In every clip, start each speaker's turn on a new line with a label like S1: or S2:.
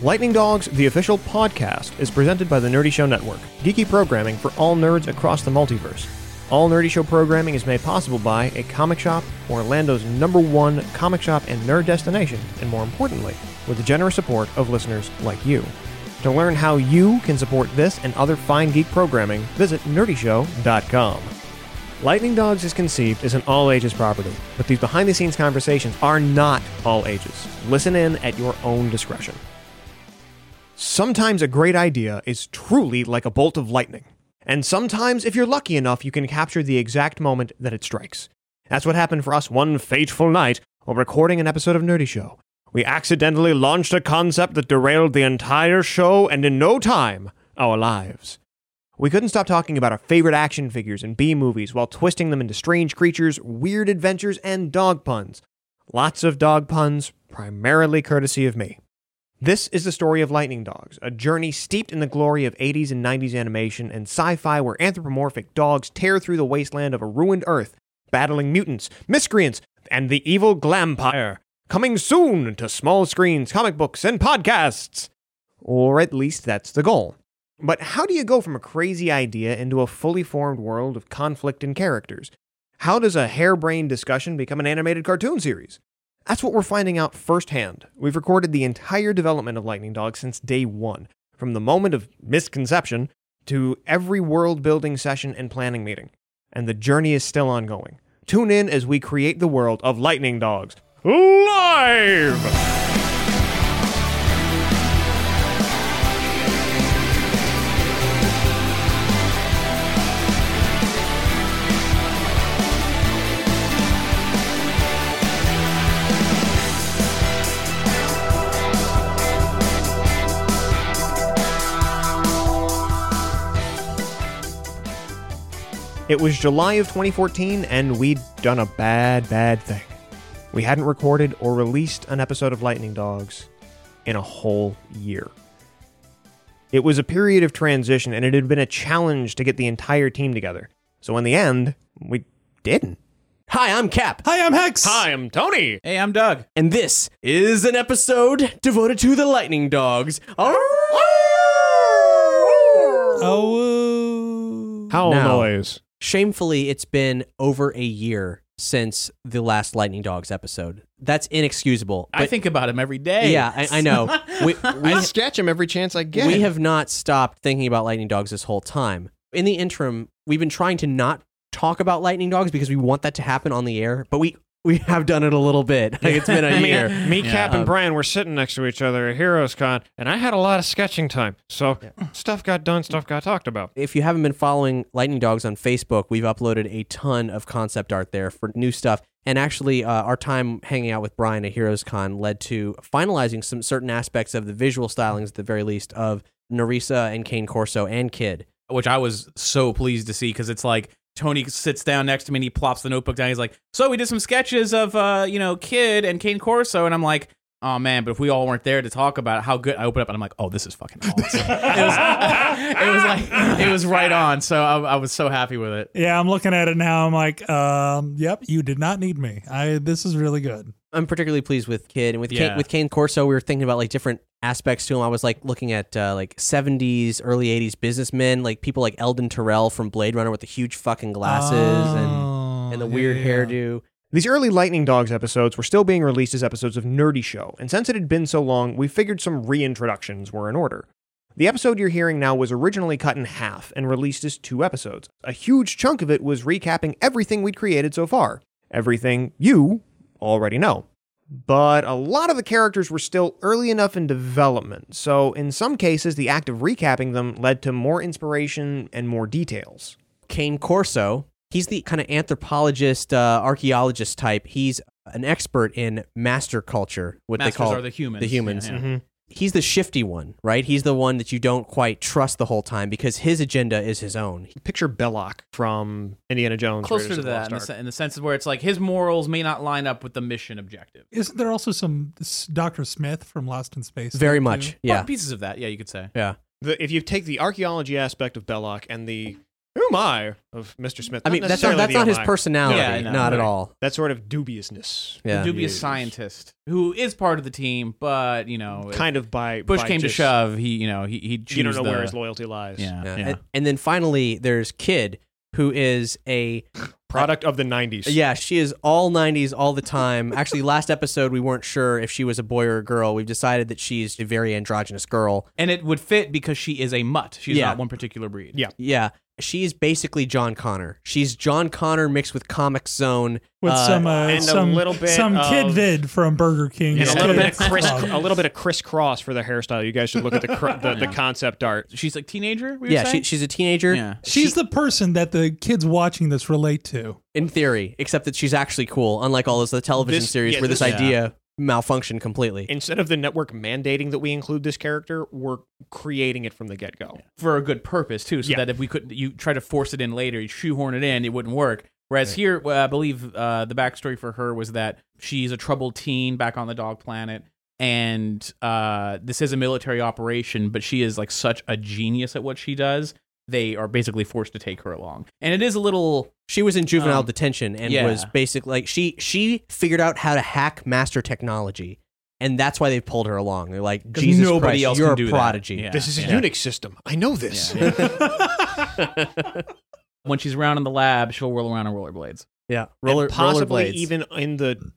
S1: Lightning Dogs, the official podcast, is presented by the Nerdy Show Network, geeky programming for all nerds across the multiverse. All Nerdy Show programming is made possible by a comic shop, Orlando's number one comic shop and nerd destination, and more importantly, with the generous support of listeners like you. To learn how you can support this and other fine geek programming, visit nerdyshow.com. Lightning Dogs is conceived as an all ages property, but these behind the scenes conversations are not all ages. Listen in at your own discretion. Sometimes a great idea is truly like a bolt of lightning. And sometimes, if you're lucky enough, you can capture the exact moment that it strikes. That's what happened for us one fateful night while recording an episode of Nerdy Show. We accidentally launched a concept that derailed the entire show and, in no time, our lives. We couldn't stop talking about our favorite action figures and B movies while twisting them into strange creatures, weird adventures, and dog puns. Lots of dog puns, primarily courtesy of me. This is the story of Lightning Dogs, a journey steeped in the glory of 80s and 90s animation and sci fi where anthropomorphic dogs tear through the wasteland of a ruined Earth, battling mutants, miscreants, and the evil Glampire. Coming soon to small screens, comic books, and podcasts! Or at least that's the goal. But how do you go from a crazy idea into a fully formed world of conflict and characters? How does a harebrained discussion become an animated cartoon series? That's what we're finding out firsthand. We've recorded the entire development of Lightning Dog since day one, from the moment of misconception to every world building session and planning meeting. And the journey is still ongoing. Tune in as we create the world of Lightning Dogs live! It was July of 2014, and we'd done a bad, bad thing. We hadn't recorded or released an episode of Lightning Dogs in a whole year. It was a period of transition, and it had been a challenge to get the entire team together. So in the end, we didn't.
S2: Hi, I'm Cap. Hi, I'm Hex.
S1: I'm Tony.
S3: Hey, I'm Doug.
S2: And this is an episode devoted to the Lightning Dogs. Arr!
S3: Oh,
S1: Howl
S2: Now.
S1: noise.
S2: Shamefully, it's been over a year since the last Lightning Dogs episode. That's inexcusable.
S3: I
S2: but-
S3: think about him every day.
S2: Yeah, I, I know. we,
S1: I sketch him every chance I get.
S2: we have not stopped thinking about Lightning Dogs this whole time. In the interim, we've been trying to not talk about Lightning Dogs because we want that to happen on the air, but we we have done it a little bit. Like, it's been a year.
S1: Me, Cap, and Brian were sitting next to each other at Heroes Con, and I had a lot of sketching time. So stuff got done, stuff got talked about.
S2: if you haven't been following Lightning Dogs on Facebook, we've uploaded a ton of concept art there for new stuff. And actually, uh, our time hanging out with Brian at Heroes Con led to finalizing some certain aspects of the visual stylings, at the very least, of Narisa and Kane Corso and Kid.
S3: Which I was so pleased to see because it's like Tony sits down next to me and he plops the notebook down. He's like, "So we did some sketches of uh, you know, Kid and Kane Corso," and I'm like. Oh man, but if we all weren't there to talk about how good I open up and I'm like, oh, this is fucking awesome. it, was, it was like, it was right on. So I, I was so happy with it.
S4: Yeah, I'm looking at it now. I'm like, um, yep, you did not need me. I this is really good.
S2: I'm particularly pleased with Kid and with Kane,
S3: Yeah.
S2: with Kane Corso. We were thinking about like different aspects to him. I was like looking at uh, like 70s, early 80s businessmen, like people like Eldon Terrell from Blade Runner with the huge fucking glasses and and the
S4: Oh,
S2: weird
S4: yeah.
S2: hairdo.
S1: These early Lightning Dogs episodes were still being released as episodes of Nerdy Show, and since it had been so long, we figured some reintroductions were in order. The episode you're hearing now was originally cut in half and released as two episodes. A huge chunk of it was recapping everything we'd created so far, everything you already know. But a lot of the characters were still early enough in development, so in some cases, the act of recapping them led to more inspiration and more details.
S2: Kane Corso. He's the kind of anthropologist, uh, archaeologist type. He's an expert in master culture, what
S3: Masters
S2: they call
S3: are the humans. Mm-hmm.
S2: the humans.
S3: Yeah, yeah.
S1: Mm-hmm.
S2: he's the shifty one, right? He's the one that you don't quite trust the whole time because his agenda is his own.
S1: Picture Belloc from Indiana Jones.
S3: Closer
S1: Raiders
S3: to
S1: of the
S3: that in the,
S1: Lost Ark.
S3: se- in the sense of where it's like his morals may not line up with the mission objective.
S4: Isn't there also some s- Dr. Smith from Lost in Space?
S2: Very
S4: too?
S2: much. Yeah.
S3: pieces of that. Yeah, you could say.
S2: Yeah.
S1: The- if you take the archaeology aspect of Belloc and the who am I of Mr. Smith,
S2: I
S1: not
S2: mean, that's not,
S1: necessarily
S2: that's
S1: the
S2: not his
S1: am I,
S2: personality.
S3: Yeah, I know.
S2: not at
S1: Right.
S2: all.
S1: That sort of dubiousness.
S2: Yeah.
S3: The dubious
S1: Yes.
S3: scientist who is part of the team, but you know, if
S1: Kind of by
S3: Bush
S1: by
S3: came
S1: just-
S3: to shove. He, you know, he he
S1: You don't know where his loyalty lies.
S3: Yeah,
S2: Yeah.
S3: yeah.
S2: And, and then finally, there's Kid, who is a
S1: Product of the '90s.
S2: yeah. She is all '90s all the time. Actually, last episode we weren't sure if she was a boy or a girl. We've decided that she's a very androgynous girl.
S3: and it would fit because she is a mutt. She's
S2: Yeah.
S3: not one particular breed.
S1: Yeah.
S2: Yeah, she is basically John Connor. She's John Connor mixed with Comic Zone
S4: With
S2: uh,
S4: some, uh,
S1: and a
S4: some,
S1: little bit
S4: some kid
S1: of-
S4: vid from Burger King.
S1: And a little bit of Chris, a little bit of crisscross for the hairstyle. You guys should look at the cr- the, the concept art.
S3: she's like teenager. we were
S2: yeah, she,
S3: saying?
S2: she's a teenager.
S3: Yeah.
S4: She's the person that the kids watching this relate to.
S2: in theory, except that she's actually cool, unlike all those other television
S1: This-
S2: series
S1: yeah,
S2: where this,
S1: this-
S2: idea malfunctioned completely.
S1: Instead of the network mandating that we include this character, we're creating it from the get go.
S3: for a good purpose too, so
S1: Yeah.
S3: that if we couldn't, you try to force it in later, you shoehorn it in, it wouldn't work. Whereas here, uh, I believe uh, the backstory for her was that she's a troubled teen back on the dog planet, and uh, this is a military operation, but she is like such a genius at what she does. They are basically forced to take her along, and it is a little
S2: she was in juvenile
S3: Um,
S2: detention and
S3: yeah.
S2: was basically like she she figured out how to hack master technology, and that's why they pulled her along. They're like,
S3: 'cause
S2: Jesus
S3: nobody
S2: Christ,
S3: else
S2: you're
S3: can
S2: a
S3: do that.
S2: prodigy.
S3: Yeah,
S1: This is a
S3: yeah.
S1: Unix system. I know this.
S3: Yeah, When she's around in the lab, she'll roll around on rollerblades.
S2: yeah. Roller,
S1: and possibly
S2: rollerblades.
S1: even in the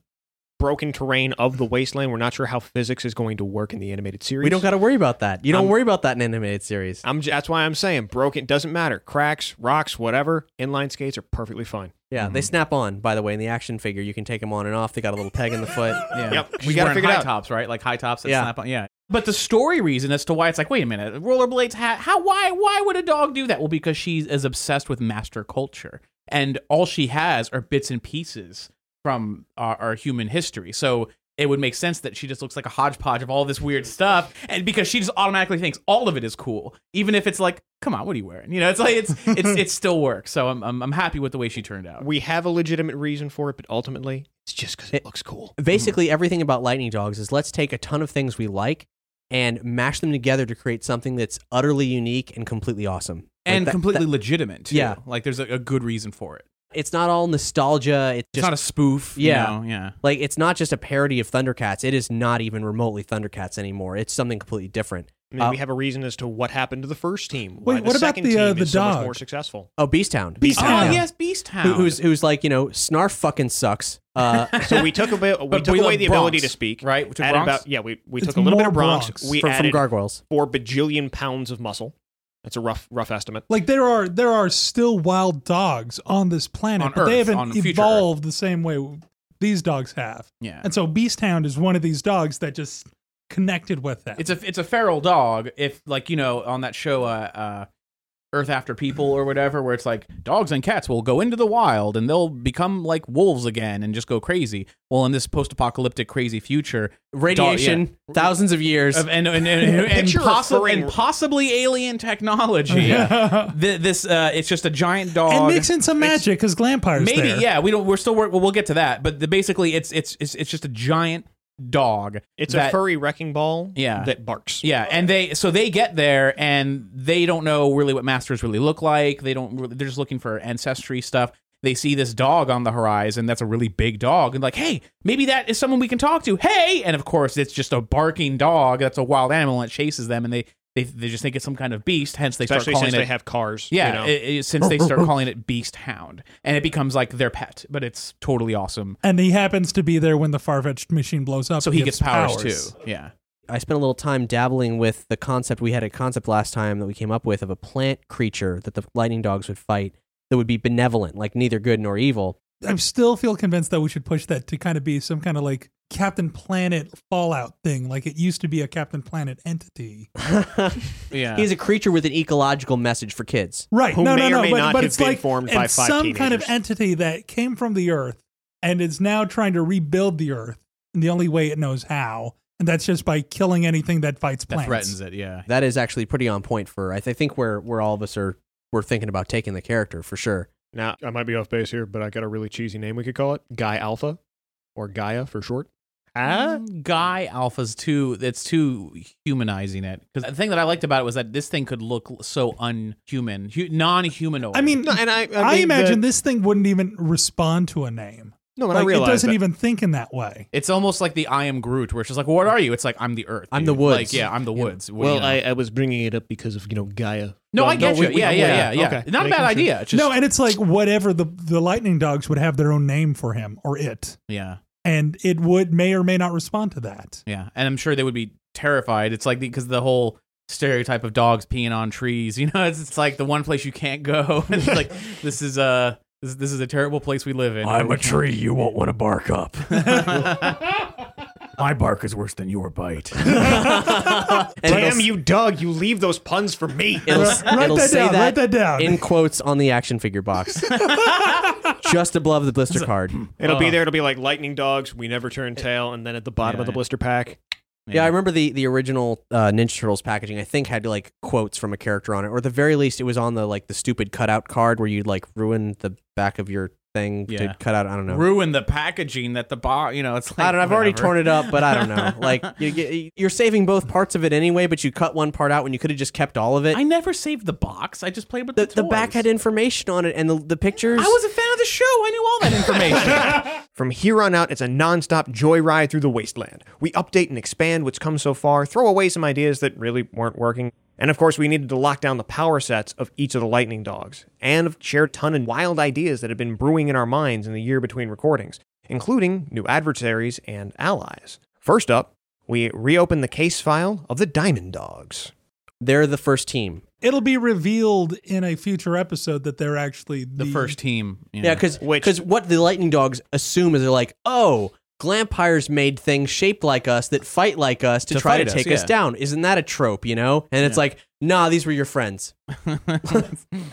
S1: broken terrain of the wasteland. We're not sure how physics is going to work in the animated series.
S2: We don't got to worry about that. You don't
S1: Um,
S2: worry about that in animated series.
S1: I'm j- that's why I'm saying broken doesn't matter. Cracks, rocks, whatever. Inline skates are perfectly fine.
S2: yeah, they
S3: Mm-hmm.
S2: snap on. By the way, in the action figure, you can take them on and off. They got a little peg in the foot.
S3: Yeah.
S1: Yep. We
S3: We
S1: gotta
S3: got
S1: figure
S3: to figure
S1: it
S3: high
S1: out.
S3: tops, right? Like high tops that
S2: Yeah.
S3: snap on. Yeah. But the story reason as to why it's like, wait a minute, rollerblades hat. How? Why? Why would a dog do that? Well, because she is obsessed with master culture, and all she has are bits and pieces from our, our human history. So it would make sense that she just looks like a hodgepodge of all this weird stuff, and because she just automatically thinks all of it is cool, even if it's like, come on, what are you wearing? You know, it's like it's it's it still works. So I'm I'm, I'm happy with the way she turned out.
S1: We have a legitimate reason for it, but ultimately, it's just because it, looks cool.
S2: uh, basically everything about lightning dogs is let's take a ton of things we like and mash them together to create something that's utterly unique and completely awesome Like
S3: and
S2: that-
S3: completely
S2: that-
S3: legitimate too.
S2: Yeah.
S3: like there's a, a good reason for it.
S2: it's not all nostalgia it's
S3: It's
S2: just
S3: not a spoof. you
S2: Yeah.
S3: know, yeah.
S2: like it's not just a parody of thundercats it is not even remotely thundercats anymore it's something completely different
S1: I mean,
S2: Uh,
S1: we have a reason as to what happened to the first team.
S4: Wait,
S1: why the
S4: what about
S1: second
S4: the,
S1: team
S4: uh, the
S1: is so much
S4: dog?
S1: more successful?
S2: oh beasthound
S4: Beast
S3: Oh
S4: Hound.
S3: yes, Beast Hound.
S2: Who- who's, who's like you know snarf fucking sucks uh,
S1: So we took a bit, we
S3: But
S1: took
S3: we
S1: away
S3: love
S1: the
S3: Bronx,
S1: ability to speak,
S3: right? We took
S1: added
S3: Bronx.
S1: about- yeah, we, we
S4: It's
S1: took a little bit
S4: more
S1: of Bronx.
S4: Bronx.
S1: We
S2: from, from
S1: added
S2: gargoyles
S1: four bajillion pounds of muscle. That's a rough rough estimate.
S4: Like there are there are still wild dogs on this planet,
S3: On
S4: but they
S3: Earth, on
S4: haven't
S3: future Earth.
S4: evolved the same way these dogs have.
S3: yeah.
S4: And so Beast Hound is one of these dogs that just connected with them.
S3: It's a it's a feral dog. If like you know on that show, uh, uh, Earth After People or whatever, where it's like dogs and cats will go into the wild and they'll become like wolves again and just go crazy. Well, in this post-apocalyptic crazy future,
S2: radiation
S3: dog-
S2: thousands of years
S3: yeah. Of- and and, and, and, and,
S1: Picture a
S3: possibly,
S1: furry-
S3: and possibly alien technology. Th- this uh, it's just a giant dog.
S4: and mix in some magic because Glampire's
S3: Maybe
S4: there.
S3: yeah. We don't. We're still work. Well, we'll get to that. But the, basically, it's it's it's it's just a giant dog.
S1: It's a
S3: that-
S1: furry wrecking ball
S3: Yeah.
S1: that barks.
S3: Yeah, and they so they get there and they don't know really what masters really look like. They don't. Really, they're just looking for ancestry stuff. They see this dog on the horizon. That's a really big dog, and like, hey, maybe that is someone we can talk to. Hey, and of course, it's just a barking dog. That's a wild animal that chases them, and they they, they just think it's some kind of beast. Hence, they
S1: Especially
S3: start calling
S1: since
S3: it.
S1: they have cars. you
S3: yeah,
S1: know.
S3: it- it- since they start calling it Beast Hound, and it becomes like their pet, but it's totally awesome.
S4: And he happens to be there when the far fetched machine blows up.
S3: So he gets powers, too. Yeah,
S2: I spent a little time dabbling with the concept we had a concept last time that we came up with of a plant creature that the lightning dogs would fight that would be benevolent, like neither good nor evil.
S4: I still feel convinced that we should push that to kind of be some kind of like Captain Planet Fallout thing. Like it used to be a Captain Planet entity.
S3: yeah.
S2: He's a creature with an ecological message for kids.
S4: Right.
S1: Who
S4: no,
S1: may
S4: no,
S1: or
S4: no.
S1: may
S4: but
S1: not
S4: but
S1: have
S4: it's
S1: been
S4: like
S1: formed
S4: and
S1: by five
S4: some kind of
S1: teenagers.
S4: entity that came from the earth and is now trying to rebuild the Earth in the only way it knows how, and that's just by killing anything that fights
S3: that
S4: plants.
S3: threatens it. Yeah,
S2: That is actually pretty on point for I, th- I think where where all of us are we're thinking about taking the character for sure.
S1: Now, I might be off base here, but I got a really cheesy name we could call it Guy Alpha or Gaia for short. Ah,
S3: Mm, Guy Alpha's too. It's too humanizing it because the thing that I liked about it was that this thing could look so unhuman, hu- non-humanoid.
S4: I mean,
S1: No, and I, I,
S4: I,
S1: mean,
S4: imagine
S1: the,
S4: this thing wouldn't even respond to a name.
S1: No, and I
S4: Like, it
S1: realize
S4: doesn't
S1: that.
S4: even think in that way.
S3: it's almost like the I am Groot, where it's just like, "What are you?" It's like I'm the Earth.
S2: I'm
S3: dude."
S2: the woods.
S3: Like, yeah, I'm the
S2: Yeah.
S3: woods. What do
S1: Well,
S3: you know?
S1: I, I was bringing it up because of you know Gaia.
S3: no, I get you.
S1: we- we-
S3: yeah, yeah, yeah, yeah.
S1: okay.
S3: Not a
S1: Making
S3: bad
S1: sure.
S3: idea. It's just,
S4: no, and it's like whatever the the lightning dogs would have their own name for him or it,
S3: yeah,
S4: and it would may or may not respond to that.
S3: yeah. And I'm sure they would be terrified. It's like because the whole stereotype of dogs peeing on trees. You know, it's, it's like the one place you can't go. it's like this is a this, this is a terrible place we live in.
S2: tree you won't want to bark up. My bark is worse than your bite.
S1: Damn you, Doug! You leave those puns for me.
S2: It'll, s-
S4: Write
S2: it'll
S4: that
S2: say
S4: down,
S2: that,
S4: write that down.
S2: in quotes on the action figure box, just above the blister card.
S1: It'll be there. It'll be like lightning dogs. We never turn tail, and then at the bottom
S3: Uh. Yeah,
S1: of the
S3: yeah.
S1: blister pack,
S2: Yeah, I remember the the original uh, Ninja Turtles packaging. I think had like quotes from a character on it, or at the very least, it was on the like the stupid cutout card where you'd like ruin the back of your thing
S3: Yeah.
S2: to cut out. I don't know.
S3: ruin the packaging that the bar. You know, it's like
S2: I don't. know, I've already
S3: whatever.
S2: torn it up, but I don't know. Like you, you- you're saving both parts of it anyway, but you cut one part out when you could have just kept all of it.
S3: I never saved the box. I just played with the
S2: the, the back
S3: toys.
S2: had information on it, and the the pictures.
S3: I was a fan of the show. I knew all that information.
S1: From here on out, it's a nonstop joyride through the wasteland. We update and expand what's come so far, throw away some ideas that really weren't working, and of course, we needed to lock down the power sets of each of the lightning dogs, and share a ton of wild ideas that had been brewing in our minds in the year between recordings, including new adversaries and allies. First up, we reopen the case file of the Diamond Dogs.
S2: They're the first team.
S4: It'll be revealed in a future episode that they're actually the,
S3: the first team. you
S2: Yeah,
S3: know.
S2: because
S1: Which-
S2: what the lightning dogs assume is they're like, oh, glampires made things shaped like us that fight like us to,
S3: To
S2: try to
S3: fight us,
S2: take us
S3: yeah.
S2: down. Isn't that a trope, you know? And it's like, nah, these were your friends.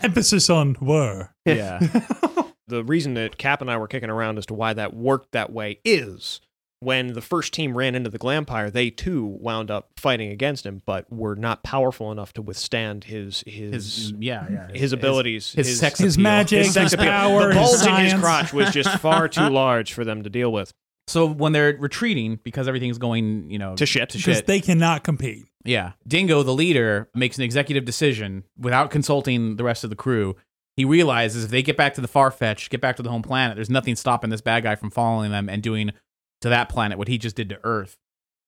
S4: emphasis on were.
S3: yeah.
S1: the reason that Cap and I were kicking around as to why that worked that way is when the first team ran into the Glampire, they too wound up fighting against him, but were not powerful enough to withstand his his
S3: His
S1: his,
S3: yeah, yeah.
S1: abilities.
S3: his sex
S4: His
S3: appeal.
S4: magic,
S1: his sex appeal.
S4: power,
S1: the
S4: his
S1: bulge in his
S4: science.
S1: crotch was just far too large for them to deal with.
S3: So when they're retreating because everything's going, you know,
S1: To shit.
S3: to
S4: Because
S3: shit.
S4: they cannot compete.
S3: yeah, Dingo, the leader, makes an executive decision without consulting the rest of the crew. He realizes if they get back to the far fetch, get back to the home planet, there's nothing stopping this bad guy from following them and doing to that planet what he just did to Earth.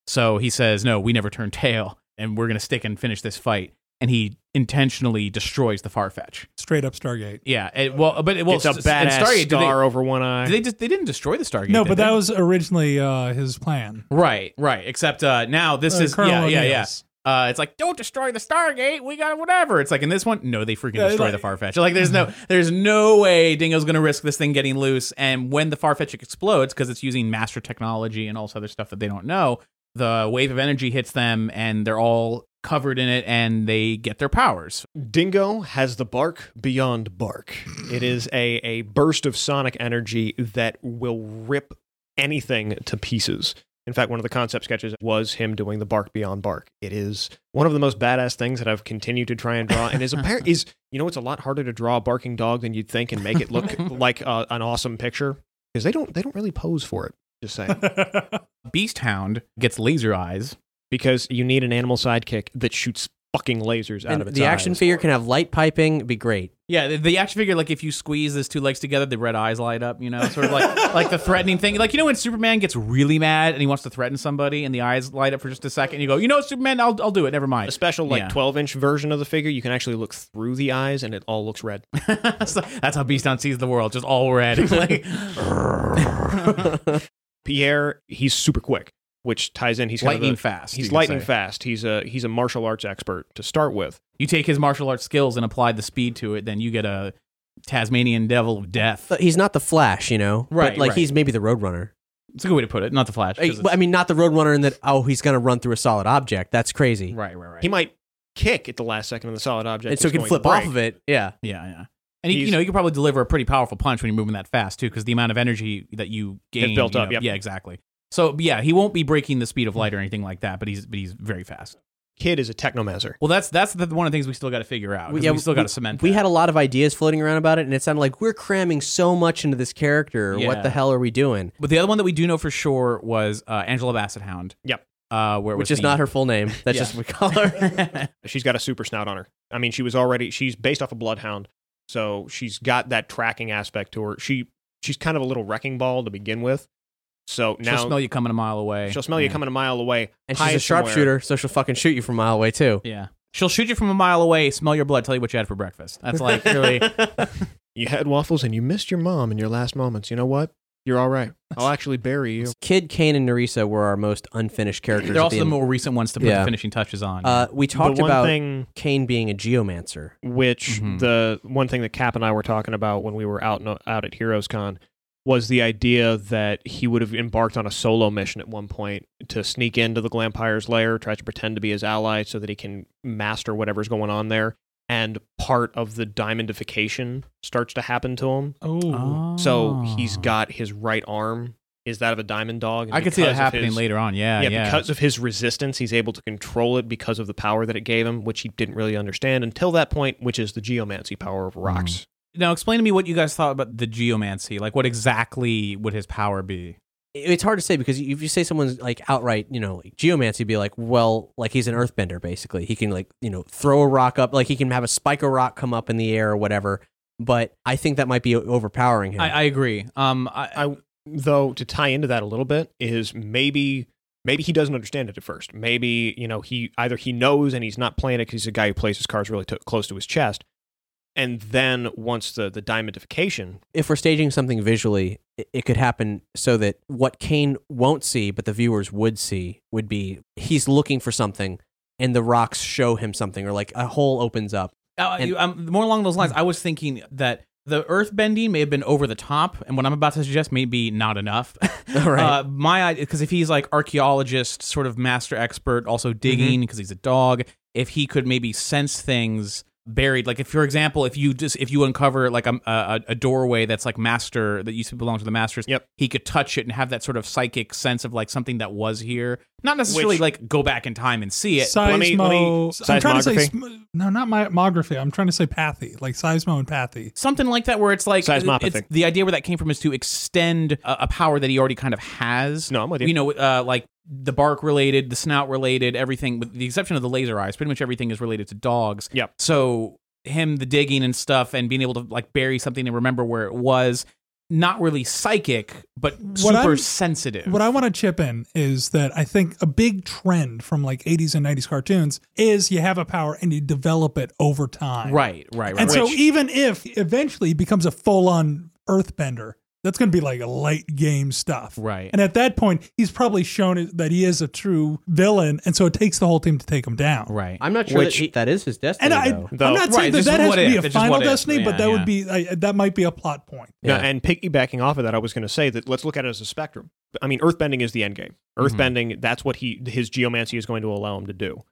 S3: So he says, "No, we never turn tail, and we're gonna stick and finish this fight." And he intentionally destroys the far fetch.
S4: Straight up Stargate.
S3: Yeah, it, well, but it, well,
S1: it's a
S3: s- and
S1: badass
S3: Stargate, did they-
S1: star over one
S3: Did
S1: eye.
S3: they just they didn't destroy the Stargate.
S4: No,
S3: did
S4: but that
S3: they?
S4: was originally uh, his plan.
S3: right, right. Except uh, now this
S4: Uh,
S3: is
S4: Colonel
S3: yeah, yeah, yeah.
S4: O'Neill's.
S3: Uh, it's like don't destroy the Stargate. We got whatever. It's like in this one, no, they freaking
S4: Yeah,
S3: destroy
S4: like-
S3: the Farfetch. Like there's no there's no way Dingo's gonna risk this thing getting loose. And when the Farfetch explodes, because it's using master technology and all this other stuff that they don't know, the wave of energy hits them and they're all covered in it and they get their powers.
S1: Dingo has the bark beyond bark. It is a, a burst of sonic energy that will rip anything to pieces. In fact, one of the concept sketches was him doing the bark beyond bark. It is one of the most badass things that I've continued to try and draw, and is apparent is you know it's a lot harder to draw a barking dog than you'd think and make it look like uh, an awesome picture because they don't they don't really pose for it. Just saying,
S3: Beast Hound gets laser eyes.
S1: because you need an animal sidekick that shoots fucking lasers out
S2: And
S1: of its
S2: the action
S1: eyes.
S2: figure can have light piping, it'd be great.
S3: Yeah, the, the action figure, like if you squeeze those two legs together, the red eyes light up. You know, sort of like like the threatening thing. Like you know when Superman gets really mad and he wants to threaten somebody, and the eyes light up for just a second. You go, you know, what, Superman, I'll I'll do it. Never
S1: a
S3: mind.
S1: special like
S3: Yeah.
S1: 12 inch version of the figure you can actually look through the eyes and it all looks red
S3: So that's how Beastown sees the world, just all red. like,
S1: pierre he's super quick which ties in he's kind of
S3: lightning
S1: the-
S3: fast. you
S1: he's
S3: could
S1: lightning
S3: say.
S1: fast he's a he's a martial arts expert to start with
S3: You take his martial arts skills and apply the speed to it, then you get a Tasmanian devil of death.
S2: But he's not the Flash, you know?
S3: Right,
S2: But like
S3: right.
S2: he's maybe the Roadrunner.
S3: It's a good way to put it. Not the Flash. 'cause
S2: I,
S3: it's-
S2: I mean, not the Roadrunner in that, oh, he's going to run through a solid object. That's crazy.
S3: right, right, right.
S1: he might kick at the last second of the solid object
S2: And so he
S1: that's going
S2: can flip
S1: to
S2: off
S1: break.
S2: of it. Yeah.
S3: Yeah, yeah. And he,
S1: He's-
S3: you know, you could probably deliver a pretty powerful punch when you're moving that fast too, because the amount of energy that you gain
S1: built
S3: you
S1: up,
S3: know-
S1: yep.
S3: Yeah, exactly. So yeah, he won't be breaking the speed of light or anything like that, but he's but he's very fast.
S1: Kid is a technomancer.
S3: Well, that's that's the, one of the things we still got to figure out. Oh, 'cause we still got to cement.
S2: We
S3: that.
S2: had a lot of ideas floating around about it, and it sounded like we're cramming so much into this character. What
S3: Yeah.
S2: the hell are we doing?
S3: but the other one that we do know for sure was uh, Angela Bassett Hound.
S1: Yep.
S3: Uh, where it
S2: Which
S3: was
S2: is not her full name. That's
S3: Yeah.
S2: just what we call her.
S1: She's got a super snout on her. I mean, she was already she's based off a bloodhound, so she's got that tracking aspect to her. She she's kind of a little wrecking ball to begin with. So now
S3: She'll smell you coming a mile away.
S1: she'll smell you
S3: Yeah.
S1: coming a mile away.
S2: And she's
S1: hide
S2: a
S1: somewhere.
S2: sharpshooter, so she'll fucking shoot you from a mile away too.
S3: Yeah. She'll shoot you from a mile away, smell your blood, tell you what you had for breakfast. That's like really
S1: You had waffles and you missed your mom in your last moments. You know what? You're all right. I'll actually bury you.
S2: Kid, Kane, and Narisa were our most unfinished characters.
S3: they're
S2: at
S3: also the
S2: end.
S3: more recent ones to put
S2: Yeah.
S3: the finishing touches on.
S2: Uh, we talked
S1: the one
S2: about
S1: thing
S2: Kane being a geomancer.
S1: which
S3: Mhm.
S1: the one thing that Cap and I were talking about when we were out and, out at Heroes Con was the idea that he would have embarked on a solo mission at one point to sneak into the Glampire's lair, try to pretend to be his ally so that he can master whatever's going on there. And part of the diamondification starts to happen to him.
S4: Oh,
S1: So he's got his right arm is that of a diamond dog. and
S3: Ah. I could see
S1: because
S3: that
S1: of
S3: happening
S1: his-
S3: later on. Yeah, yeah.
S1: yeah, because of his resistance, he's able to control it because of the power that it gave him, which he didn't really understand until that point, which is the geomancy power of rocks.
S3: now explain to me what you guys thought about the geomancy. Like, what exactly would his power be?
S2: It- It's hard to say because if you say someone's like outright, you know, like geomancy, you'd be like, well, like he's an earthbender basically. He can like, you know, throw a rock up, like he can have a spike a rock come up in the air or whatever. But I think that might be o- overpowering him.
S3: I, I agree. Um, I,
S1: I though to tie into that a little bit is maybe maybe he doesn't understand it at first. Maybe you know he either he knows and he's not playing it because he's a guy who plays his cards really to close to his chest. And then once the the diamondification,
S2: if we're staging something visually, it, it could happen so that what Kane won't see, but the viewers would see, would be he's looking for something and the rocks show him something or like a hole opens up.
S3: Uh,
S2: And-
S3: you- um, more along those lines, I was thinking that the earth bending may have been over the top, and what I'm about to suggest may be not enough.
S2: Right.
S3: Uh, my because if he's like archaeologist, sort of master expert, also digging because he's a dog, if he could maybe sense things buried, like if for example, if you just if you uncover like a a, a doorway that's like master that used to belong to the masters,
S1: Yep.
S3: he could touch it and have that sort of psychic sense of like something that was here, not necessarily
S1: Which-
S3: like go back in time and see it.
S4: seismo.
S1: Let me- let me-
S4: I'm trying to say
S1: seismography?
S4: sm- no, not myography. I'm trying to say pathy, like seismo and pathy.
S3: something like that where it's like
S1: Seismopathy.
S3: it's- the idea where that came from is to extend a, a power that he already kind of has
S1: No, I'm with you.
S3: know uh, like the bark related the snout related everything with the exception of the laser eyes pretty much everything is related to dogs
S1: Yep.
S3: so him the digging and stuff and being able to like bury something and remember where it was not really psychic but super
S4: I'm-
S3: sensitive
S4: What I want to chip in is that I think a big trend from like 80s and 90s cartoons is you have a power and you develop it over time.
S3: right right right
S4: And so e
S1: Which-
S4: even if eventually he becomes a full-on earthbender, that's going to be like a late game stuff.
S3: right
S4: And at that point, he's probably shown it- that he is a true villain, and so it takes the whole team to take him down.
S3: right
S2: I'm not sure
S1: Which-
S2: that, he- that is his destiny.
S4: And I,
S2: though.
S1: Though-
S4: I'm not
S3: Right,
S4: saying
S3: this
S4: that that
S3: is
S4: has
S3: what
S4: to
S3: if,
S4: be
S3: it's
S4: a
S3: just
S4: final
S3: what if,
S4: destiny,
S3: yeah,
S4: but that
S3: yeah.
S4: would be I, that might be a plot point.
S1: No,
S2: Yeah.
S1: and piggybacking off of that, I was going to say that let's look at it as a spectrum. I mean, earthbending is the end game.
S4: Mm-hmm.
S1: Earthbending, that's what he his geomancy is going to allow him to do.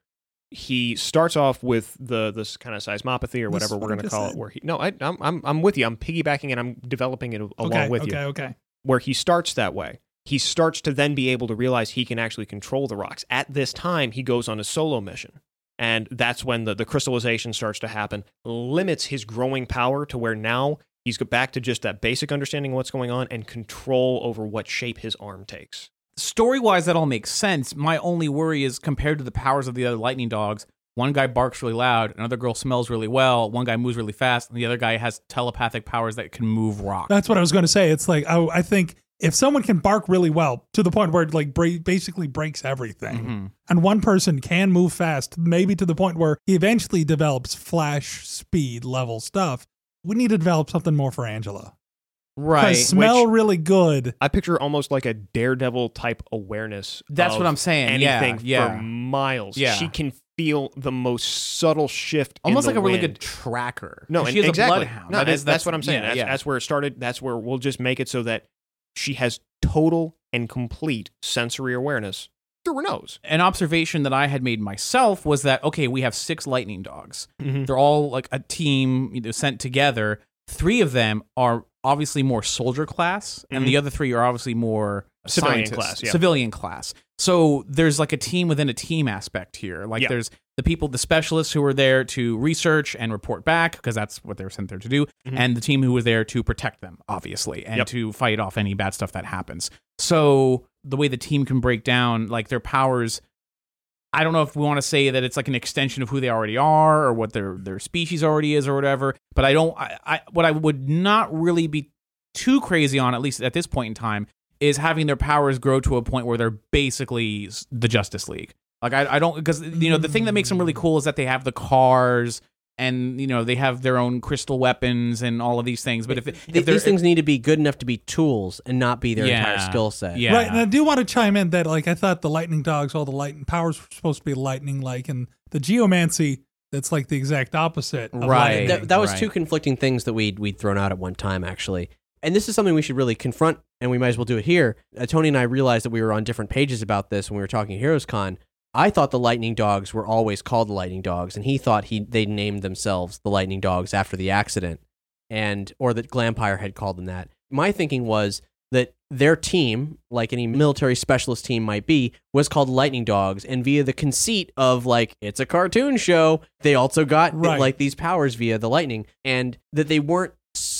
S1: He starts off with the this kind of seismopathy or
S4: That's
S1: whatever
S4: what
S1: we're
S4: I
S1: going to
S4: just
S1: call it.
S4: said.
S1: Where he no, I, I'm I'm I'm with you. I'm piggybacking and I'm developing it along
S4: okay,
S1: with
S4: okay,
S1: you.
S4: okay.
S1: Where he starts that way, he starts to then be able to realize he can actually control the rocks. At this time, he goes on a solo mission. And that's when the, the crystallization starts to happen, limits his growing power to where now he's go- back to just that basic understanding of what's going on and control over what shape his arm takes.
S3: story wise, that all makes sense. My only worry is compared to the powers of the other lightning dogs, one guy barks really loud, another girl smells really well, one guy moves really fast, and the other guy has telepathic powers that can move rocks.
S4: That's what I was going to say. It's like I, I think if someone can bark really well to the point where it like bra- basically breaks everything,
S3: Mhm.
S4: and one person can move fast, maybe to the point where he eventually develops flash speed level stuff. We need to develop something more for Angela. 'Cause
S3: Right.
S4: smell really good.
S1: I picture almost like a daredevil type awareness.
S3: That's
S1: of
S3: what I'm saying. Yeah,
S1: Anything
S3: yeah.
S1: for miles.
S3: Yeah.
S1: She can feel the most subtle shift. in
S3: Almost
S1: the
S3: like a really
S1: wind.
S3: good tracker.
S1: No,
S3: she
S1: and
S3: is
S1: exactly.
S3: a bloodhound.
S1: No,
S3: That
S1: that's,
S3: is-
S1: that's what I'm saying.
S3: yeah,
S1: that's,
S3: yeah.
S1: that's where it started. That's where we'll just make it so that she has total and complete sensory awareness through her nose.
S3: an observation that I had made myself
S1: Mm-hmm.
S3: was that okay, we have six lightning dogs. They're all like a team you know, sent together. three of them are obviously more soldier class, and the other three are obviously more
S1: Mm-hmm. Civilian
S3: scientists,
S1: class, yeah.
S3: Civilian class. So there's like a team within a team aspect here. Like
S1: Yeah.
S3: there's the people, the specialists who are there to research and report back because that's what they were sent there to do, and the team who were there to protect them, obviously, and
S1: Mm-hmm. Yep.
S3: to fight off any bad stuff that happens. So the way the team can break down like their powers I don't know if we want to say that it's like an extension of who they already are or what their their species already is or whatever. But I don't. I, I what I would not really be too crazy on, at least at this point in time, is having their powers grow to a point where they're basically s- the Justice League. Like I, I don't because you know the thing that makes them really cool is that they have the cars and you know they have their own crystal weapons and all of these things. But if, if
S2: Th-
S3: they're-
S2: these things need to be good enough to be tools and not be their entire
S3: Yeah.
S2: skill set.
S3: yeah,
S4: Right, and I do want to chime in that like I thought the lightning dogs, all the lightning powers were supposed to be lightning like, and the geomancy that's like the exact opposite. Of
S3: Right.
S4: lightning.
S2: that, that was
S3: Right.
S2: two conflicting things that we'd, we'd thrown out at one time actually and this is something we should really confront and we might as well do it here uh, tony and i realized that we were on different pages about this when we were talking heroes con i thought the lightning dogs were always called the lightning dogs and he thought he they named themselves the lightning dogs after the accident and or that glampire had called them that my thinking was that their team, like any military specialist team might be, was called Lightning Dogs. And via the conceit of like, it's a cartoon show, they also got
S4: Right.
S2: like these powers via the lightning. And that they weren't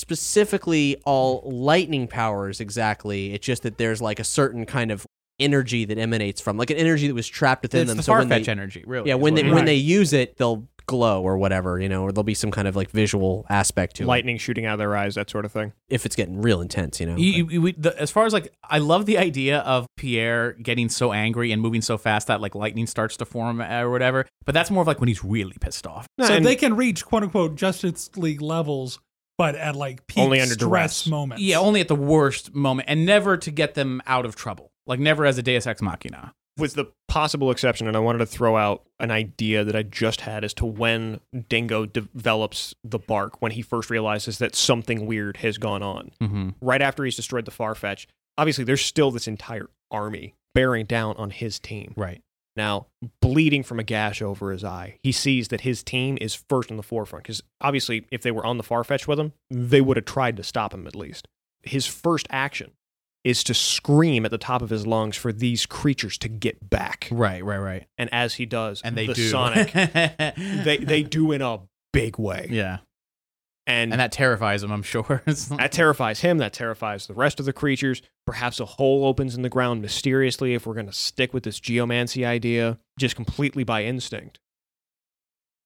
S2: specifically all lightning powers exactly. It's just that there's like a certain kind of energy that emanates from, like an energy that was trapped within
S3: it's
S2: them.
S3: the
S2: so when
S3: far
S2: they,
S3: fetch energy, really.
S2: yeah,
S3: is
S2: when
S3: what
S2: they
S3: it is.
S2: when they use it, they'll glow or whatever, you know, or there'll be some kind of like visual aspect to it
S1: Lightning shooting out of their eyes, that sort of thing.
S2: if it's getting real intense, you know.
S3: You, you, you- we, the, as far as like, I love the idea of Pierre getting so angry and moving so fast that like lightning starts to form uh, or whatever. But that's more of like when he's really pissed off.
S1: No,
S4: so
S1: and-
S4: they can reach quote unquote Justice League levels, but at like peak
S1: Only under
S4: stress
S1: duress.
S4: moments.
S3: Yeah, only at the worst moment, and never to get them out of trouble. Like never as a Deus Ex Machina.
S1: with the possible exception, and I wanted to throw out an idea that I just had as to when Dingo develops the bark, when he first realizes that something weird has gone on.
S3: Mm-hmm.
S1: Right after he's destroyed the Farfetch, obviously there's still this entire army bearing down on his team.
S3: Right.
S1: Now, bleeding from a gash over his eye, he sees that his team is first in the forefront because obviously, if they were on the Farfetch with him, they would have tried to stop him at least. His first action is to scream at the top of his lungs for these creatures to get back.
S3: Right. Right. Right.
S1: And as he does,
S3: And they
S1: the
S3: do.
S1: Sonic, they, they do in a big way.
S3: yeah,
S1: And,
S3: and that terrifies him. I'm sure. It's like-
S1: that terrifies him. That terrifies the rest of the creatures. Perhaps a hole opens in the ground mysteriously if we're going to stick with this geomancy idea, just completely by instinct.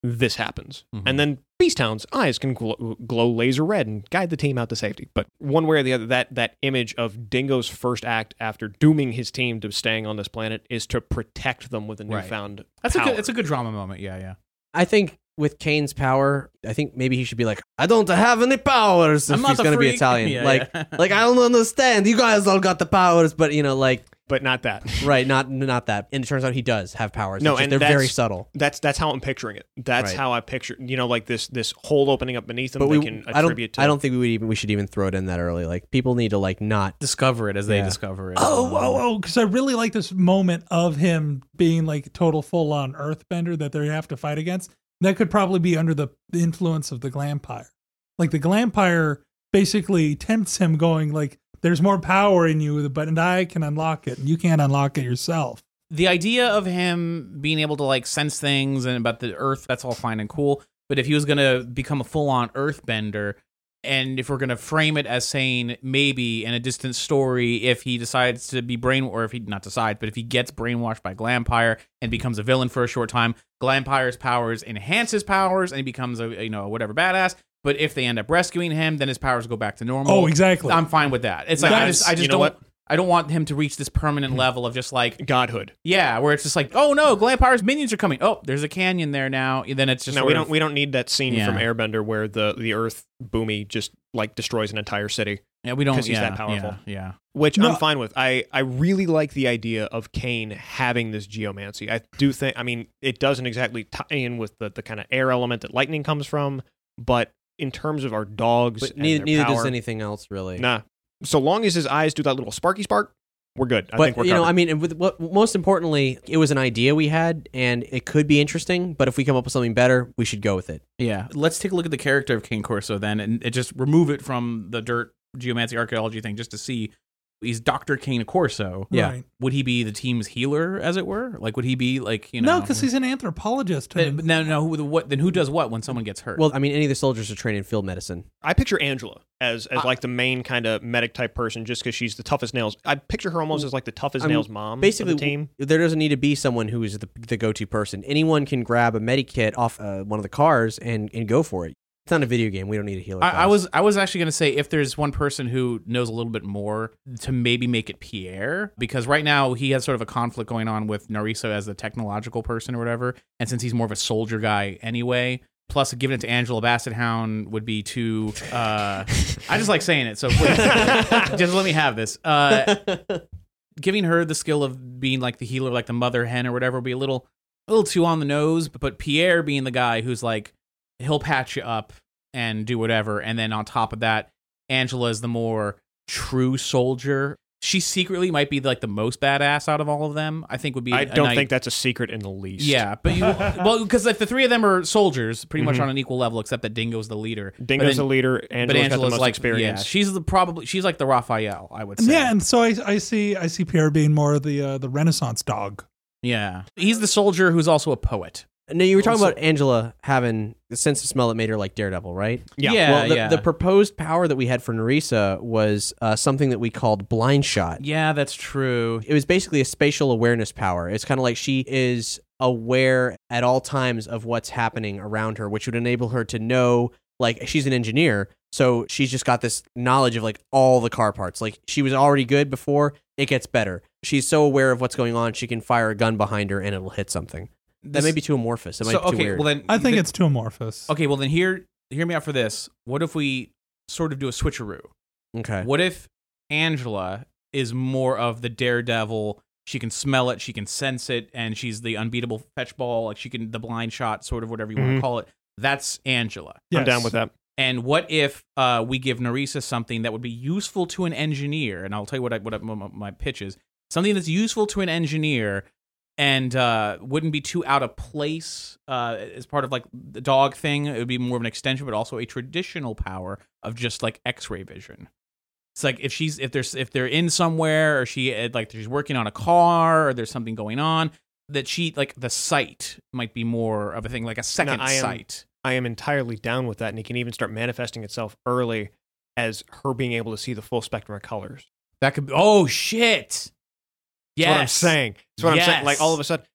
S1: This happens.
S3: Mhm.
S1: And then Beastown's eyes can glow, glow laser red and guide the team out to safety. But one way or the other, that, that image of Dingo's first act after dooming his team to staying on this planet is to protect them with a
S3: Right.
S1: newfound
S3: that's a
S1: power.
S3: good. That's a good drama moment. Yeah. Yeah.
S2: I think with Kane's power, I think maybe he should be like, I don't have any powers. If
S3: I'm not
S2: he's
S3: the
S2: gonna be
S3: freak.
S2: Italian,
S3: Yeah,
S2: like,
S3: yeah.
S2: like I don't understand. You guys all got the powers, but you know, like,
S1: but not that.
S2: right? Not, not that. And it turns out he does have powers.
S1: No,
S2: It's just
S1: and
S2: they're very
S1: that's-
S2: subtle.
S1: That's that's how I'm picturing it. That's
S2: Right.
S1: how I picture, you know, like this this hole opening up beneath them.
S2: But
S1: they
S2: we,
S1: can attribute
S2: I don't,
S1: to
S2: I don't think we would even, we should even throw it in that early. Like, people need to like not.
S3: Discover it as they
S2: Yeah.
S3: discover it.
S4: Oh, oh, oh! Because I really like this moment of him being like total full on Earthbender that they have to fight against. That could probably be under the the influence of the Glampire. Like the Glampire basically tempts him, going like, "There's more power in you, but and I can unlock it, and you can't unlock it yourself."
S3: the idea of him being able to like sense things and about the earth that's all fine and cool but if he was going to become a full-on earthbender and if we're going to frame it as saying maybe in a distant story if he decides to be brain or if he not decides but if he gets brainwashed by glampire and becomes a villain for a short time glampire's powers enhance his powers and he becomes a you know whatever badass but if they end up rescuing him then his powers go back to normal
S4: Oh, exactly.
S3: i'm fine with that it's like i
S4: That
S3: just
S4: is- Hmm.
S3: i just
S1: you know
S3: don't
S1: what?
S3: i don't want him to reach this permanent level of just like
S1: godhood.
S3: yeah, where it's just like, oh no, Glampire's minions are coming. Oh, there's a canyon there now. And then it's just
S1: No,
S3: sort
S1: we don't
S3: of-
S1: we don't need that scene
S3: Yeah.
S1: from Airbender where the the Earth boomy just like destroys an entire city,
S3: yeah, we don't
S1: 'cause he's
S3: yeah,
S1: that powerful.
S3: Yeah, yeah.
S1: which
S4: No.
S1: I'm fine with. I I really like the idea of Kane having this geomancy. I do think I mean it doesn't exactly tie in with the the kind of air element that lightning comes from, but in terms of our dogs,
S2: But
S1: and
S2: neither,
S1: their
S2: neither
S1: power,
S2: does anything else really.
S1: Nah. So long as his eyes do that little sparky spark, we're good. I
S2: but
S1: think we're
S2: you know,
S1: covered.
S2: I mean, and with, what, most importantly, it was an idea we had, and it could be interesting. But if we come up with something better, we should go with it.
S3: Yeah, let's take a look at the character of King Corso then, and it just remove it from the dirt geomancy archaeology thing, just to see he's Doctor King Corso.
S2: Yeah.
S4: Right.
S3: Would he be the team's healer, as it were? Like, would he be like you know?
S4: no, because he's an anthropologist.
S3: Then- no, no. Who, what? Then who does what when someone gets hurt?
S2: Well, I mean, any of the soldiers are trained in field medicine.
S1: I picture Angela as as
S2: I-
S1: like the main kind of medic type person, just because she's the toughest nails. I picture her almost as like the toughest
S2: I mean,
S1: nails mom.
S2: Basically,
S1: Um, of the team.
S2: w- there doesn't need to be someone who is the, the go-to person. Anyone can grab a medikit off uh, one of the cars and, and go for it. It's not a video game. We don't need a healer.
S3: I, I
S2: class.
S3: was I was actually going to say if there's one person who knows a little bit more to maybe make it Pierre because right now he has sort of a conflict going on with Nariso as the technological person or whatever, and since he's more of a soldier guy anyway. Plus, giving it to Angela Bassett Hound would be too. Uh, I just like saying it, so please, just let me have this. Uh, giving her the skill of being like the healer, like the mother hen or whatever, would be a little, a little too on the nose. But, but Pierre being the guy who's like, he'll patch you up and do whatever. And then on top of that, Angela is the more true soldier. She secretly might be like the most badass out of all of them. I think would be.
S1: I
S3: a
S1: don't
S3: knight.
S1: think that's a secret in the least.
S3: Yeah, but you, well, because if the three of them are soldiers, pretty much
S1: Mhm.
S3: on an equal level, except that Dingo's the leader. But
S1: Dingo's
S3: then-
S1: the leader.
S3: But
S1: Angela's, got
S3: Angela's
S1: the most
S3: like
S1: experience.
S3: Yeah, she's the probably she's like the Raphael. I would say.
S4: yeah, and so I, I see I see Pierre being more the uh, the Renaissance dog.
S3: yeah. He's the soldier who's also a poet.
S2: No, you were talking
S3: Also-
S2: about Angela having the sense of smell that made her like Daredevil, right?
S1: Yeah.
S3: yeah,
S2: well, the,
S3: yeah.
S2: the proposed power that we had for Narisa was uh, something that we called blind shot.
S3: Yeah, that's true.
S2: It was basically a spatial awareness power. It's kind of like she is aware at all times of what's happening around her, which would enable her to know, like, she's an engineer. So she's just got this knowledge of like all the car parts. Like, she was already good before, it gets better. She's so aware of what's going on, she can fire a gun behind her and it'll hit something. That may be too amorphous. It might be
S3: so,
S2: too
S3: okay,
S2: weird.
S3: well then
S4: I think
S3: the-
S4: it's too amorphous.
S3: Okay, well then hear hear me out for this. What if we sort of do a switcheroo?
S2: okay.
S3: What if Angela is more of the daredevil? She can smell it, she can sense it, and she's the unbeatable fetch ball. Like she can the blind shot, sort of whatever you want
S4: Mm-hmm.
S1: Mhm.
S3: to call it. That's Angela.
S1: I'm
S4: Yes.
S1: down with that.
S3: And what if uh, we give Narisa something that would be useful to an engineer? And I'll tell you what I, what I, my, my pitch is: something that's useful to an engineer and uh, wouldn't be too out of place uh, as part of like the dog thing. It would be more of an extension, but also a traditional power of just like X-ray vision. It's like if she's if there's if they're in somewhere or she eh, like she's working on a car or there's something going on that she like the sight might be more of a thing like a second
S1: I am-
S3: sight.
S1: I am entirely down with that, and it can even start manifesting itself early as her being able to see the full spectrum of colors.
S3: That could be. Oh shit!
S1: That's
S3: Yes.
S1: what I'm saying. That's what I'm saying. Like
S3: Yes.
S1: all of a sudden,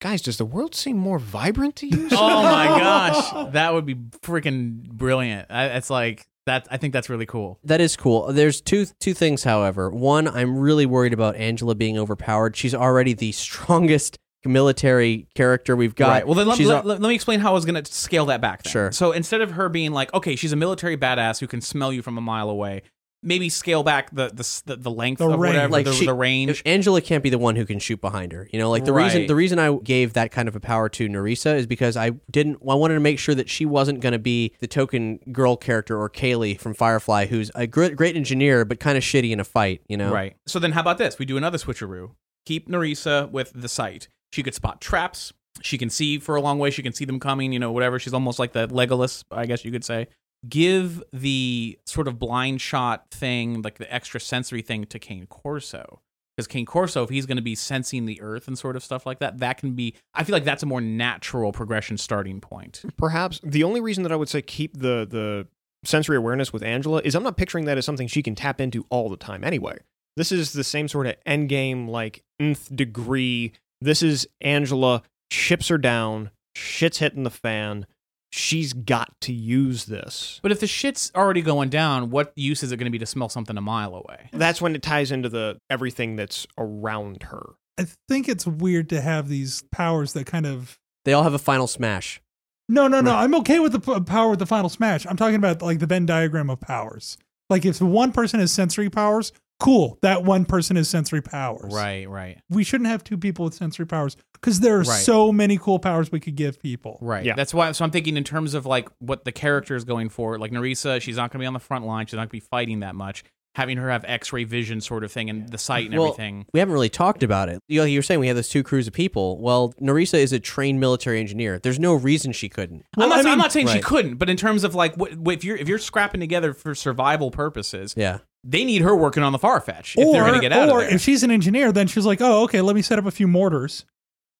S1: guys, does the world seem more vibrant to you?
S3: Oh my gosh, that would be freaking brilliant. I, it's like that. I think that's really cool.
S2: That is cool. There's two two things, however. One, I'm really worried about Angela being overpowered. She's already the strongest military character we've got.
S3: Right. Well, then let,
S2: She's
S3: let,
S2: al-
S3: let me explain how I was going to scale that back. then.
S2: Sure.
S3: So instead of her being like, okay, she's a military badass who can smell you from a mile away, maybe scale back the the the, the length
S4: The
S3: of
S4: range.
S3: whatever
S2: Like
S3: the,
S2: she-
S3: the range.
S2: Angela can't be the one who can shoot behind her. You know, like the reason
S3: Right.
S2: the reason I gave that kind of a power to Narisa is because I didn't I wanted to make sure that she wasn't going to be the token girl character or Kaylee from Firefly who's a great, great engineer but kind of shitty in a fight, you know.
S3: Right. So then how about this? We do another switcheroo. Keep Narisa with the sight. She could spot traps. She can see for a long way. She can see them coming, you know, whatever. She's almost like the Legolas, I guess you could say. Give the sort of blind shot thing, like the extra sensory thing to Kane Corso. Because Kane Corso, if he's going to be sensing the earth and sort of stuff like that, that can be, I feel like that's a more natural progression starting point.
S1: Perhaps the only reason that I would say keep the the sensory awareness with Angela is I'm not picturing that as something she can tap into all the time anyway. This is the same sort of endgame like nth degree. This is Angela chips her down, shit's hitting the fan. She's got to use this.
S3: But if the shit's already going down, what use is it going to be to smell something a mile away?
S1: That's when it ties into the everything that's around her.
S4: I think it's weird to have these powers that kind of
S2: They all have a final smash.
S4: No, no, no. I'm okay with the p- uh, power with the final smash. I'm talking about like the Venn diagram of powers. Like if one person has sensory powers, cool. That one person has sensory powers.
S3: Right, right.
S4: We shouldn't have two people with sensory powers because there are
S3: Right.
S4: so many cool powers we could give people.
S3: Right.
S1: Yeah.
S3: That's why. So I'm thinking in terms of like what the character is going for. Like Narisa, she's not going to be on the front line. She's not going to be fighting that much. having her have X-ray vision sort of thing and the sight and
S2: Well,
S3: everything.
S2: We haven't really talked about it. You know, you were saying we had those two crews of people. Well, Narisa is a trained military engineer. There's no reason she couldn't.
S4: Well,
S3: I'm, not,
S4: I
S3: I'm
S4: mean-
S3: not saying she
S2: Right.
S3: couldn't, but in terms of like, what, what- if you're if you're scrapping together for survival purposes,
S2: Yeah.
S3: they need her working on the Farfetch if they're going to get out
S4: or
S3: of there.
S4: if she's an engineer, then she's like, oh, okay, let me set up a few mortars.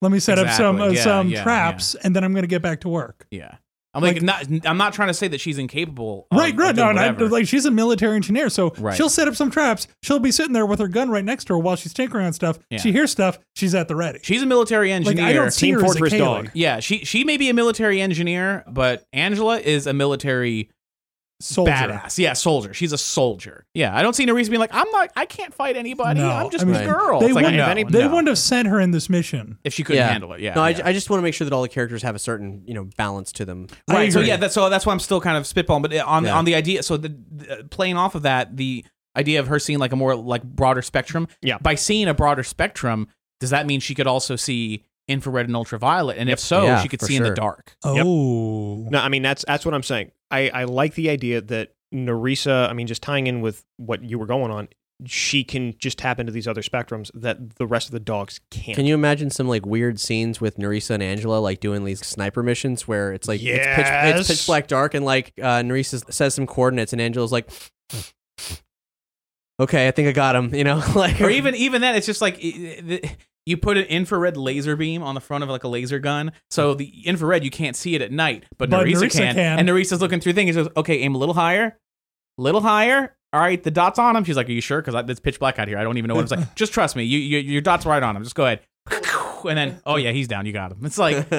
S4: Let me set up some
S3: Exactly.
S4: uh,
S3: Yeah,
S4: some
S3: yeah,
S4: traps, and then I'm going to get back to work.
S3: yeah, I'm like, not.
S4: Like-
S3: I'm not trying to say that she's incapable. Of,
S4: Right,
S3: of
S4: right.
S3: doing
S4: No, and I,
S3: whatever.
S4: like she's a military engineer, so
S3: Right.
S4: she'll set up some traps. She'll be sitting there with her gun right next to her while she's tinkering on stuff.
S3: Yeah.
S4: She hears stuff. She's at the ready.
S3: she's a military
S4: like
S3: engineer.
S4: I don't see
S1: Team
S4: her
S1: Fortress
S4: as a Kaylee.
S1: dog.
S3: yeah, she she may be a military engineer, but Angela is a military
S4: soldier.
S3: badass. Yeah, soldier. She's a soldier. Yeah, I don't see Nerissa being like, I'm not. I can't fight anybody.
S4: No,
S3: I'm just
S4: I
S3: a
S4: mean,
S3: girl.
S4: They,
S3: Oh, It's like,
S4: wouldn't,
S3: no,
S4: they
S3: no.
S4: wouldn't have sent her in this mission.
S3: if she couldn't
S2: Yeah.
S3: handle it. Yeah.
S2: no, I,
S3: yeah.
S2: ju- I just want to make sure that all the characters have a certain you know balance to them.
S4: I
S3: right. So
S4: agree.
S3: yeah, that's so that's why I'm still kind of spitballing, but on
S2: Yeah.
S3: on the idea. So the, the playing off of that, the idea of her seeing like a more like broader spectrum.
S1: Yeah.
S3: By seeing a broader spectrum, does that mean she could also see infrared and ultraviolet? And if so,
S2: Yeah,
S3: she could
S2: for
S3: see in the
S2: sure.
S3: dark.
S4: Oh,
S1: No, I mean that's that's what I'm saying. I I like the idea that Narisa. I mean, just tying in with what you were going on, she can just tap into these other spectrums that the rest of the dogs can't.
S2: Can you imagine some like weird scenes with Narisa and Angela like doing these sniper missions where it's like it's, pitch,
S1: Yes.
S2: it's pitch black dark and like uh, Narisa says some coordinates and Angela's like, okay, I think I got him. You know, like
S3: or even even that it's just like i- i- you put an infrared laser beam on the front of like a laser gun so the infrared you can't see it at night but,
S4: But
S3: Narisa,
S4: Narisa
S3: can,
S4: can.
S3: and Narisa's looking through things she goes okay aim a little higher a little higher all right the dots on him she's like are you sure because it's pitch black out here I don't even know what I'm like just trust me you, you your dots right on him just go ahead and then oh yeah he's down you got him it's like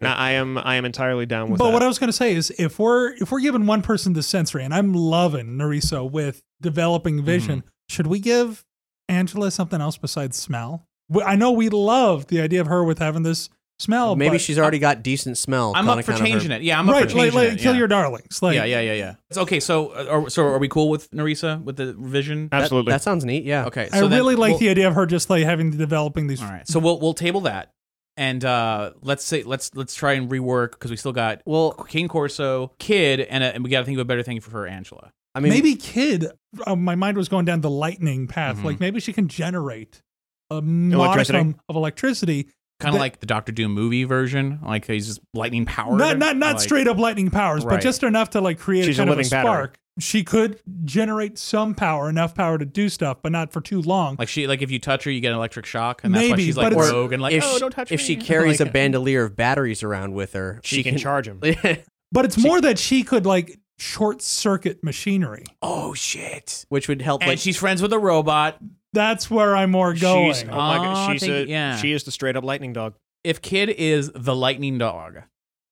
S1: Now, I am I am entirely down with
S4: But
S1: that.
S4: what I was going to say is, if we're if we're giving one person the sensory, and I'm loving Narisa with
S3: Mm-hmm.
S4: developing vision, should we give Angela something else besides smell? We- I know we love the idea of her with having this smell.
S2: maybe
S4: but-
S2: she's already got decent smell.
S3: oh, I'm up for changing it yeah I'm up
S4: right.
S3: for
S4: Like,
S3: changing
S4: like,
S3: it
S4: kill
S3: yeah.
S4: your darlings. Like,
S3: yeah yeah yeah yeah It's okay so uh, are, so are we cool with Narisa with the vision
S1: Absolutely.
S2: That sounds neat. Yeah.
S3: okay
S4: Uh, I
S3: so then
S4: really like
S3: we'll-
S4: the idea of her just like having developing these.
S3: All right. So we'll we'll table that, and uh, let's say let's let's try and rework because we still got
S2: Well,
S3: King Corso, Kid, and, uh and we got to think of a better thing for her Angela.
S2: I mean,
S4: maybe kid. Uh, my mind was going down the lightning path.
S3: Mhm.
S4: Like maybe she can generate a
S1: Electricity?
S4: modicum of electricity
S3: Kind
S4: That-
S3: of like the Doctor Doom movie version, like he's just lightning powered.
S4: not not not
S3: Like-
S4: straight up lightning powers,
S3: Right.
S4: but just enough to like create
S1: She's
S4: a kind
S1: a
S4: of a
S1: living battery.
S4: spark. She could generate some power, enough power to do stuff, but not for too long.
S3: Like she, like if you touch her, you get an electric shock, and that's why
S4: Maybe,
S3: she's like
S4: but it's-
S3: rogue and like,
S2: if,
S3: oh,
S2: she,
S3: don't touch
S2: if
S3: me.
S2: she carries
S3: Like-
S2: a bandolier of batteries around with her,
S1: she, can, charge him.
S2: charge.
S4: but it's more that she could like short circuit machinery.
S3: Oh shit!
S2: which would help.
S3: And
S2: like
S3: she's friends with a robot.
S4: That's where I'm more going.
S1: She's, oh my
S3: Oh,
S1: god, she's
S3: thank
S1: a,
S3: you, yeah.
S1: she is the straight up lightning dog.
S3: If Kid is the lightning dog,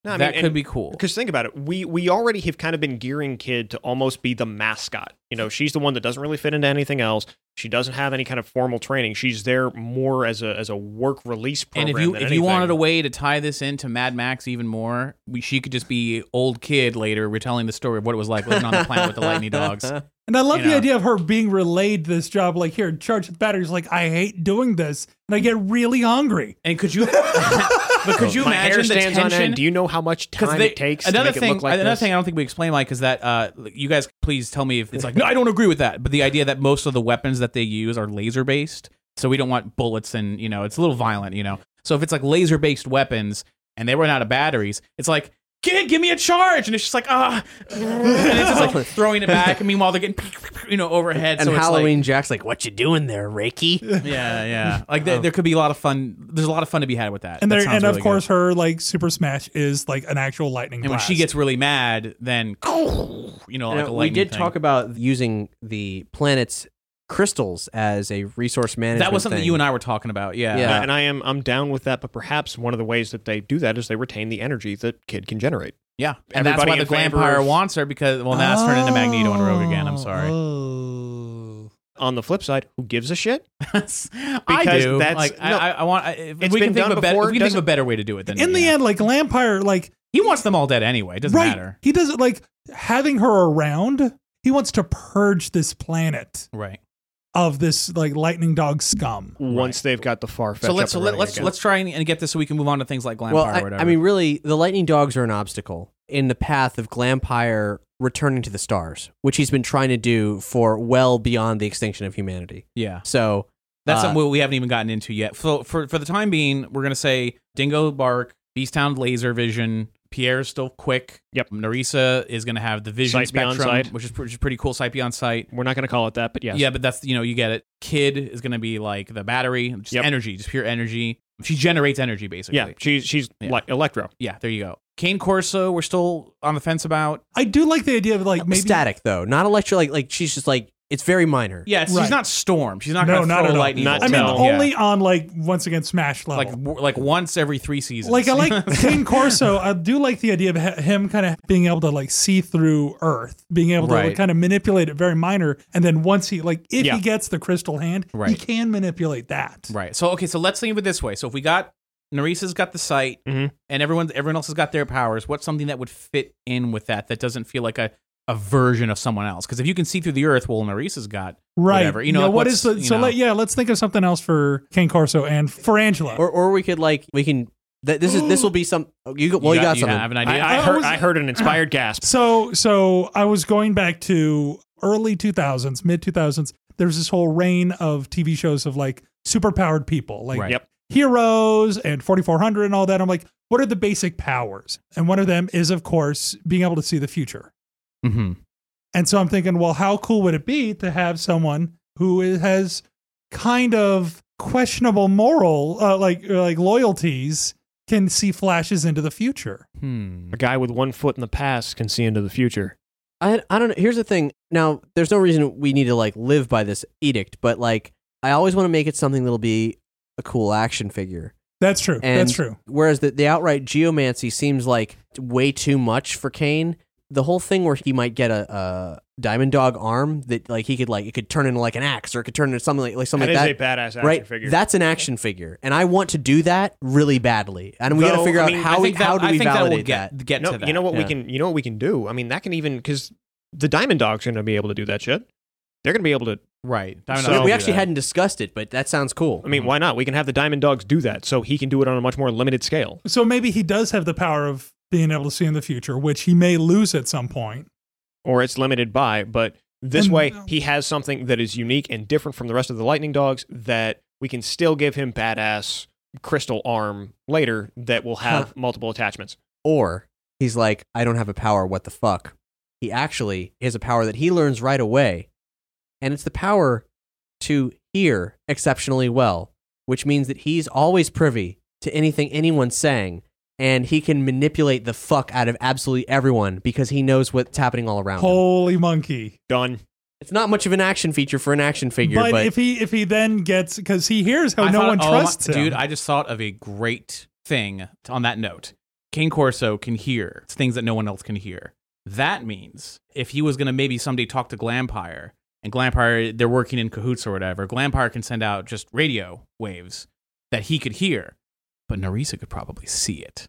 S1: No, I
S3: that
S1: mean,
S3: could be cool.
S1: Because think about it, we we already have kind of been gearing Kid to almost be the mascot. You know, she's the one that doesn't really fit into anything else. She doesn't have any kind of formal training. She's there more as a as a work release
S3: And
S1: program.
S3: if you
S1: than
S3: if you wanted
S1: anything.
S3: a way to tie this into Mad Max even more, we, she could just be old kid later retelling the story of what it was like living on the planet with the lightning dogs.
S4: And I love
S3: You
S4: the
S3: know.
S4: idea of her being relayed this job. Like, here, charge the batteries. Like, I hate doing this, and I get really hungry.
S3: And could you? but could you
S1: My hair
S3: imagine the
S1: stands on
S3: tension?
S1: end. Do you know how much time
S3: they-
S1: it takes
S3: another
S1: to make
S3: thing,
S1: it look like
S3: another
S1: this?
S3: thing I don't think we explained, like, is that uh, you guys please tell me if it's like no, I don't agree with that. But the idea that most of the weapons that they use are laser based, so we don't want bullets and you know it's a little violent, you know. So if it's like laser based weapons and they run out of batteries, it's like. Kid, give me a charge, and it's just like ah, and it's just like throwing it back. And meanwhile, they're getting you know overhead.
S2: and
S3: so it's like-
S2: Halloween Jack's like, "What you doing there, Reiki?"
S3: yeah, yeah. Like there, there could be a lot of fun. There's a lot of fun to be had with that.
S4: And
S3: That
S4: there,
S3: sounds
S4: and
S3: really
S4: of
S3: good.
S4: course, her like super smash is like an actual lightning.
S3: And when she
S4: blast.
S3: gets really mad, then you know, like a
S2: And we
S3: lightning
S2: did
S3: thing.
S2: talk about using the planet's crystals as a resource management.
S3: that was something
S2: thing.
S3: you and I were talking about. Yeah,
S2: Yeah.
S1: Uh, and I am I'm down with that, but perhaps one of the ways that they do that is they retain the energy that Kid can generate.
S3: yeah. And that's
S1: Everybody
S3: why the
S1: in favor
S3: vampire
S1: of-
S3: wants her because well, now it's turned into Magneto and Rogue again. I'm sorry.
S4: Oh.
S1: On the flip side, who gives a shit?
S3: because I
S1: Because
S3: do.
S1: that's-
S3: like
S1: no.
S3: I, I, I want. I, if
S1: It's
S3: we can
S1: been
S3: think of
S1: done
S3: a better.
S1: before,
S3: If we can think of a
S1: doesn't-
S3: better way to do it. Then
S4: In the
S3: yeah.
S4: end, like Lampire, like
S3: he wants them all dead anyway. It doesn't matter.
S4: He doesn't like having her around. He wants to purge this planet
S3: Right.
S4: of this like lightning dog scum.
S1: Once they've got the far
S3: So let's so let, let's let's try and, and get this so we can move on to things like Glampire
S2: well,
S3: or
S2: I,
S3: whatever.
S2: I mean, really, the lightning dogs are an obstacle in the path of Glampire returning to the stars, which he's been trying to do for well beyond the extinction of humanity.
S3: Yeah.
S2: So
S3: That's
S2: Uh,
S3: something we haven't even gotten into yet. So for for the time being, we're gonna say Dingo Bark, Beastown Laser Vision. Pierre's still quick.
S1: Yep.
S3: Narisa is gonna have the vision
S1: Sight beyond
S3: spectrum,
S1: sight.
S3: which is pr- which is pretty cool. Sight beyond sight.
S1: We're not going to call it that, but yes.
S3: Yeah, but that's you know you get it. Kid is gonna be like the battery, just
S1: Yep.
S3: energy, just pure energy. She generates energy basically.
S1: Yeah, she's she's
S3: Yeah.
S1: like Electro.
S3: Yeah, there you go. Kane Corso, we're still on the fence about.
S4: I do like the idea of like maybe
S2: static though, not electro. Like like she's just like it's very minor.
S3: Yeah, it's- she's
S4: Right.
S3: not Storm. She's not
S4: No,
S3: gonna
S4: not
S3: throw
S4: at all.
S3: lightning.
S1: Not
S4: I
S3: bolts.
S4: mean,
S1: No.
S4: only on like once again Smash
S3: like
S4: level.
S3: w- like once every three seasons.
S4: Like, I like Kane Corso. I do like the idea of he- him kind of being able to like see through Earth, being able to
S3: Right.
S4: kind of manipulate it very minor, and then once he like if
S1: Yeah.
S4: he gets the crystal hand, he
S3: Right.
S4: can manipulate that.
S3: Right. So okay, so let's think of it this way. So if we got Narisa's got the sight
S1: Mhm.
S3: and everyone everyone else has got their powers, what's something that would fit in with that that doesn't feel like a a version of someone else? Because if you can see through the earth, well Narisa's got
S4: Right.
S3: Whatever. You know, like,
S4: what
S3: what's-
S4: is the
S3: you
S4: so
S3: know.
S4: let yeah, let's think of something else for Kane Corso and for Angela.
S2: Or or we could like we can. Th- this is this will be some. You go, well, you, got, something.
S3: have an
S1: I,
S3: idea.
S1: I,
S4: I
S1: heard,
S4: was-
S1: I heard an inspired gasp.
S4: So so I was going back to early 2000s, mid 2000s. There's this whole reign of TV shows of like superpowered people, like
S3: Right.
S1: Yep.
S4: heroes and 4400 and all that. I'm like, what are the basic powers? And one of them is of course being able to see the future.
S3: mm-hmm.
S4: And so I'm thinking, well, how cool would it be to have someone who is, has kind of questionable moral uh, like like loyalties can see flashes into the future.
S3: Hmm.
S1: A guy with one foot in the past can see into the future.
S2: I I don't know. Here's the thing. Now, there's no reason we need to like live by this edict, but like I always want to make it something that'll be a cool action figure.
S4: That's true.
S2: And
S4: That's true.
S2: Whereas the, the outright geomancy seems like way too much for Kane. The whole thing where he might get a, a diamond dog arm that like he could like it could turn into like an axe or it could turn into something like, like something
S1: That
S2: like
S1: is a badass action
S2: that. Right,
S1: figure.
S2: that's an action figure, and I want to do that really badly. And we got to
S1: Though,
S2: figure
S1: I
S2: out
S1: mean,
S2: how
S3: I
S2: we
S3: think that,
S2: how do
S3: I
S2: we
S3: think that will
S2: validate that.
S3: get get
S1: no,
S3: to that.
S1: you know what we
S2: yeah.
S1: can you know what we can do? I mean, that can even cuz the Diamond Dogs are going to be able to do that shit. They're going to be able to
S3: right.
S1: So-
S2: we,
S1: I'll
S2: we
S1: do
S2: actually
S3: had
S2: hadn't discussed it, but that sounds cool.
S1: I mean,
S3: Mm-hmm.
S1: why not? We can have the Diamond Dogs do that so he can do it on a much more limited scale.
S4: So maybe he does have the power of being able to see in the future, which he may lose at some point.
S1: Or it's limited by, but this
S4: And-
S1: way he has something that is unique and different from the rest of the Lightning Dogs that we can still give him badass crystal arm later that will have
S2: Huh.
S1: multiple attachments.
S2: Or he's like, I don't have a power. What the fuck? He actually has a power that he learns right away. And it's the power to hear exceptionally well, which means that he's always privy to anything anyone's saying. And he can manipulate the fuck out of absolutely everyone because he knows what's happening all around him.
S4: Holy monkey!
S1: Done.
S2: It's not much of an action feature for an action figure,
S4: but,
S2: but, oh,
S4: if he if he then gets because he hears how no one trusts him,
S3: "Oh, Dude, I just thought of a great thing on that note. Kane Corso can hear things that no one else can hear. That means if he was going to maybe someday talk to Glampire, and Glampire, they're working in cahoots or whatever, Glampire can send out just radio waves that he could hear, but Narisa could probably see it.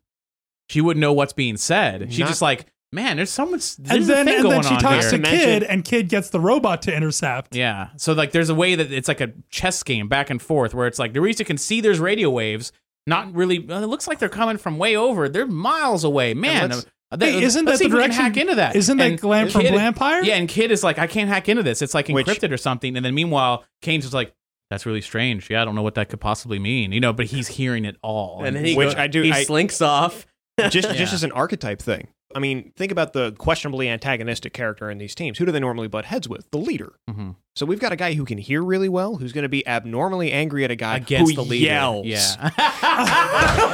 S3: She wouldn't know what's being said. She's
S1: Not-
S3: just like, man, there's so much.
S4: and
S3: There's a
S4: then
S3: thing
S4: and
S3: going
S4: then she
S3: on
S4: talks
S3: here."
S4: to
S1: Not to
S4: Kid,
S1: mention-
S4: and Kid gets the robot to intercept.
S3: Yeah. So like there's a way that it's like a chess game back and forth where it's like Narisa can see there's radio waves, not really well, it looks like they're coming from way over. They're miles away. Man,
S1: let's-
S3: uh, th-
S4: Hey, isn't
S3: let's
S4: that
S3: see
S4: the
S3: if we can
S4: direction-
S3: hack into that.
S4: Isn't that
S3: And
S4: Glam from
S3: Kid-
S4: Glampire?
S3: Yeah, and Kid is like, I can't hack into this. It's like
S1: Which-
S3: encrypted or something. And then meanwhile, Kane's just like, That's really strange. Yeah, I don't know what that could possibly mean. You know, but he's hearing it all.
S2: and then he,
S1: Which
S2: goes-
S1: I do-
S2: he
S1: I-
S2: slinks off.
S1: just just
S3: Yeah.
S1: as an archetype thing. I mean, think about the questionably antagonistic character in these teams. Who do they normally butt heads with? The leader.
S3: Mhm.
S1: So we've got a guy who can hear really well, who's going to be abnormally angry at a guy
S3: against
S1: who
S3: the leader.
S1: yells.
S3: Yeah. no,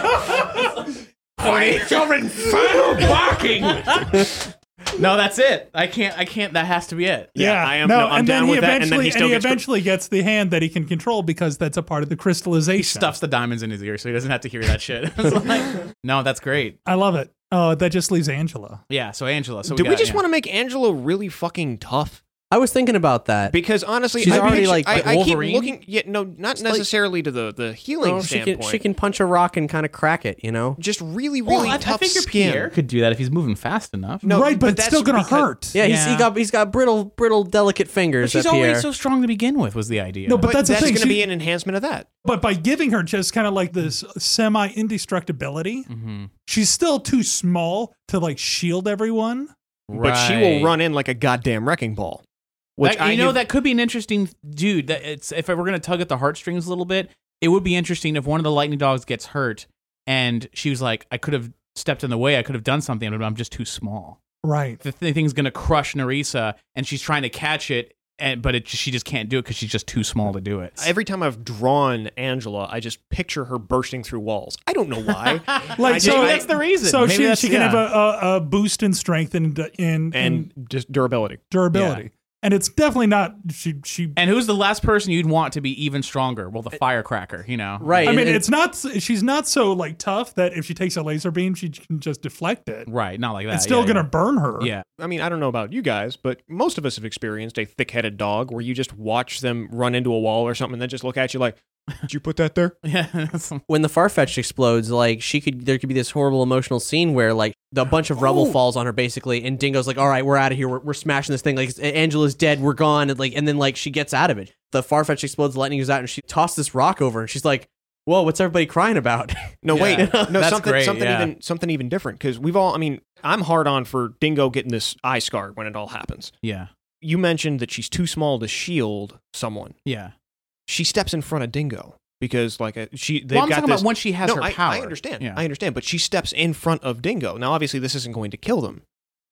S3: that's it. I can't I can't that has to be it.
S1: Yeah, I am- no, I'm
S4: and
S1: down
S4: then he
S1: with that, and then
S4: eventually
S1: he still
S4: and he
S1: gets cr-
S4: eventually gets the hand that he can control because that's a part of the crystallization.
S3: He stuffs the diamonds in his ear so he doesn't have to hear that shit. It's like, no, that's great.
S4: I love it. Oh, that just leaves Angela.
S3: Yeah, so Angela. So
S1: Do we,
S3: got-
S1: just
S3: yeah.
S1: want to make Angela really fucking tough?
S2: I was thinking about that.
S1: Because honestly,
S2: She's
S1: I
S2: already
S1: picture-
S2: like-
S1: I,
S3: like
S1: I keep
S3: Wolverine?
S1: looking. Yeah, no, not
S2: like-
S1: necessarily to the the healing
S2: Oh, she,
S1: standpoint.
S2: can, she can punch a rock and kind of crack it, you know?
S1: just really,
S3: Well,
S1: really
S3: I,
S1: tough
S3: I figure
S1: skin.
S3: Pierre could do that if he's moving fast enough.
S1: No,
S4: right, but,
S1: but
S4: it's
S1: that's
S4: still going to
S1: because-
S4: hurt.
S2: Yeah, he's
S3: Yeah.
S2: he got he's got brittle, brittle, delicate fingers.
S3: But she's
S2: up
S3: always
S2: here.
S3: so strong to begin with was the idea.
S4: No, but that's the
S1: that's
S4: thing,
S1: going to
S4: she-
S1: be an enhancement of that.
S4: But by giving her just kind of like this semi indestructibility,
S3: Mhm.
S4: she's still too small to like shield everyone.
S1: but she will
S3: Right.
S1: run in like a goddamn wrecking ball. Which
S3: That-
S1: I
S3: you know
S1: have-
S3: that could be an interesting dude. That it's if we're gonna tug at the heartstrings a little bit, it would be interesting if one of the lightning dogs gets hurt and she was like, "I could have stepped in the way. I could have done something, but I'm just too small."
S4: Right.
S3: The th- thing's gonna crush Narisa, and she's trying to catch it, and but it, she just can't do it because she's just too small to do it.
S1: every time I've drawn Angela, I just picture her bursting through walls. I don't know why.
S4: Like
S3: I
S4: so,
S3: think that's the reason.
S4: So
S3: Maybe
S4: she
S3: that's-
S4: she can
S3: yeah.
S4: have a, a, a boost in strength and and,
S1: and just durability.
S4: durability. And it's definitely not she she.
S3: And who's the last person you'd want to be even stronger? Well, the firecracker, you know.
S2: Right.
S4: I mean,
S2: and- and-
S4: it's not s- she's not so like tough that if she takes a laser beam, she can just deflect it.
S3: Right. Not like that.
S4: It's still
S3: yeah,
S4: gonna burn her.
S3: Yeah.
S1: I mean, I don't know about you guys, but most of us have experienced a thick-headed dog where you just watch them run into a wall or something, and then just look at you like, "Did you put that there?"
S3: Yeah. Yeah.
S2: when the farfetch explodes, like she could there could be this horrible emotional scene where like the bunch of rubble falls on her basically, and Dingo's like, "All right, we're out of here. We're, we're smashing this thing. Like it's- Angela's dead. We're gone." And like and then like she gets out of it. The farfetch explodes, lightning goes out, and she tosses this rock over, and she's like, "Whoa, what's everybody crying about?"
S1: No,
S3: Yeah.
S1: wait, no,
S3: That's
S1: something,
S3: great,
S1: something
S3: yeah.
S1: even, something even different because we've all. I mean, I'm hard on for Dingo getting this eye scar when it all happens.
S3: yeah.
S1: You mentioned that she's too small to shield someone.
S3: Yeah.
S1: She steps in front of Dingo because, like, uh, she they've
S3: well, I'm
S1: got
S3: talking
S1: this.
S3: about once she has
S1: no,
S3: her
S1: I,
S3: power.
S1: I understand.
S3: Yeah.
S1: I understand. But she steps in front of Dingo. Now, obviously, this isn't going to kill them,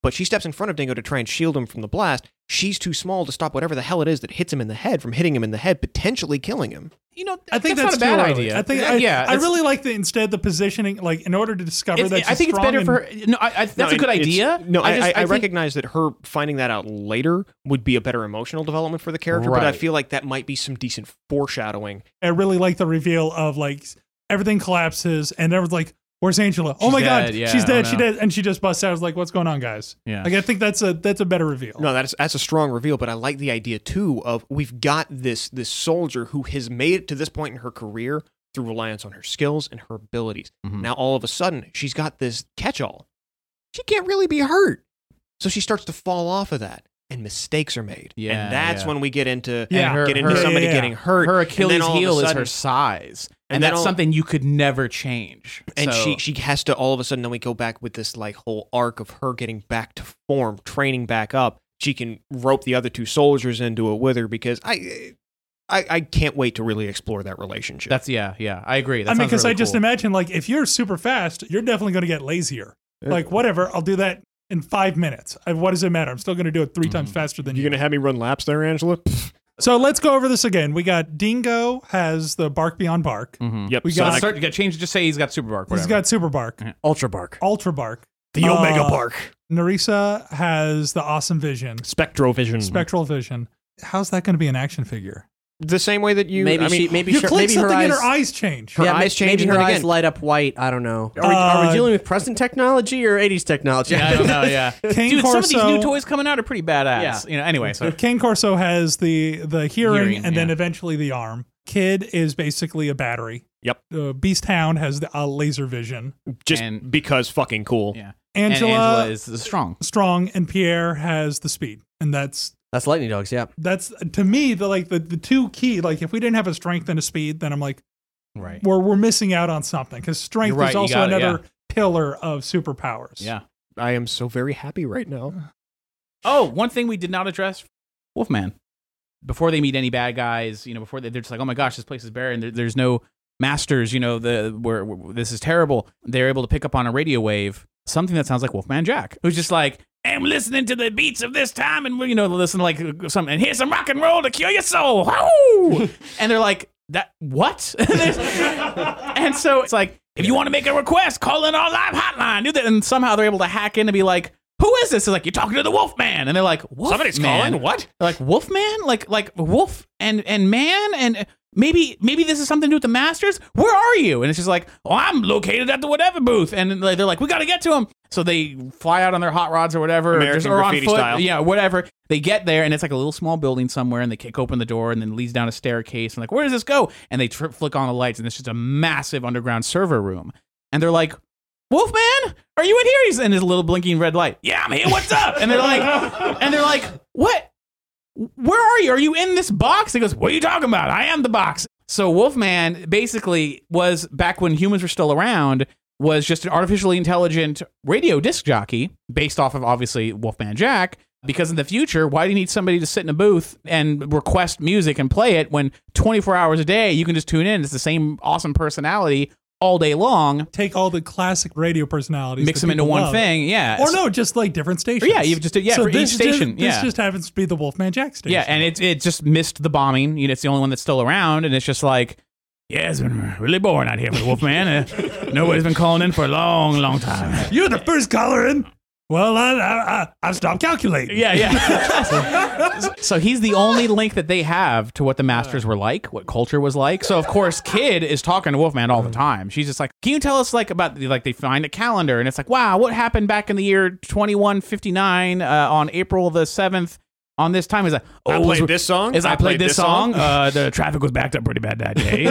S1: but she steps in front of Dingo to try and shield him from the blast. She's too small to stop whatever the hell it is that hits him in the head from hitting him in the head, potentially killing him.
S3: you know,
S4: I think
S3: not
S4: that's,
S3: a bad
S4: too early.
S3: idea.
S4: I think
S3: yeah,
S4: I,
S3: yeah,
S4: I
S3: it's-
S4: really like the instead the positioning. Like in order to discover
S3: it's-
S4: that she's
S3: I think it's
S4: strong
S3: better
S4: and-
S3: for her. No, I, I, that's a
S1: No,
S3: good
S1: it- it's-
S3: idea.
S1: No, I,
S3: just-
S1: I, I,
S3: think-
S1: recognize that her finding that out later would be a better emotional development for the character, but I
S3: Right.
S1: feel like that might be some decent foreshadowing.
S4: I really like the reveal of like everything collapses and everyone's like, "Where's Angela? oh
S3: She's
S4: my god,
S3: dead, yeah,
S4: she's
S3: oh
S4: dead. She
S3: no.
S4: dead." And she just busts out. I was like, "What's going on, guys?"
S3: Yeah.
S4: Like I think that's a that's a better reveal.
S1: No, that's that's a strong reveal, but I like the idea too of we've got this this soldier who has made it to this point in her career through reliance on her skills and her abilities.
S3: Mhm.
S1: Now all of a sudden she's got this catch-all. She can't really be hurt. So she starts to fall off of that and mistakes are made.
S3: Yeah,
S1: and that's
S3: yeah.
S1: when we get into
S4: Yeah.
S3: And her-
S1: get into
S3: her-
S1: somebody
S4: yeah, yeah.
S1: getting hurt.
S3: her
S1: and then
S3: Achilles
S1: all of a
S3: heel is
S1: sudden-
S3: her size, and,
S1: and then
S3: that's
S1: all-
S3: something you could never change.
S1: and
S3: So-
S1: she she has to all of a sudden then we go back with this like whole arc of her getting back to form training back up she can rope the other two soldiers into it with her because i i, I can't wait to really explore that relationship
S3: that's yeah, yeah. I agree. That
S4: I mean,
S3: because
S4: because I just imagine like if you're super fast, you're definitely going to get lazier. Like whatever, I'll do that in five minutes. I, what does it matter? I'm still going to do it 3 times faster than you.
S1: gonna have me run laps there angela
S4: so let's go over this again. We got Dingo has the bark beyond bark.
S1: yep
S4: We
S3: So
S4: got-
S3: Mm-hmm. start, change. Just say he's got super bark.
S4: He's
S3: Mm, Whatever.
S4: got super bark,
S2: Ultra bark.
S4: ultra bark.
S1: the
S4: uh,
S1: omega park
S4: Narisa has the awesome vision,
S1: Mm-hmm. spectrovision
S4: spectral vision. How's that going to be an action figure?
S1: the same way that you
S2: maybe
S1: I mean,
S2: she maybe
S4: you
S2: she,
S4: click
S2: maybe her
S4: something
S2: eyes.
S4: and her eyes change.
S1: her
S2: yeah,
S1: eyes
S2: may-
S1: change
S2: maybe
S1: and
S2: her
S1: then
S2: eyes
S1: again.
S2: light up white. I don't know. Are we, are
S4: Uh,
S2: we dealing with present technology or 80s technology?
S3: yeah, I don't know. Yeah,
S4: Cane
S3: dude. Some of these
S4: Corso-
S3: new toys coming out are pretty badass.
S2: Yeah.
S3: You know. Anyway, so
S4: Kane Corso has the the hearing,
S3: Hearing,
S4: and then
S3: yeah.
S4: eventually the arm. Kid is basically a battery.
S1: Yep.
S4: Uh, Beast Hound has the uh, laser vision.
S1: just
S3: and-
S1: because fucking cool
S3: yeah. And
S4: Angela,
S3: Angela is is strong.
S4: strong, and Pierre has the speed, and that's
S2: That's lightning dogs. Yeah.
S4: that's to me the like the, the two key. Like if we didn't have a strength and a speed, then I'm like
S3: Right.
S4: we're we're missing out on something because strength
S3: You're right,
S4: is
S3: you
S4: also
S3: got it,
S4: another pillar of superpowers.
S3: Yeah.
S1: i am so very happy right now
S3: Oh, one thing we did not address: Wolfman. Before they meet any bad guys, you know, before they, they're just like, "Oh my gosh, this place is barren. There, there's no masters." You know, the where, where this is terrible. They're able to pick up on a radio wave something that sounds like Wolfman Jack, who's just like, "I'm listening to the beats of this time, and you know, listen to like some and here's some rock and roll to cure your soul." Woo! and they're like, "That what?" and so it's like, if you want to make a request, call in our live hotline. Do that, and somehow they're able to hack in and be like. Who is this? It's like you're talking to the Wolfman, and they're like, Wolfman?
S1: somebody's calling what
S3: They're like Wolfman, like like Wolf and and Man and maybe maybe this is something to do with the Masters. Where are you? And it's just like, oh, I'm located at the whatever booth, and they're like, we got to get to him. So they fly out on their hot rods or whatever, or, just,
S1: American
S3: or on
S1: graffiti
S3: foot,
S1: style.
S3: yeah, whatever. They get there, and it's like a little small building somewhere, and they kick open the door, and then leads down a staircase, and like, where does this go? And they tri- flick on the lights, and it's just a massive underground server room, and they're like. Wolfman, are you in here? He's in his little blinking red light. Yeah, I'm here. What's up? And they're like, and they're like, what? where are you? Are you in this box? He goes, what are you talking about? I am the box. So Wolfman basically was back when humans were still around, was just an artificially intelligent radio disc jockey based off of obviously Wolfman Jack. Because in the future, why do you need somebody to sit in a booth and request music and play it when 24 hours a day you can just tune in? It's the same awesome personality all day long.
S4: Take all the classic radio personalities,
S3: Mix
S4: that
S3: them into
S4: people
S3: one
S4: love.
S3: thing, yeah.
S4: or no, just like different stations.
S3: Uh, yeah, you just do- yeah,
S4: so
S3: for each
S4: this
S3: station,
S4: Just, this
S3: yeah.
S4: just happens to be the Wolfman Jack station.
S3: Yeah, and it it just missed the bombing. You know, it's the only one that's still around, and it's just like, yeah, it's been really boring out here for the Wolfman. Uh, nobody's been calling in for a long, long time.
S4: you're the first caller in. Well, I I, I, I stopped calculating.
S3: Yeah, yeah. so he's the only link that they have to what the masters were like, what culture was like. So of course, Kid is talking to Wolfman all the time. She's just like, "Can you tell us like about the, like they find a calendar and it's like, wow, what happened back in the year 2159 uh, on April the seventh on this time?" He's like, "Oh,
S1: I
S3: it was-
S1: played this song.
S3: As I, played, this song, uh, the traffic was backed up pretty bad that day.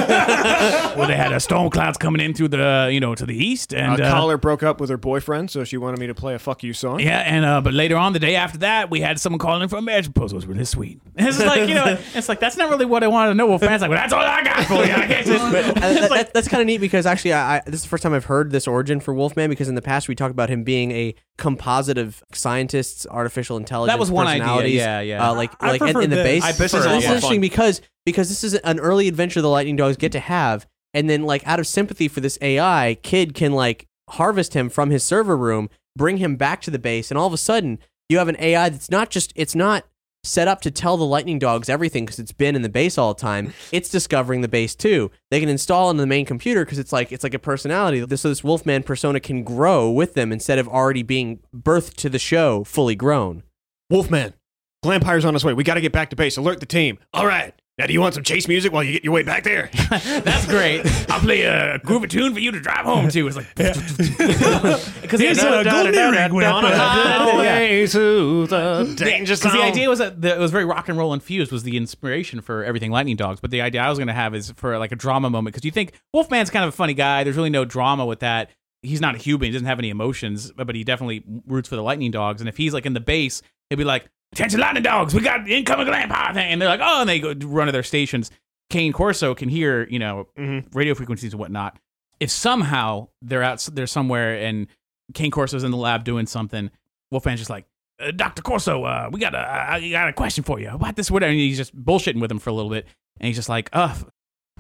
S3: Where they had a storm clouds coming in through the you know to the east
S1: A
S3: and. Uh,
S1: caller broke up with her boyfriend, so she wanted me to play a "fuck you" song.
S3: yeah, and uh, but later on the day after that, we had someone calling in for a marriage proposal. It was really sweet. And it's like you know, it's like that's not really what I wanted to know. Well, fans like, well, that's all I got for you. I guess it's,
S2: Uh, that, that- that's kind of neat because actually, I, I, this is the first time I've heard this origin for Wolfman. Because in the past, we talked about him being a composite of scientists, artificial intelligence.
S3: That was one idea,
S2: personalities,
S3: yeah, yeah.
S2: Uh, like,
S4: I
S2: like in,
S4: prefer
S2: in the
S4: this.
S2: base.
S4: I
S1: prefer
S2: so
S1: that,
S2: this is
S1: yeah.
S2: interesting
S1: Fun.
S2: because because this is an early adventure the Lightning Dogs get to have, and then like out of sympathy for this AI, Kid can like harvest him from his server room, bring him back to the base, and all of a sudden you have an AI that's not just it's not set up to tell the lightning dogs everything because it's been in the base all the time it's discovering the base too they can install it on the main computer because it's like it's like a personality this, so this wolfman persona can grow with them instead of already being birthed to the show fully grown
S1: Wolfman, Glampire's on his way. We got to get back to base. Alert the team. All right. Now, do you want some chase music while you get your way back there?
S3: that's great. I'll play a groove of tune for you to drive home to. It's like because
S4: Here's a golden earring with-
S1: on a highway to the danger
S3: Because the
S1: zone.
S3: idea was that the, it was very rock and roll infused was the inspiration for everything Lightning Dogs. But the idea I was going to have is for like a drama moment because you think Wolfman's kind of a funny guy. There's really no drama with that. He's not a human. He doesn't have any emotions, but but he definitely roots for the Lightning Dogs. And if he's like in the base, he'd be like, "Attention, Lightning Dogs! We got incoming Glampire thing!" And they're like, "Oh!" And they go run to their stations. Kane Corso can hear, you know, radio frequencies and whatnot. If somehow they're out, they're somewhere, and Kane Corso's in the lab doing something, Wolfman's just like, uh, Dr. Corso, uh, we got a, I I got a question for you about this, whatever. And he's just bullshitting with him for a little bit. And he's just like, uh,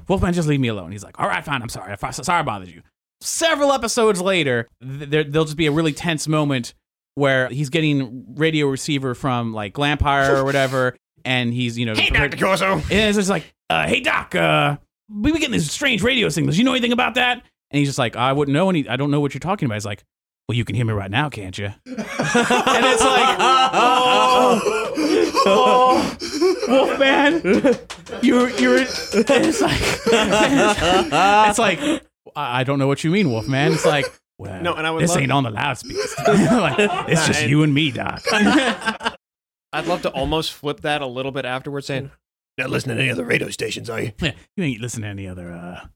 S3: Wolfman, just leave me alone. He's like, all right, fine. I'm sorry. I'm sorry I bothered you. Several episodes later, th- there, there'll just be a really tense moment where he's getting radio receiver from like Glampire or whatever. And he's, you know,
S1: Hey, Dr. Corso.
S3: and it's just like, uh, hey doc, uh, we were getting these strange radio signals. You know anything about that? And he's just like, I wouldn't know any. I don't know what you're talking about. He's like, well, you can hear me right now, can't you? and it's like, oh, oh, Wolfman, you're you're. and It's like, it's like, I I don't know what you mean, Wolfman. It's like. Well,
S1: No, and I would
S3: this
S1: love-
S3: ain't on the loudspeakers. Like, it's just you and me, Doc.
S1: I'd love to almost flip that a little bit afterwards, saying, "Not listening to any other radio stations, are you?
S3: Yeah, you ain't listen to any other uh,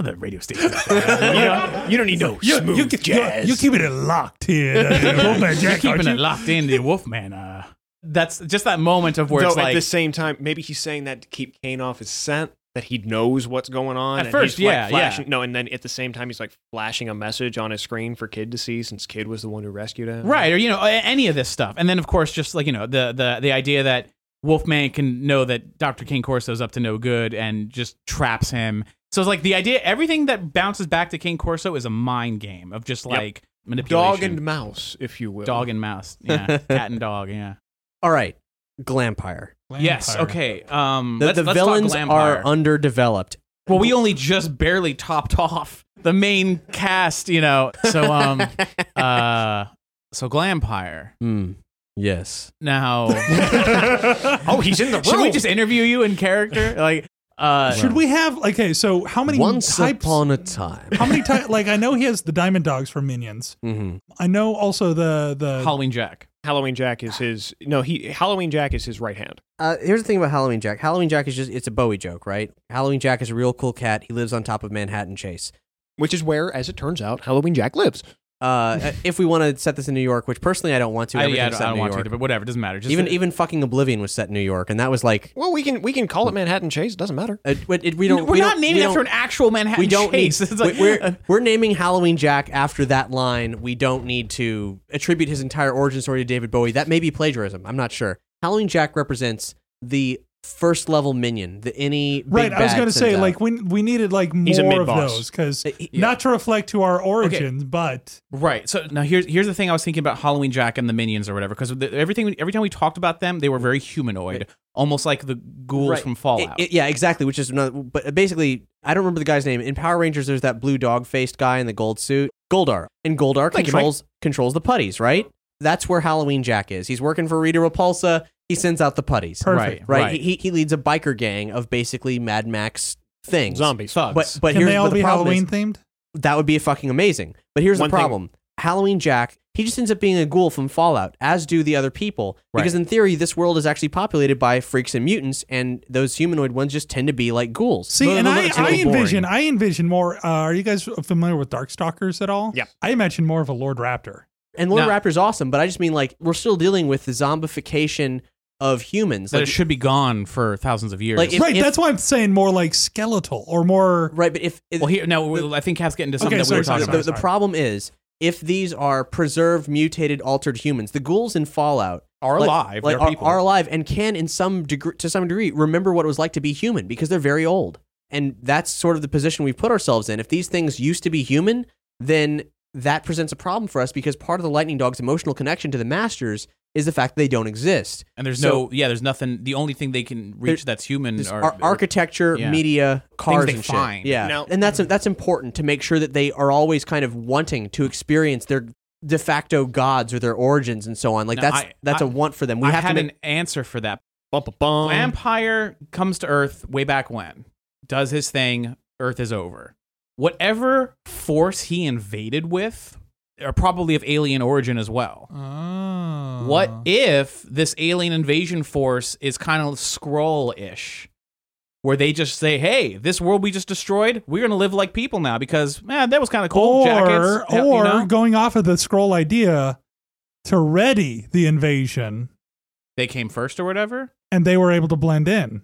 S3: other radio stations. you, don't, you don't need no
S4: You, you, you, you keeping it locked here, uh, Wolfman Jack,
S3: keeping
S4: aren't you?
S3: it locked in the Wolfman. Uh, that's just that moment of where
S1: Though
S3: it's
S1: at
S3: like
S1: the same time, maybe he's saying that to keep Kane off his scent, that he knows what's going on.
S3: At
S1: and
S3: first,
S1: he's, like,
S3: yeah, yeah.
S1: flashing, No, and then at the same time, he's like flashing a message on his screen for Kid to see, since Kid was the one who rescued him.
S3: right or you know a- any of this stuff. And then of course just like you know the the the idea that Wolfman can know that Doctor King Corso's up to no good and just traps him. So it's like the idea everything that bounces back to King Corso is a mind game of just like manipulation.
S1: Dog and mouse, if you will.
S3: dog and mouse. Yeah, cat and dog. Yeah.
S2: all right glampire
S3: Yes.
S4: Vampire.
S3: Okay. Um,
S2: the,
S3: let's,
S2: the
S3: let's
S2: villains
S3: talk
S2: are
S3: Glampire.
S2: underdeveloped
S3: well, we only just barely topped off the main cast, you know. So, um, uh, so Glampire.
S2: Hmm. yes
S3: Now,
S1: oh, he's in the room.
S3: should we just interview you in character? Like, uh,
S4: Should we have okay? So how many
S2: once
S4: types?
S2: upon a time
S4: how many types? Like I know he has the Diamond Dogs from Minions.
S2: hmm
S4: I know also the the
S3: Halloween Jack?
S1: Halloween Jack is his. No, he Halloween Jack is his right hand.
S2: Uh, here's the thing about Halloween Jack. Halloween Jack is just it's a Bowie joke, right? Halloween Jack is a real cool cat. He lives on top of Manhattan Chase.
S1: Which is where, as it turns out, Halloween Jack lives.
S2: uh, if we want to set this in New York, which personally I don't want to.
S3: I,
S2: Everything's
S3: yeah, I don't,
S2: set in
S3: I don't
S2: New
S3: want
S2: York.
S3: to, but whatever. It doesn't matter. Just
S2: even even fucking Oblivion was set in New York, and that was like
S1: Well, we can we can call it Manhattan Chase. Doesn't matter.
S2: it, it, it- we don't.
S3: we're
S2: we
S3: not
S2: don't-
S3: naming
S2: we
S3: it
S2: don't-
S3: after an actual Manhattan
S2: We don't
S3: Chase.
S2: need.
S3: It's like, uh,
S2: we- we're we're naming Halloween Jack after that line. We don't need to attribute his entire origin story to David Bowie. That may be plagiarism. I'm not sure. Halloween Jack represents the first level minion. The any big
S4: Right, I was
S2: bad
S4: going to
S2: sends
S4: say
S3: uh,
S2: out.
S4: like we we needed like
S1: He's a
S4: more of
S1: mid-boss.
S4: those because
S2: He-
S4: not to reflect to our origins, but
S3: Right. So now here's here's the thing I was thinking about Halloween Jack and the minions or whatever because everything every time we talked about them they were very humanoid, almost like the ghouls
S2: Right.
S3: from Fallout.
S2: It- it- yeah, exactly. Which is another. But basically, I don't remember the guy's name. In Power Rangers, there's that blue dog faced guy in the gold suit, Goldar, and Goldar
S3: Thank you, Mike.
S2: controls controls the putties. Right. That's where Halloween Jack is. He's working for Rita Repulsa. He sends out the putties.
S4: perfect.
S2: Right.
S3: Right.
S2: He, he he leads a biker gang of basically Mad Max things.
S1: Zombies.
S3: Thugs.
S2: But but
S4: Can
S2: here's
S4: they
S2: but
S4: all
S2: the
S4: be
S2: problem
S4: Halloween
S2: Is,
S4: themed?
S2: that would be fucking amazing. But here's
S1: One
S2: the
S1: thing-
S2: problem: Halloween Jack. He just ends up being a ghoul from Fallout, as do the other people.
S3: Right.
S2: Because in theory, this world is actually populated by freaks and mutants, and those humanoid ones just tend to be like ghouls.
S4: See,
S2: They're-
S4: and
S2: they're
S4: I,
S2: literally
S4: I
S2: boring.
S4: envision I envision more. Uh, are you guys familiar with Darkstalkers at all?
S1: Yeah.
S4: I imagine more of a Lord Raptor.
S2: and Lord
S3: No.
S2: Raptor's awesome, but I just mean like we're still dealing with the zombification of humans.
S3: that
S2: Like,
S3: it should be gone for thousands of years.
S2: Like, If-
S4: right.
S2: if-
S4: that's why I'm saying more like skeletal or more.
S2: right, but if
S3: well, here no, I think Cap's getting to something
S4: Okay,
S3: that we were
S4: sorry,
S3: talking
S2: the, the,
S3: about.
S4: sorry,
S2: the problem is if these are preserved, mutated, altered humans, the ghouls in Fallout
S3: Are
S2: like-
S3: alive,
S2: like
S3: they're
S2: are,
S3: people.
S2: are alive, and can in some degree, to some degree, remember what it was like to be human because they're very old, and that's sort of the position we've put ourselves in. If these things used to be human, then that presents a problem for us because part of the Lightning Dog's emotional connection to the Masters is the fact that they don't exist.
S3: And there's
S2: So-
S3: no yeah, there's nothing. The only thing they can reach that's human
S2: There's
S3: are
S2: ar- architecture,
S3: uh, yeah.
S2: media, cars,
S3: they
S2: and shit.
S3: find.
S2: Yeah,
S1: Now-
S2: and that's that's important to make sure that they are always kind of wanting to experience their de facto gods or their origins and so on. Like
S3: No,
S2: that's
S3: I-
S2: that's a
S3: I-
S2: want for them. We
S3: I
S2: have
S3: had
S2: to make, Um,
S3: an answer for that.
S1: Bum, bum, bum.
S3: Vampire comes to Earth way back when, does his thing, Earth is over. Whatever force he invaded with are probably of alien origin as well.
S4: Oh.
S3: What if this alien invasion force is kind of scroll ish? Where they just say, "Hey, this world we just destroyed, we're gonna live like people now because man, that was kind of cool."
S4: Or
S3: Jackets,
S4: or
S3: you know?
S4: going off of the scroll idea to ready the invasion,
S3: they came first or whatever.
S4: and they were able to blend in.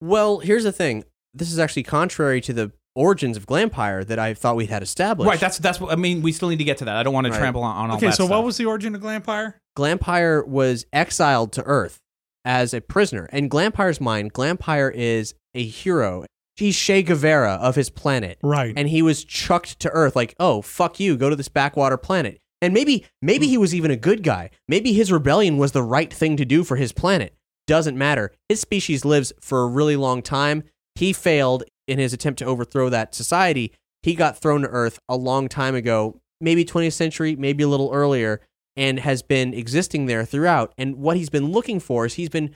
S2: well, here's the thing. This is actually contrary to the origins of Glampire that I thought we had established.
S3: Right. That's that's. What, I mean, we still need to get to that. I don't want
S2: Right.
S3: to trample on, on all
S4: okay,
S3: that.
S4: so
S3: stuff.
S4: what was the origin of Glampire?
S2: Glampire was exiled to Earth as a prisoner. In Glampire's mind, Glampire is a hero. He's Che Guevara of his planet.
S4: Right.
S2: and he was chucked to earth like oh fuck you go to this backwater planet and maybe maybe he was even a good guy maybe his rebellion was the right thing to do for his planet doesn't matter his species lives for a really long time he failed in his attempt to overthrow that society he got thrown to earth a long time ago maybe 20th century maybe a little earlier and has been existing there throughout and what he's been looking for is he's been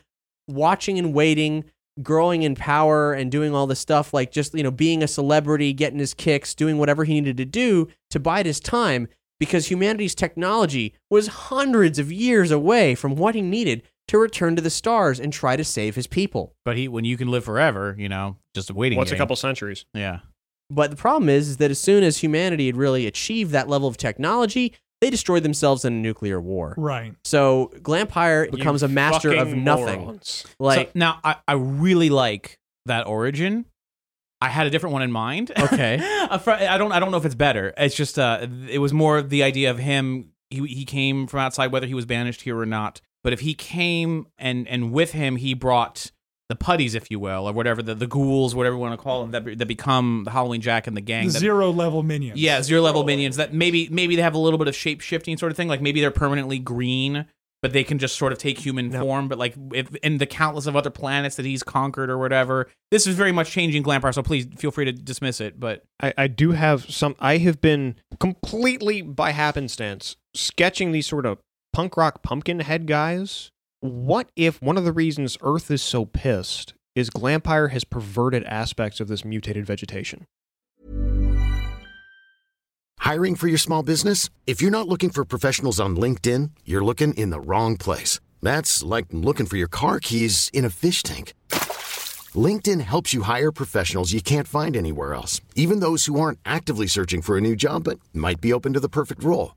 S2: watching and waiting growing in power and doing all this stuff, like just, you know, being a celebrity, getting his kicks, doing whatever he needed to do to bide his time because humanity's technology was hundreds of years away from what he needed to return to the stars and try to save his people.
S3: But he, when you can live forever, you know, just a waiting.
S1: What's a
S3: game.
S1: couple centuries?
S3: Yeah.
S2: But the problem is, is that as soon as humanity had really achieved that level of technology, they destroyed themselves in a nuclear war.
S4: Right.
S2: So Glampire
S1: You
S2: becomes a master of
S1: fucking
S2: nothing.
S1: morons.
S2: Like
S3: so, now, I, I really like that origin. I had a different one in mind.
S2: Okay.
S3: A fr- I don't. I don't know if it's better. It's just. Uh, it was more the idea of him. He he came from outside, whether he was banished here or not. But if he came and and with him, he brought the putties, if you will, or whatever the, the ghouls, whatever you want to call them, that, be- that become the Halloween Jack and the gang.
S4: The
S3: that-
S4: zero level minions.
S3: Yeah, zero level minions that maybe maybe they have a little bit of shape shifting sort of thing. Like maybe they're permanently green, but they can just sort of take human form. But like if in the countless of other planets that he's conquered or whatever, this is very much changing Glampire. So please feel free to dismiss it. But
S1: I, I do have some. I have been completely by happenstance sketching these sort of punk rock pumpkin head guys. What if one of the reasons Earth is so pissed is Glampire has perverted aspects of this mutated vegetation?
S5: Hiring for your small business? If you're not looking for professionals on LinkedIn, you're looking in the wrong place. That's like looking for your car keys in a fish tank. LinkedIn helps you hire professionals you can't find anywhere else, even those who aren't actively searching for a new job but might be open to the perfect role.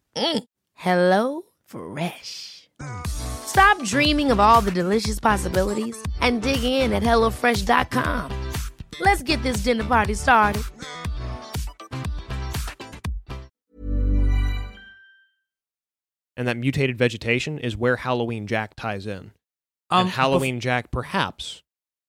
S6: Mm. Hello Fresh. Stop dreaming of all the delicious possibilities and dig in at HelloFresh.com. Let's get this dinner party started.
S1: and that mutated vegetation is where Halloween Jack ties in.
S3: Um,
S1: and Halloween Jack perhaps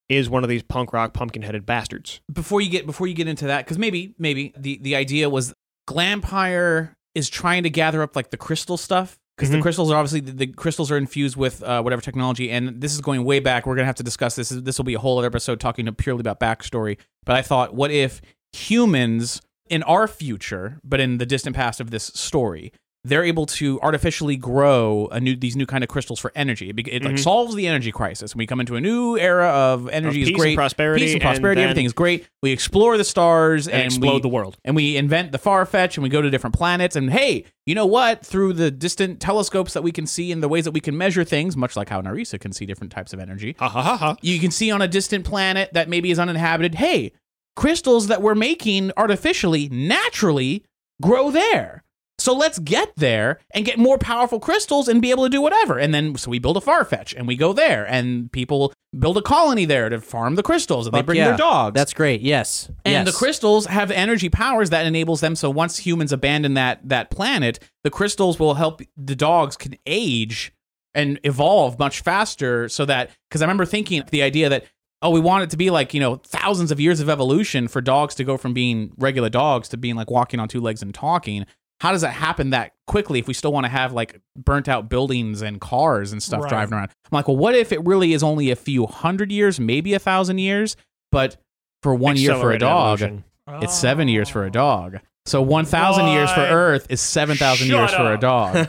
S1: is one of these punk rock pumpkin headed bastards.
S3: before you get before you get into that because maybe maybe the the idea was glampire is trying to gather up like the crystal stuff because
S1: Mhm.
S3: the crystals are obviously the, the crystals are infused with uh, whatever technology and this is going way back we're gonna have to discuss this this will be a whole other episode talking purely about backstory but i thought what if humans in our future but in the distant past of this story they're able to artificially grow a new these new kind of crystals for energy it, be- it like
S1: Mhm.
S3: solves the energy crisis and we come into a new era of energy
S1: peace
S3: is
S1: and
S3: great
S1: prosperity,
S3: peace and
S1: and
S3: prosperity
S1: then-
S3: everything is great we explore the stars and,
S1: And, explode
S3: we,
S1: the world.
S3: and we invent the far-fetch and we go to different planets and hey you know what through the distant telescopes that we can see and the ways that we can measure things much like how narisa can see different types of energy
S1: Ha ha ha ha.
S3: you can see on a distant planet that maybe is uninhabited hey crystals that we're making artificially naturally grow there so let's get there and get more powerful crystals and be able to do whatever and then so we build a farfetch and we go there and people build a colony there to farm the crystals and they
S2: Fuck
S3: bring
S2: yeah.
S3: their dogs
S2: That's great. Yes. Yes.
S3: and the crystals have energy powers that enables them. So once humans abandon that that planet, the crystals will help the dogs can age and evolve much faster. So that because I remember thinking the idea that oh we want it to be like you know thousands of years of evolution for dogs to go from being regular dogs to being like walking on two legs and talking. How does that happen that quickly if we still want to have like burnt out buildings and cars and stuff
S4: Right.
S3: driving around? I'm like, well, what if it really is only a few hundred years, maybe a thousand years, but for one year for a
S1: Accelerated
S3: dog,
S1: evolution.
S3: it's seven years for a dog. So one thousand years for
S7: What?
S3: Earth is seven thousand years
S7: Shut
S3: for a
S7: up.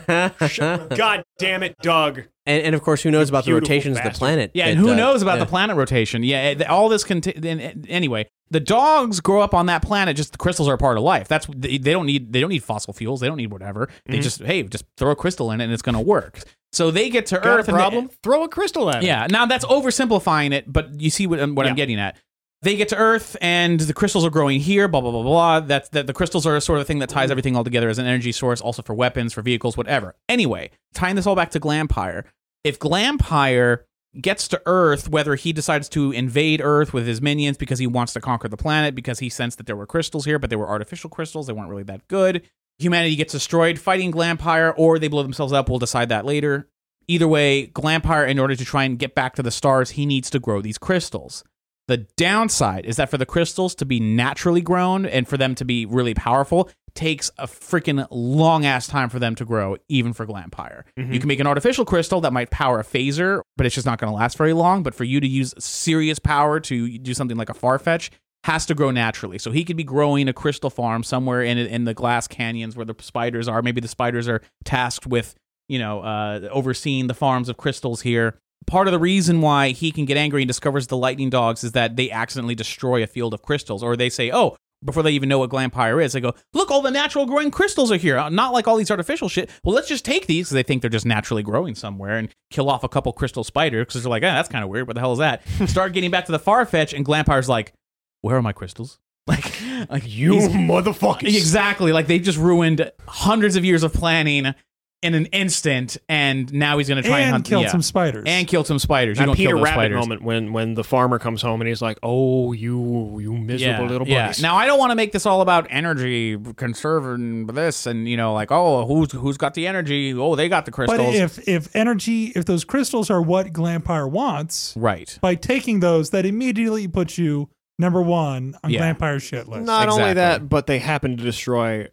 S3: dog.
S2: and,
S7: God damn it, Doug.
S2: and of course, who knows about the
S7: beautiful
S2: rotations of the
S7: bastard.
S2: planet?
S3: Yeah, and
S2: that,
S3: who
S2: uh,
S3: knows about
S2: yeah.
S3: the planet rotation? Yeah, it- all this. Conti- and- and- anyway, the dogs grow up on that planet. Just the crystals are a part of life. That's they, they don't need they don't need fossil fuels. They don't need whatever. They just hey, just throw a crystal in it and it's gonna work. So they get to
S7: Got
S3: Earth.
S7: a
S3: and they-
S7: problem? Throw a crystal at it.
S3: Yeah. Now that's oversimplifying it, but you see what, I'm- what I'm
S7: Yeah.
S3: getting at. They get to Earth, and the crystals are growing here. Blah blah blah blah. That's that. The crystals are a sort of thing that ties everything all together as an energy source, also for weapons, for vehicles, whatever. Anyway, tying this all back to Glampire. If Glampire gets to Earth, whether he decides to invade Earth with his minions because he wants to conquer the planet, because he sensed that there were crystals here, but they were artificial crystals, they weren't really that good. Humanity gets destroyed fighting Glampire, or they blow themselves up. We'll decide that later. Either way, Glampire, in order to try and get back to the stars, he needs to grow these crystals. The downside is that for the crystals to be naturally grown and for them to be really powerful takes a freaking long ass time for them to grow, even for Glampire. You can make an artificial crystal that might power a phaser, but it's just not going to last very long. But for you to use serious power to do something like a Farfetch, has to grow naturally. So he could be growing a crystal farm somewhere in in the glass canyons where the spiders are. Maybe the spiders are tasked with you know uh, overseeing the farms of crystals here. Part of the reason why he can get angry and discovers the lightning dogs is that they accidentally destroy a field of crystals, or they say, "Oh." Before they even know what Glampire is, they go, Look, all the natural growing crystals are here. Uh, Not like all these artificial shit. Well, let's just take these because they think they're just naturally growing somewhere and kill off a couple crystal spiders because they're like, Ah, that's kind of weird. What the hell is that? Start getting back to the Farfetch, and Glampire's like, where are my crystals? Like, like
S7: You
S3: he's-
S7: motherfuckers.
S3: exactly. Like they just ruined hundreds of years of planning in an instant, and now he's going to try and,
S4: and
S3: hunt
S4: killed
S3: yeah.
S4: some spiders.
S3: and killed some spiders. You
S1: That
S3: don't
S1: Peter
S3: kill those
S1: Rabbit
S3: spiders.
S1: moment when when the farmer comes home and he's like, "Oh, you you miserable little
S3: yeah.
S1: buggies."
S3: Now I don't want to make this all about energy conserving this and you know like oh who's who's got the energy oh they got the
S4: but
S3: crystals
S4: if if energy, if those crystals are what Glampire wants,
S3: right
S4: by taking those, that immediately puts you number one on
S3: Yeah.
S4: Glampire's shit list.
S1: Not only
S3: Exactly.
S1: that, but they happen to destroy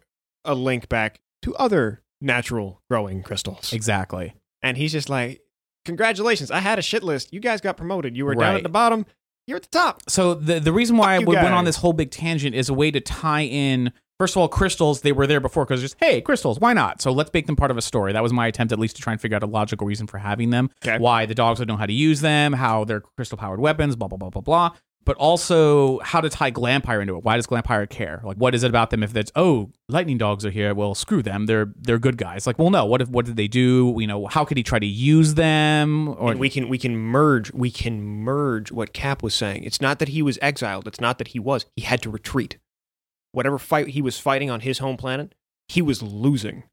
S1: a link back to other natural growing crystals.
S3: exactly
S1: And he's just like, Congratulations, I had a shit list. You guys got promoted. You were down
S3: Right.
S1: at the bottom. You're at the top.
S3: so the the reason why
S1: Fuck you
S3: we went on
S1: guys.
S3: this whole big tangent is a way to tie in. First of all, crystals they were there before because just hey, crystals, why not? So let's make them part of a story. That was my attempt, at least, to try and figure out a logical reason for having them.
S1: Okay.
S3: Why the dogs would know how to use them, how they're crystal powered weapons, blah blah blah blah blah. But also how to tie Glampire into it. Why does Glampire care? Like, what is it about them? If that's oh, lightning dogs are here. Well, screw them. They're they're good guys. Like, well, no. What if what did they do? You know, how could he try to use them? Or
S1: And we can we can merge we can merge what Cap was saying. It's not that he was exiled. It's not that he was. He had to retreat. Whatever fight he was fighting on his home planet, he was losing.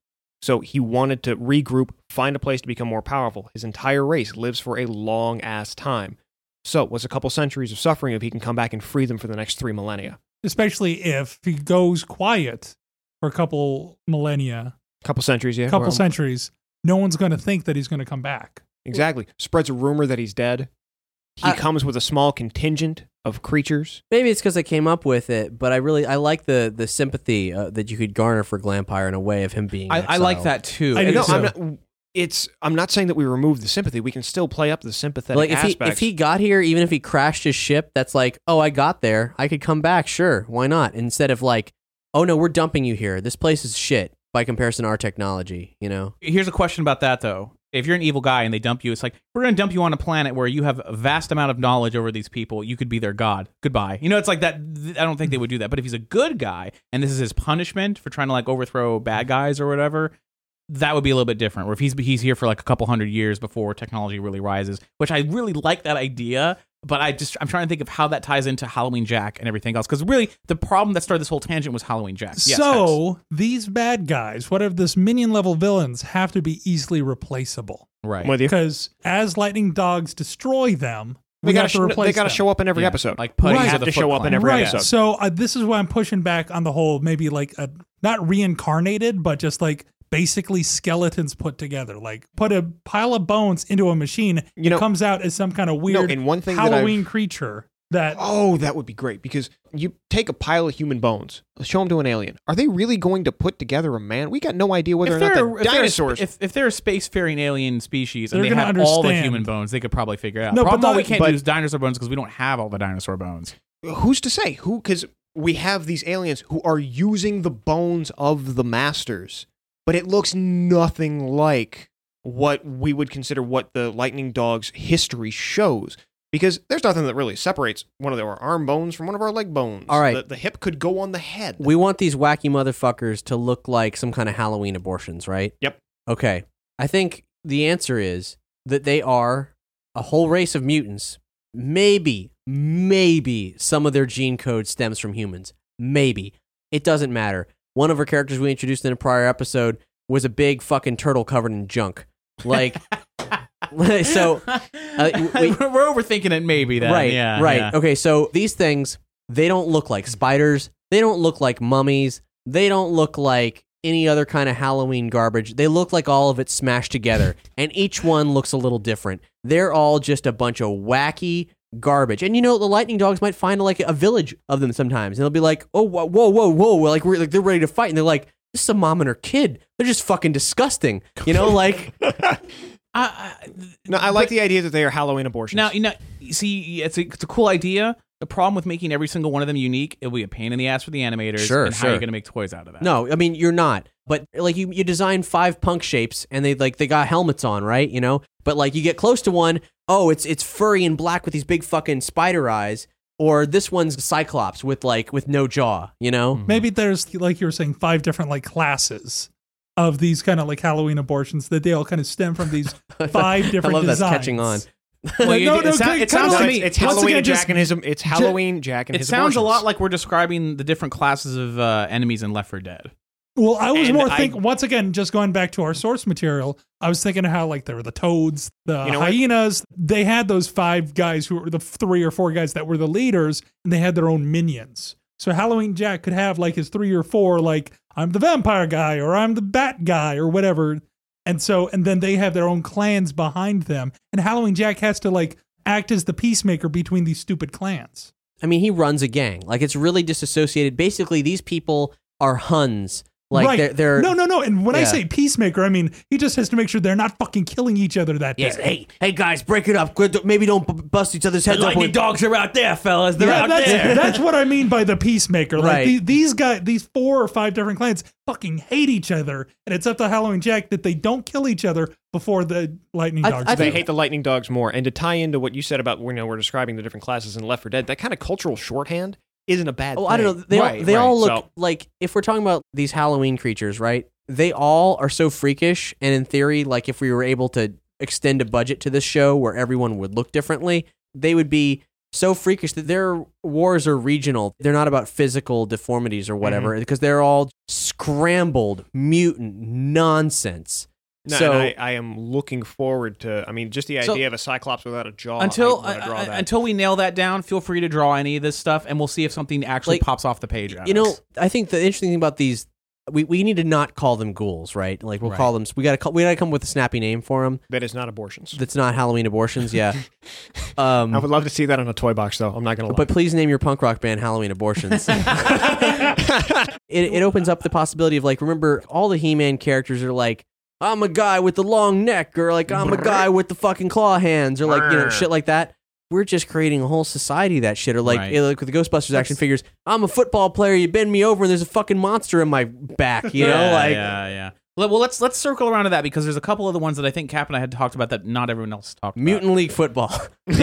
S1: So he wanted to regroup, find a place to become more powerful. His entire race lives for a long ass time. So what's a couple centuries of suffering if he can come back and free them for the next three millennia?
S4: especially if he goes quiet for a couple millennia,
S1: couple centuries, yeah.
S4: a couple
S1: Well,
S4: centuries. No one's going to think that he's going to come back.
S1: Exactly. Spreads a rumor that he's dead. He
S2: I-
S1: comes with a small contingent of creatures.
S2: Maybe it's because I came up with it, but I really I like the the sympathy uh, that you could garner for Glampire in a way of him being.
S3: I, I like
S2: exiled.
S3: that too.
S4: I
S3: And
S4: do
S1: no,
S4: so.
S1: I'm not. It's. I'm not saying that we remove the sympathy. We can still play up the sympathetic
S2: Like if he
S1: aspects.
S2: if he got here, even if he crashed his ship, that's like, oh, I got there. I could come back. Sure, why not? Instead of like, oh no, we're dumping you here. This place is shit by comparison to our technology. You know,
S3: here's a question about that though. If you're an evil guy and they dump you, it's like we're gonna dump you on a planet where you have a vast amount of knowledge over these people. You could be their god. Goodbye. You know, it's like that. th- I don't think they would do that. But if he's a good guy and this is his punishment for trying to like overthrow bad guys or whatever, that would be a little bit different. Where if he's he's here for like a couple hundred years before technology really rises, which I really like that idea. But I just I'm trying to think of how that ties into Halloween Jack and everything else because really the problem that started this whole tangent was Halloween Jack. Yes, Hex.
S4: so these bad guys, whatever this minion level villains, have to be easily replaceable
S3: right,
S1: I'm with you.
S4: because as lightning dogs destroy them,
S1: They
S4: we
S1: gotta,
S4: have
S1: sh-
S4: to replace.
S1: they gotta
S4: them.
S1: show up in every
S3: Yeah,
S1: episode.
S3: like putties
S4: Right.
S1: they
S4: of
S1: have
S3: the
S1: to
S3: Foot
S1: show up in
S3: Clan.
S1: every
S4: right.
S1: episode.
S4: So uh, this is why I'm pushing back on the whole maybe like a not reincarnated, but just like basically skeletons put together. Like put a pile of bones into a machine,
S1: You know-
S4: it comes out as some kind of weird
S1: and one thing that I've-
S4: Halloween creature that
S1: Oh, that would be great because you take a pile of human bones, show them to an alien. Are they really going to put together a man? We got no idea whether or
S3: they're
S1: not
S3: a-
S1: the
S3: if they're a sp-
S1: dinosaurs.
S3: If, if they're a spacefaring alien species and
S4: They're
S3: they have
S4: gonna
S3: all the
S4: understand.
S3: human bones, they could probably figure it out.
S4: No, but
S3: Problem
S4: not-
S3: we can't
S1: but-
S3: use dinosaur bones because we don't have all the dinosaur bones.
S1: Who's to say who? Because we have these aliens who are using the bones of the masters, but it looks nothing like what we would consider what the lightning dog's history shows. Because there's nothing that really separates one of our arm bones from one of our leg bones.
S2: All right.
S1: the, the hip could go on the head.
S2: we want these wacky motherfuckers to look like some kind of Halloween abortions, right?
S1: Yep.
S2: Okay. I think the answer is that they are a whole race of mutants. Maybe, maybe some of their gene code stems from humans. Maybe. It doesn't matter. One of our characters we introduced in a prior episode was a big fucking turtle covered in junk. Like, so uh, we-
S3: we're, we're overthinking it, maybe. Then.
S2: right,
S3: Yeah,
S2: right.
S3: yeah.
S2: Okay, so these things they don't look like spiders. They don't look like mummies. They don't look like any other kind of Halloween garbage. They look like all of it smashed together, and each one looks a little different. They're all just a bunch of wacky garbage. And you know, the lightning dogs might find like a village of them sometimes, and they'll be like, "Oh, whoa, whoa, whoa!" whoa. Like, we're, like they're ready to fight, and they're like, "This is a mom and her kid. They're just fucking disgusting." You know, like
S3: I- I-
S1: No, I like the idea that they are Halloween abortions.
S3: now you know. See, it's a, it's a cool idea. The problem with making every single one of them unique, it'll be a pain in the ass for the animators.
S2: Sure,
S3: and
S2: sure.
S3: How are you going to make toys out of that?
S2: No, I mean you're not. But like you, you design five punk shapes and they like they got helmets on, right? You know? But like you get close to one, oh, it's it's furry and black with these big fucking spider eyes, or this one's Cyclops with like with no jaw, you know?
S3: Mm.
S4: maybe there's like you were saying five different like classes of these kind of like Halloween abortions that they all kind of stem from these five different
S2: I love that's
S4: designs.
S2: catching on.
S3: Well,
S4: no,
S3: you-
S4: no,
S3: it, sou-
S4: good-
S3: it
S4: come
S3: sounds
S4: on.
S3: to
S1: No,
S3: me.
S1: it's, it's
S4: once
S1: Halloween
S4: again, just-
S1: Jack and his. It's Halloween Jack and
S3: It
S1: his.
S3: sounds a
S1: abortions.
S3: lot like we're describing the different classes of uh, enemies in Left 4 Dead.
S4: Well, I was
S3: And
S4: more
S3: I-
S4: think once again, just going back to our source material, I was thinking how like there were the toads, the
S1: You know what?
S4: hyenas. They had those five guys who were the three or four guys that were the leaders, and they had their own minions. So Halloween Jack could have like his three or four, like I'm the vampire guy or I'm the bat guy or whatever. And so, and then they have their own clans behind them, and Halloween Jack has to like act as the peacemaker between these stupid clans.
S2: I mean, he runs a gang. Like it's really disassociated. Basically, these people are Huns Like
S4: right.
S2: they're they're
S4: no, no, no. And when I
S2: Yeah.
S4: say peacemaker, I mean he just has to make sure they're not fucking killing each other that
S2: Yes.
S4: day.
S2: Hey, hey guys, break it up. Good- Maybe don't b- bust each other's heads up.
S3: lightning
S2: with-
S3: dogs are out there, fellas. They're
S4: Yeah,
S3: out
S4: that's,
S3: there.
S4: that's what I mean by the peacemaker. Like
S2: Right.
S4: the, these guys, these four or five different clans fucking hate each other, and it's up to Halloween Jack that they don't kill each other before the lightning
S2: I-
S4: dogs.
S2: I
S4: do.
S2: think-
S7: They hate the lightning dogs more. And to tie into what you said about you know we're describing the different classes in Left 4 Dead, that kind of cultural shorthand isn't a bad.
S2: Oh,
S7: thing.
S2: I don't know. They all,
S7: Right,
S2: they
S7: right.
S2: all look
S7: So,
S2: like if we're talking about these Halloween creatures, right? They all are so freakish, and in theory, like if we were able to extend a budget to this show where everyone would look differently, they would be so freakish that their wars are regional. They're not about physical deformities or whatever,
S7: Mm-hmm.
S2: because they're all scrambled mutant nonsense.
S7: no,
S2: so
S7: and I, I am looking forward to. I mean, just the
S3: So-
S7: idea of a cyclops without a jaw.
S3: Until
S7: I, wanna draw
S3: uh,
S7: that.
S3: until we nail that down, feel free to draw any of this stuff, and we'll see if something actually
S2: Like,
S3: pops off the page. at
S2: you know,
S3: us.
S2: I think the interesting thing about these, we, we need to not call them ghouls, right? Like we'll call them. We gotta call, we gotta come with a snappy name for them.
S7: that is not abortions.
S2: That's not Halloween abortions. Yeah. Um,
S7: I would love to see that on a toy box, though. I'm not gonna lie.
S2: but please name your punk rock band Halloween Abortions. it, it opens up the possibility of like, remember, all the He Man characters are like, I'm a guy with the long neck, or like, I'm a guy with the fucking claw hands, or like, you know, shit like that. We're just creating a whole society of that shit, or like,
S3: Right.
S2: eh, like with the Ghostbusters action figures, I'm a football player, you bend me over, and there's a fucking monster in my back, you know?
S3: yeah,
S2: like,
S3: yeah, yeah. Le- Well, let's let's circle around to that because there's a couple of the ones that I think Cap and I had talked about that not everyone else talked about.
S2: Mutant League football.
S3: yeah,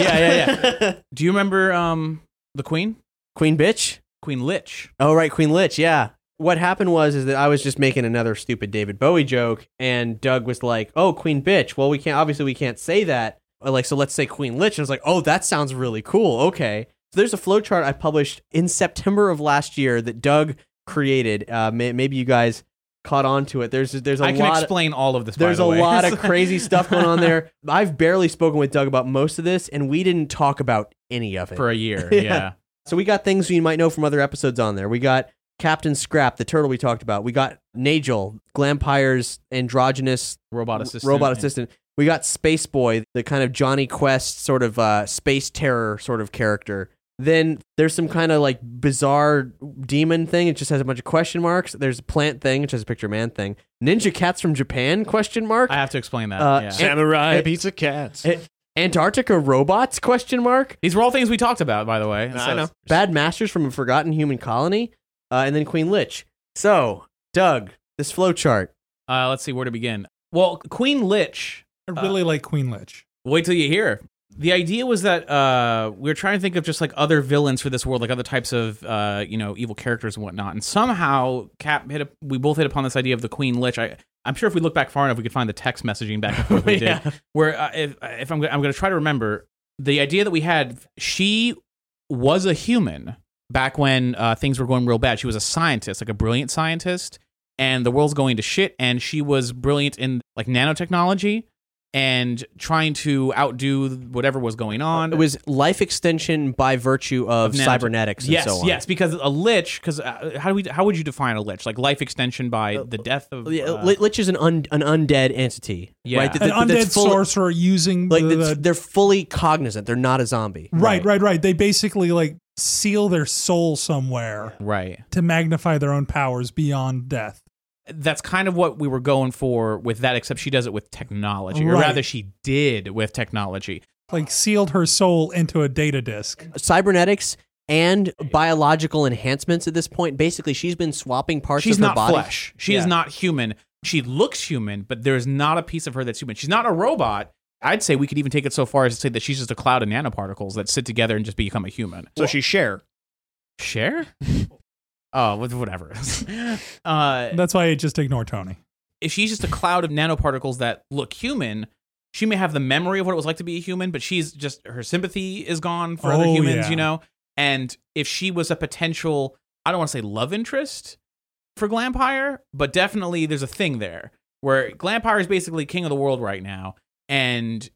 S3: yeah, yeah. Do you remember um the Queen?
S2: Queen Bitch?
S3: Queen Lich.
S2: Oh right, Queen Lich. Yeah. What happened was is that I was just making another stupid David Bowie joke, and Doug was like, "Oh, Queen Bitch." Well, we can't obviously we can't say that. Uh, Like, so let's say Queen Lich. And I was like, "Oh, that sounds really cool. Okay." So there's a flowchart I published in September of last year that Doug created. Uh, may- maybe you guys caught on to it. There's there's a
S3: I can
S2: lot.
S3: explain all of this. by
S2: There's
S3: the
S2: a
S3: way.
S2: lot of crazy stuff going on there. I've barely spoken with Doug about most of this, and we didn't talk about any of it.
S3: for a year.
S2: Yeah.
S3: Yeah.
S2: So we got things you might know from other episodes on there. We got Captain Scrap, the turtle we talked about. We got Nagel, Glampire's androgynous
S3: robot
S2: r-
S3: assistant.
S2: robot
S3: and-
S2: assistant. We got Space Boy, the kind of Johnny Quest sort of uh, space terror sort of character. Then there's some kind of like bizarre demon thing. It just has a bunch of question marks. There's a plant thing, which has a picture of man thing. Ninja cats from Japan? Question mark.
S3: I have to explain that.
S2: Uh,
S3: yeah.
S2: and-
S7: Samurai
S2: it-
S7: pizza cats.
S2: it- Antarctica robots? Question mark.
S3: These were all things we talked about, by the way.
S7: I know.
S2: Bad Masters from a Forgotten Human Colony, uh, and then Queen Lich. So, Doug, this flowchart.
S3: Uh, let's see where to begin. Well, Queen Lich.
S4: I
S2: Uh,
S4: really like Queen Lich.
S3: Wait till you hear. The idea was that uh, we were trying to think of just like other villains for this world, like other types of uh, you know evil characters and whatnot. And somehow Cap hit. Up, we both hit upon this idea of the Queen Lich. I, I'm sure if we look back far enough, we could find the text messaging back and forth we did. where uh, if, if I'm, go- I'm going to try to remember the idea that we had, she was a human back when uh, things were going real bad. She was a scientist, like a brilliant scientist, and the world's going to shit. And she was brilliant in like nanotechnology and trying to outdo whatever was going on.
S2: Uh, It was life extension by virtue of,
S3: Of nanot-
S2: cybernetics and
S3: yes,
S2: so on.
S3: yes, because a lich. Because uh, how do we? How would you define a lich? Like life extension by the death of.
S2: Yeah,
S3: uh,
S2: Li- Lich is an, un- an undead entity.
S3: Yeah.
S2: Right?
S4: An
S2: that's
S4: undead
S2: fully-
S4: sorcerer using
S2: Like,
S4: the,
S3: Uh,
S2: that's- they're fully cognizant. They're not a zombie.
S4: right, right, right. They basically like seal their soul somewhere
S3: right.
S4: to magnify their own powers beyond death.
S3: that's kind of what we were going for with that, except she does it with technology, or
S4: Right.
S3: rather, she did with technology.
S4: Like sealed her soul into a data disk.
S2: Cybernetics and biological enhancements at this point. Basically, she's been swapping parts
S3: She's
S2: of her
S3: not
S2: body.
S3: flesh. She is
S2: Yeah.
S3: not human. She looks human, but there is not a piece of her that's human. She's not a robot. I'd say we could even take it so far as to say that she's just a cloud of nanoparticles that sit together and just become a human.
S7: so she share.
S3: Share? oh, wha- whatever. uh,
S4: That's why I just ignore Tony.
S3: if she's just a cloud of nanoparticles that look human, she may have the memory of what it was like to be a human, but she's just her sympathy is gone for other
S4: Oh,
S3: humans,
S4: yeah.
S3: you know? And if she was a potential, I don't want to say love interest for Glampire, but definitely there's a thing there where Glampire is basically king of the world right now, and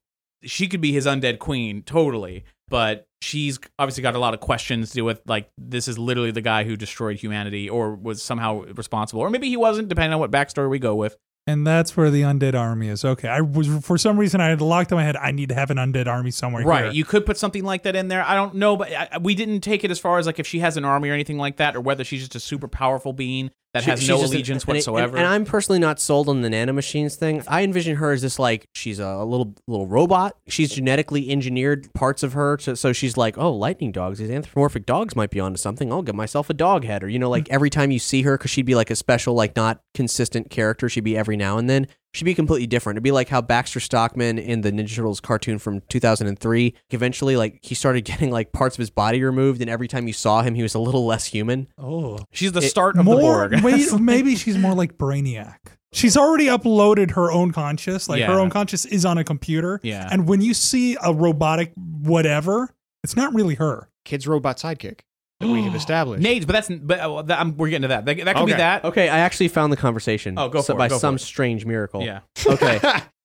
S3: she could be his undead queen totally. But she's obviously got a lot of questions to do with like this is literally the guy who destroyed humanity or was somehow responsible, or maybe he wasn't, depending on what backstory we go with.
S4: And that's where the undead army is. Okay, I was for some reason I had locked in my head. I need to have an undead army somewhere.
S3: Right.
S4: here.
S3: You could put something like that in there. I don't know, but I, I- we didn't take it as far as like if she has an army or anything like that, or whether she's just a super powerful being that
S2: She-
S3: has
S2: she's
S3: no
S2: just an-
S3: allegiance
S2: and it- and-
S3: whatsoever.
S2: And, I'm personally not sold on the nanomachines thing. I envision her as this like she's a, little little robot. She's genetically engineered parts of her, to, so she's like, oh, lightning dogs. These anthropomorphic dogs might be onto something. I'll get myself a dog head, or you know, like
S3: Mm-hmm.
S2: every time you see her, because she'd be like a special, like not consistent character. She'd be every now and then. She'd be completely different. It'd be like how Baxter Stockman in the Ninja Turtles cartoon from 2003 eventually, like he started getting like parts of his body removed, and every time you saw him, he was a little less human.
S4: Oh,
S3: She's the
S2: it-
S3: start of the
S4: more.
S3: Borg.
S4: wait, maybe she's more like Brainiac. She's already uploaded her own conscious. Like
S3: Yeah.
S4: her own conscious is on a computer.
S3: Yeah.
S4: And when you see a robotic whatever, it's not really her.
S7: Kids robot sidekick that we have established.
S3: Nades, but that's but uh, that, I'm, we're getting to that. That, that could be
S7: Okay.
S3: that.
S2: Okay, I actually found the conversation.
S3: Oh, go
S2: so-
S3: for it,
S2: By
S3: go for
S2: some
S3: it.
S2: strange miracle.
S3: Yeah.
S2: Okay.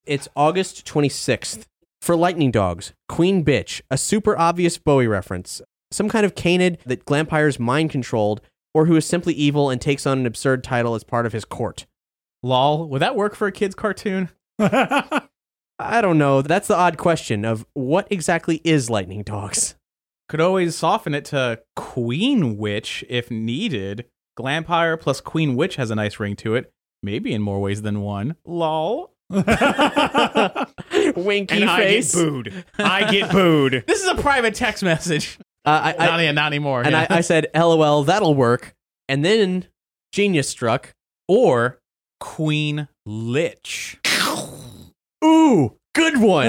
S2: it's August 26th. For Lightning Dogs, Queen Bitch, a super obvious Bowie reference, some kind of canid that Glampire's mind controlled, or who is simply evil and takes on an absurd title as part of his court.
S3: Lol. Would that work for a kid's cartoon?
S2: I don't know. That's the odd question of what exactly is Lightning Dogs?
S3: Could always soften it to Queen Witch if needed. Glampire plus Queen Witch has a nice ring to it. Maybe in more ways than one. Lol.
S2: Winky
S7: and I
S2: face.
S7: get booed. I get booed.
S3: This is a private text message.
S2: Uh, I, I,
S3: not, not anymore.
S2: and
S3: yeah.
S2: I, I said, LOL, that'll work. And then genius struck.
S3: or Queen Lich.
S2: Ooh, good one.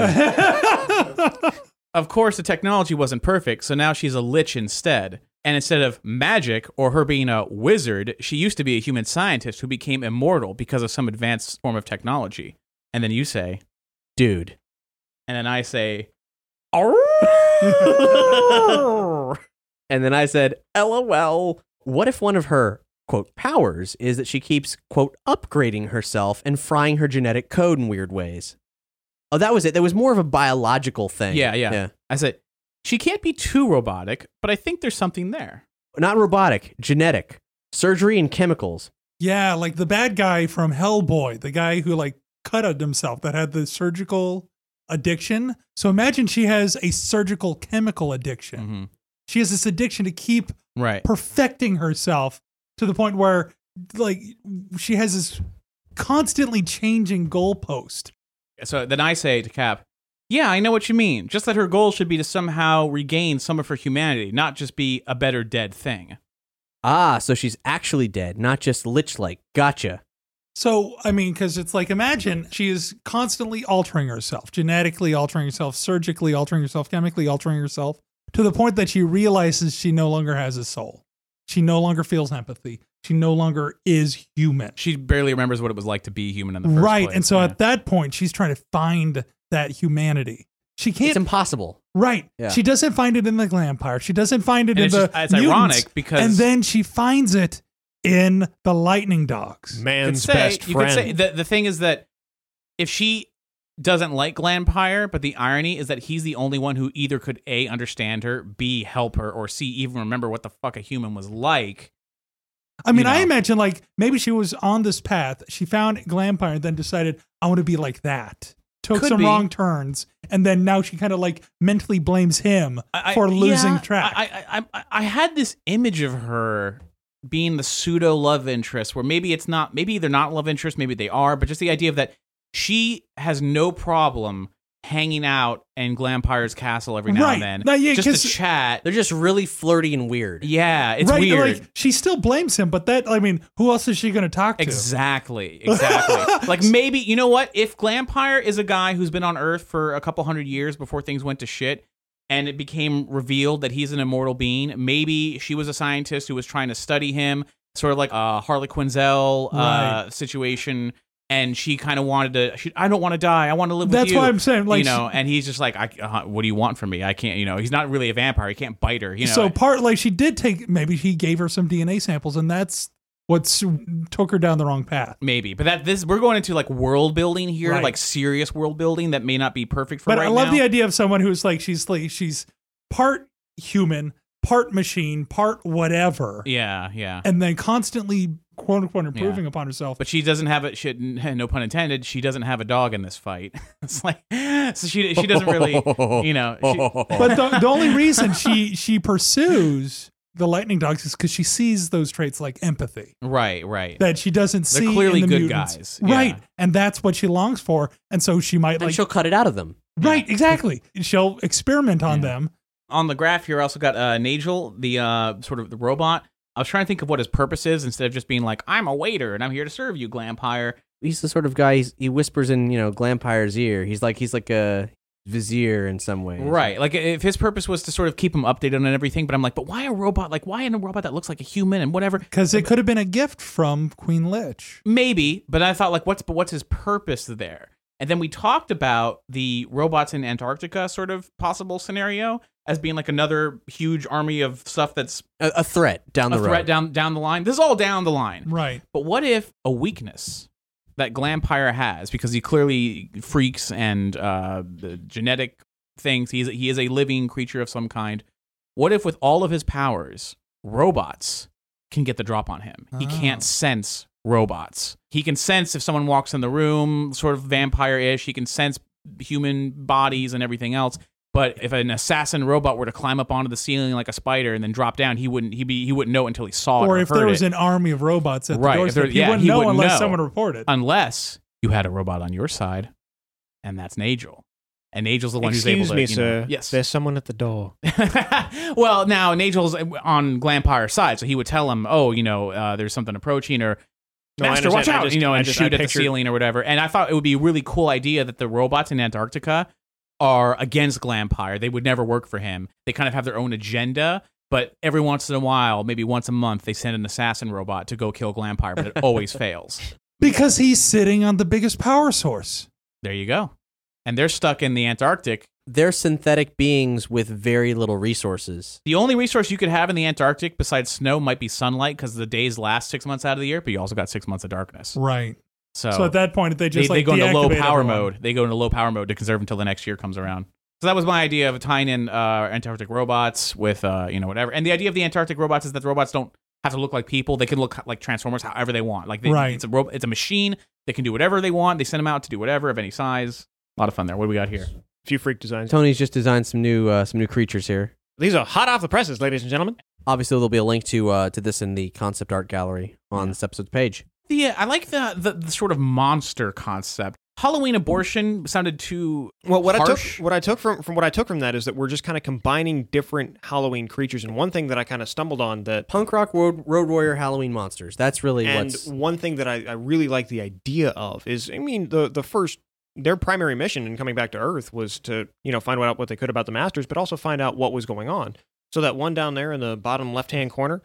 S3: Of course, the technology wasn't perfect, so now she's a lich instead. And instead of magic or her being a wizard, she used to be a human scientist who became immortal because of some advanced form of technology. And then you say,
S2: Dude.
S3: and then I say, "Arrgh."
S2: And then I said, LOL, what if one of her, quote, powers is that she keeps, quote, upgrading herself and frying her genetic code in weird ways? Oh, that was it. That was more of a biological thing.
S3: Yeah, yeah. I said, she can't be too robotic, but I think there's something there.
S2: Not robotic, genetic, surgery and chemicals.
S4: yeah, like the bad guy from Hellboy, the guy who like cut himself that had the surgical addiction. So imagine she has a surgical chemical addiction.
S3: Mm-hmm.
S4: She has this addiction to keep
S3: Right.
S4: perfecting herself to the point where like she has this constantly changing goalpost.
S3: So then I say to Cap, yeah, I know what you mean. Just that her goal should be to somehow regain some of her humanity, not just be a better dead thing.
S2: Ah, so she's actually dead, not just lich like. Gotcha.
S4: So, I mean, because it's like, imagine she is constantly altering herself, genetically altering herself, surgically altering herself, chemically altering herself, to the point that she realizes she no longer has a soul. She no longer feels empathy. She no longer is human.
S3: She barely remembers what it was like to be human in the first
S4: Right.
S3: place.
S4: And so
S3: Yeah.
S4: at that point, she's trying to find that humanity. She
S2: It's
S4: can't.
S2: impossible.
S4: right.
S2: Yeah.
S4: She doesn't find it in the Glampire. She doesn't find it
S3: And
S4: in
S3: it's
S4: the.
S3: just- it's
S4: mutants.
S3: ironic because-
S4: And then she finds it in the Lightning Dogs.
S3: You could
S7: Man's
S3: say-
S7: best
S3: you
S7: friend.
S3: could say the, the thing is that if she doesn't like Glampire, but the irony is that he's the only one who either could A, understand her, B, help her, or C, even remember what the fuck a human was like.
S4: I mean,
S3: you
S4: I
S3: know.
S4: imagine like maybe she was on this path. She found Glampire and then decided, I want to be like that. Took
S3: Could
S4: some
S3: be.
S4: wrong turns. And then now she kind of like mentally blames him
S3: I- I-
S4: for losing
S3: yeah,
S4: track.
S3: I, I, I, I had this image of her being the pseudo love interest, where maybe it's not, maybe they're not love interest, maybe they are, but just the idea of that she has no problem hanging out in Glampire's castle every now
S4: Right.
S3: and then,
S4: No, yeah,
S3: just
S4: 'cause-
S3: to chat.
S2: They're just really flirty and weird.
S3: Yeah, it's
S4: right?
S3: weird.
S4: Like she still blames him, but that, I mean, who else is she going to talk to?
S3: Exactly. Exactly. like maybe you know what? If Glampire is a guy who's been on Earth for a couple hundred years before things went to shit, and it became revealed that he's an immortal being, maybe she was a scientist who was trying to study him, sort of like a Harley Quinzel uh,
S4: Right.
S3: situation. And she kind of wanted to. She, I don't want to die. I want to live with
S4: That's
S3: you.
S4: why I'm saying, like,
S3: you know. and he's just like, I, uh, what do you want from me? I can't. You know, he's not really a vampire. He can't bite her. You know.
S4: so part like she did take, maybe she gave her some DNA samples and that's what s- took her down the wrong path.
S3: Maybe, but that this we're going into like world building here,
S4: Right.
S3: like serious world building that may not be perfect for
S4: But
S3: right
S4: I love
S3: now.
S4: the idea of someone who's like she's like she's part human, part machine, part whatever,
S3: Yeah, yeah.
S4: and then constantly quote unquote improving upon herself.
S3: But she doesn't have a shit. No pun intended. She doesn't have a dog in this fight. it's like so she she doesn't really, you know. She,
S4: But the, the only reason she she pursues the lightning dogs is because she sees those traits like empathy
S3: Right, right.
S4: that she doesn't
S3: They're
S4: see. in
S3: clearly
S4: the
S3: good
S4: mutants.
S3: guys.
S4: right?
S3: Yeah.
S4: And that's what she longs for, and so she might
S2: and
S4: like
S2: she'll cut it out of them.
S4: right exactly. She'll experiment on
S3: Yeah.
S4: them.
S3: On the graph here, I also got uh, Nigel, the uh, sort of the robot. I was trying to think of what his purpose is instead of just being like, "I'm a waiter and I'm here to serve you, Glampire."
S2: He's the sort of guy he's, he whispers in you know Glampire's ear. He's like he's like a vizier in some way.
S3: Right. Like if his purpose was to sort of keep him updated on everything, but I'm like, but why a robot? Like why a robot that looks like a human and whatever?
S4: Because it could have been a gift from Queen Lich.
S3: Maybe, but I thought like, what's but what's his purpose there? And then we talked about the robots in Antarctica sort of possible scenario as being like another huge army of stuff that's
S2: a, a threat down
S3: a
S2: the
S3: threat
S2: road.
S3: down down the line. This is all down the line.
S4: Right.
S3: But what if a weakness that Glampire has, because he clearly freaks and uh, the genetic things, he's, he is a living creature of some kind. What if, with all of his powers, robots can get the drop on him? He can't
S4: Oh.
S3: sense robots. He can sense if someone walks in the room, sort of vampire ish. He can sense human bodies and everything else. But if an assassin robot were to climb up onto the ceiling like a spider and then drop down, he wouldn't. He be he wouldn't know until he saw it
S4: Or
S3: or
S4: if
S3: heard
S4: there was
S3: it
S4: an army of robots at
S3: Right, if
S4: the
S3: there-
S4: doorstep, you
S3: yeah,
S4: wouldn't
S3: he
S4: know
S3: wouldn't
S4: unless
S3: know.
S4: someone reported.
S3: unless you had a robot on your side, and that's Nagel. And Nagel's the one
S7: Excuse
S3: who's able
S7: me,
S3: to.
S7: sir.
S3: You know, yes.
S7: There's someone at the door.
S3: well, now Nagel's on Glampire's side, so he would tell him, "Oh, you know, uh, there's something approaching," or
S7: No, I
S3: "Master,
S7: understand.
S3: watch
S7: I
S3: out!"
S7: just-
S3: you know,
S7: I
S3: and
S7: just- I
S3: shoot at
S7: pictured-
S3: the ceiling or whatever. And I thought it would be a really cool idea that the robots in Antarctica are against Glampire. They would never work for him. They kind of have their own agenda. But every once in a while, maybe once a month, they send an assassin robot to go kill Glampire, but it always fails.
S4: Because he's sitting on the biggest power source.
S3: There you go. And they're stuck in the Antarctic.
S2: They're synthetic beings with very little resources.
S3: The only resource you could have in the Antarctic besides snow might be sunlight because the days last six months out of the year, but you also got six months of darkness.
S4: Right.
S3: So,
S4: So at that point, they
S3: they,
S4: just
S3: they
S4: like
S3: go into low
S4: deactivate
S3: power
S4: everyone.
S3: mode. They go into low power mode to conserve until the next year comes around. So that was my idea of tying in uh, Antarctic robots with, uh, you know, whatever. And the idea of the Antarctic robots is that the robots don't have to look like people. They can look like Transformers however they want. Like, they,
S4: Right.
S3: it's, a ro- it's a machine. They can do whatever they want. They send them out to do whatever of any size. A lot of fun there. What do we got here?
S7: A few freak designs.
S2: Tony's just designed some new uh, some new creatures here.
S7: These are hot off the presses, ladies and gentlemen.
S2: Obviously, there'll be a link to uh, to this in the concept art gallery on this episode's page.
S3: the I like the, the the sort of monster concept. Halloween abortion sounded too
S7: Well, what
S3: harsh.
S7: I took what I took from from what I took from that is that we're just kind of combining different Halloween creatures. And one thing that I kind of stumbled on that,
S2: Punk rock road, road warrior Halloween monsters. That's really
S7: and
S2: what's
S7: one thing that I, I really like the idea of is, I mean, the the first their primary mission in coming back to Earth was to you know find out what they could about the Masters, but also find out what was going on. So that one down there in the bottom left hand corner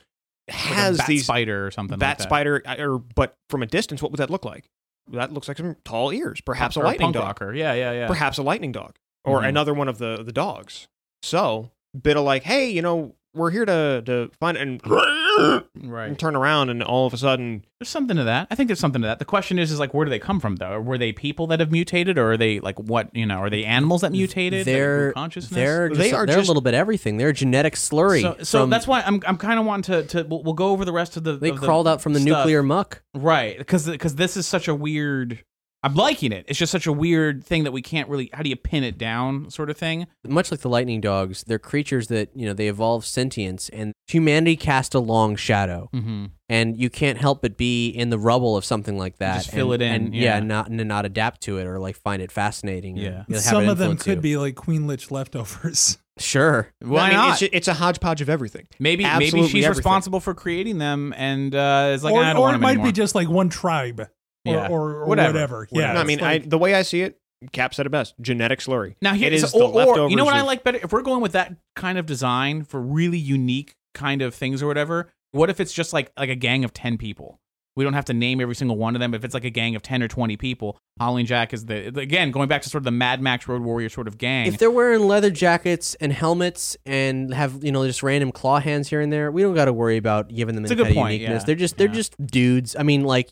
S3: like a
S7: has
S3: bat
S7: these
S3: spider or something.
S7: bat
S3: like that.
S7: spider, I- or but from a distance, what would that look like? That looks like some tall ears, perhaps a
S3: Or
S7: lightning
S3: punk
S7: dog.
S3: rocker. Yeah, yeah, yeah.
S7: perhaps a lightning dog or
S3: Mhm.
S7: another one of the the dogs. So bit of like, hey, you know, we're here to to find and, and
S3: Right.
S7: turn around, and all of a sudden,
S3: There's something to that. I think there's something to that. The question is, is like, where do they come from though? Were they people that have mutated, or are they like what you know? Are they animals that mutated? that grew
S2: They're
S3: consciousness.
S2: they're just,
S7: They
S2: they
S7: are
S2: are they're
S7: just-
S2: a little bit everything. They're a genetic slurry.
S3: so, so
S2: from-
S3: that's why I'm I'm kind of wanting to to we'll, we'll go over the rest of the
S2: they
S3: of the
S2: crawled out from the
S3: stuff.
S2: nuclear muck.
S3: right because because this is such a weird. I'm liking it. It's just such a weird thing that we can't really. How do you pin it down, sort of thing?
S2: much like the lightning dogs, they're creatures that, you know, they evolve sentience and humanity cast a long shadow.
S3: Mm-hmm.
S2: And you can't help but be in the rubble of something like that.
S3: Just fill
S2: and-
S3: it in,
S2: And,
S3: yeah.
S2: and not, and not adapt to it or like find it fascinating. or,
S3: Yeah.
S2: you know, have it
S4: Some of them
S2: influence
S4: could
S2: you.
S4: be like Queen Lich leftovers.
S2: Sure.
S7: I
S3: Why
S7: mean,
S3: not?
S7: It's, ju- it's a hodgepodge of everything.
S3: Maybe maybe
S7: Absolutely
S3: she's
S7: everything.
S3: responsible for creating them, and uh, it's like
S4: or
S3: I don't
S4: or
S3: want
S4: it
S3: 'em
S4: might
S3: anymore.
S4: be just like one tribe or,
S3: Yeah.
S4: or, or
S3: Whatever.
S4: whatever.
S3: Whatever.
S4: Yeah.
S7: No, I
S4: it's
S7: mean, I,
S4: like-
S7: the way I see it, Cap said it best: genetic slurry.
S3: now here
S7: it is
S3: so-
S7: the
S3: or, or, you
S7: leftovers
S3: know what I
S7: of-
S3: like better if we're going with that kind of design for really unique kind of things or whatever. What if it's just like like a gang of ten people? We don't have to name every single one of them. But if it's like a gang of ten or twenty people, Holly and Jack is the again going back to sort of the Mad Max Road Warrior sort of gang.
S2: If they're wearing leather jackets and helmets and have, you know, just random claw hands here and there, we don't got to worry about giving them
S3: It's a
S2: any
S3: good
S2: kind of
S3: point,
S2: uniqueness.
S3: yeah.
S2: They're just they're
S3: Yeah.
S2: just dudes. I mean, like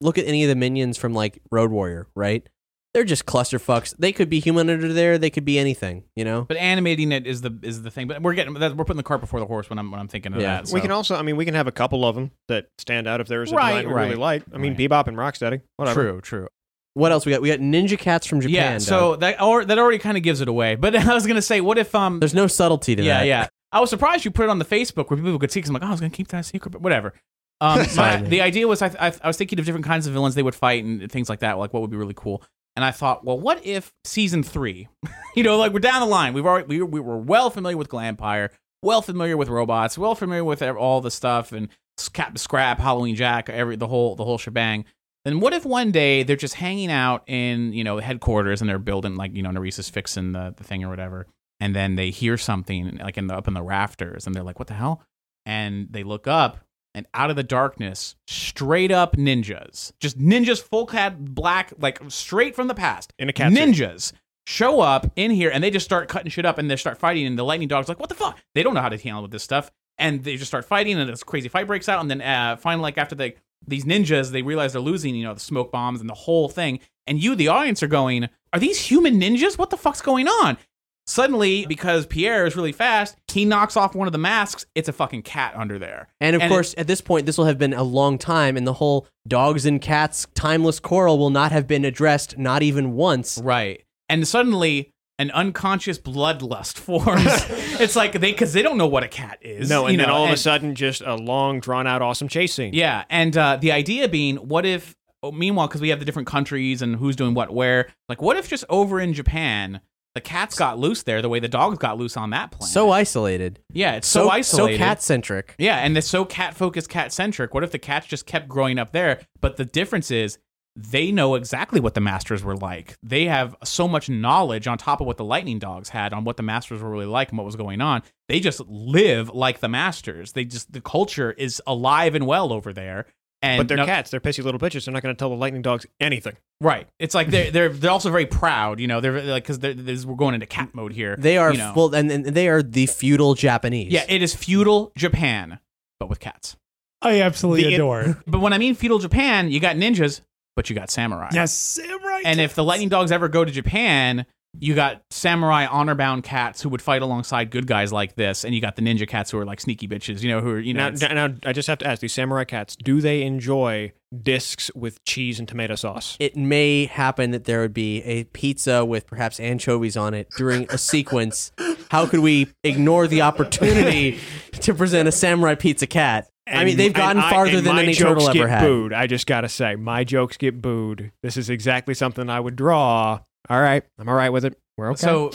S2: look at any of the minions from like Road Warrior, right? They're just cluster fucks. They could be human under there, they could be anything, you know?
S3: but animating it is the is the thing. But we're getting that, we're putting the cart before the horse when I'm when I'm thinking of
S2: Yeah.
S3: that.
S7: We
S3: so.
S7: can also, I mean, we can have a couple of them that stand out if there is a
S3: Right,
S7: design we really
S3: right.
S7: like. I mean,
S3: Right.
S7: Bebop and Rocksteady, whatever.
S3: true true.
S2: What else we got? We got ninja cats from Japan.
S3: yeah, so that or, that already kind of gives it away. But I was gonna say, what if um
S2: though. there's no subtlety to
S3: yeah,
S2: that.
S3: yeah. I was surprised you put it on the Facebook where people could see. Cause I'm like, oh, I was gonna keep that a secret, but whatever. Um, my,
S2: Sorry.
S3: the idea was I, I, I was thinking of different kinds of villains they would fight and things like that. Like what would be really cool. And I thought, well, what if season three? you know, like we're down the line. We've already we, we were well familiar with Glampire, well familiar with robots, well familiar with ev- all the stuff and Captain Scrap, Halloween Jack, every the whole the whole shebang. Then what if one day they're just hanging out in you know headquarters and they're building like you know Narisa's fixing the, the thing or whatever, and then they hear something like in the, up in the rafters and they're like, what the hell? And they look up and out of the darkness, straight up ninjas, just ninjas, full cat black, like straight from the past,
S7: In a cat suit.
S3: ninjas show up in here and they just start cutting shit up and they start fighting and the lightning dog's like what the fuck they don't know how to handle with this stuff and they just start fighting and this crazy fight breaks out and then uh, finally like after they these ninjas they realize they're losing you know the smoke bombs and the whole thing and you the audience are going are these human ninjas what the fuck's going on suddenly because pierre is really fast he knocks off one of the masks it's a fucking cat under there
S2: And of
S3: And it-
S2: course, at this point, this will have been a long time, and the whole dogs and cats timeless quarrel will not have been addressed, not even once.
S3: Right. And suddenly an unconscious bloodlust forms. it's like they because they don't know what a cat is.
S7: No, and
S3: you
S7: then
S3: know,
S7: all of a
S3: and-
S7: sudden, just a long, drawn out, awesome chase scene.
S3: Yeah, and uh, the idea being, what if? oh, Meanwhile, because we have the different countries and who's doing what where, like, what if just over in Japan, the cats got loose there the way the dogs got loose on that planet?
S2: So isolated.
S3: yeah, it's so, isolated,
S2: So cat centric.
S3: Yeah, and it's so cat focused, cat centric. What if the cats just kept growing up there? But the difference is they know exactly what the masters were like. They have so much knowledge on top of what the lightning dogs had on what the masters were really like and what was going on. They just live like the masters. They just the culture is alive and well over there. And
S7: But they're
S3: no-
S7: cats. They're pissy little bitches. They're not going to tell the lightning dogs anything.
S3: right? It's like they're they're they're also very proud. You know, they're like because they're, they we're going into cat mode here.
S2: They are
S3: you know.
S2: full, and, and they are the feudal Japanese.
S3: Yeah, it is feudal Japan, but with cats.
S4: I absolutely
S7: The-
S4: adore. it.
S3: But when I mean feudal Japan, you got ninjas, but you got samurai.
S4: yes, samurai.
S3: And if the lightning dogs ever go to Japan, you got samurai honor bound cats who would fight alongside good guys like this, and you got the ninja cats who are like sneaky bitches, you know, who are you know.
S7: Now,
S3: it's-
S7: now, I just have to ask these samurai cats: Do they enjoy discs with cheese and tomato sauce?
S2: It may happen that there would be a pizza with perhaps anchovies on it during a sequence. How could we ignore the opportunity to present a samurai pizza cat? I mean,
S7: And-
S2: they've gotten
S7: and I-
S2: farther
S7: and
S2: than
S7: my
S2: any
S7: jokes
S2: turtle
S7: get
S2: ever had.
S7: Booed. I just gotta say, my jokes get booed. This is exactly something I would draw. All right, I'm all right with it. We're okay.
S3: So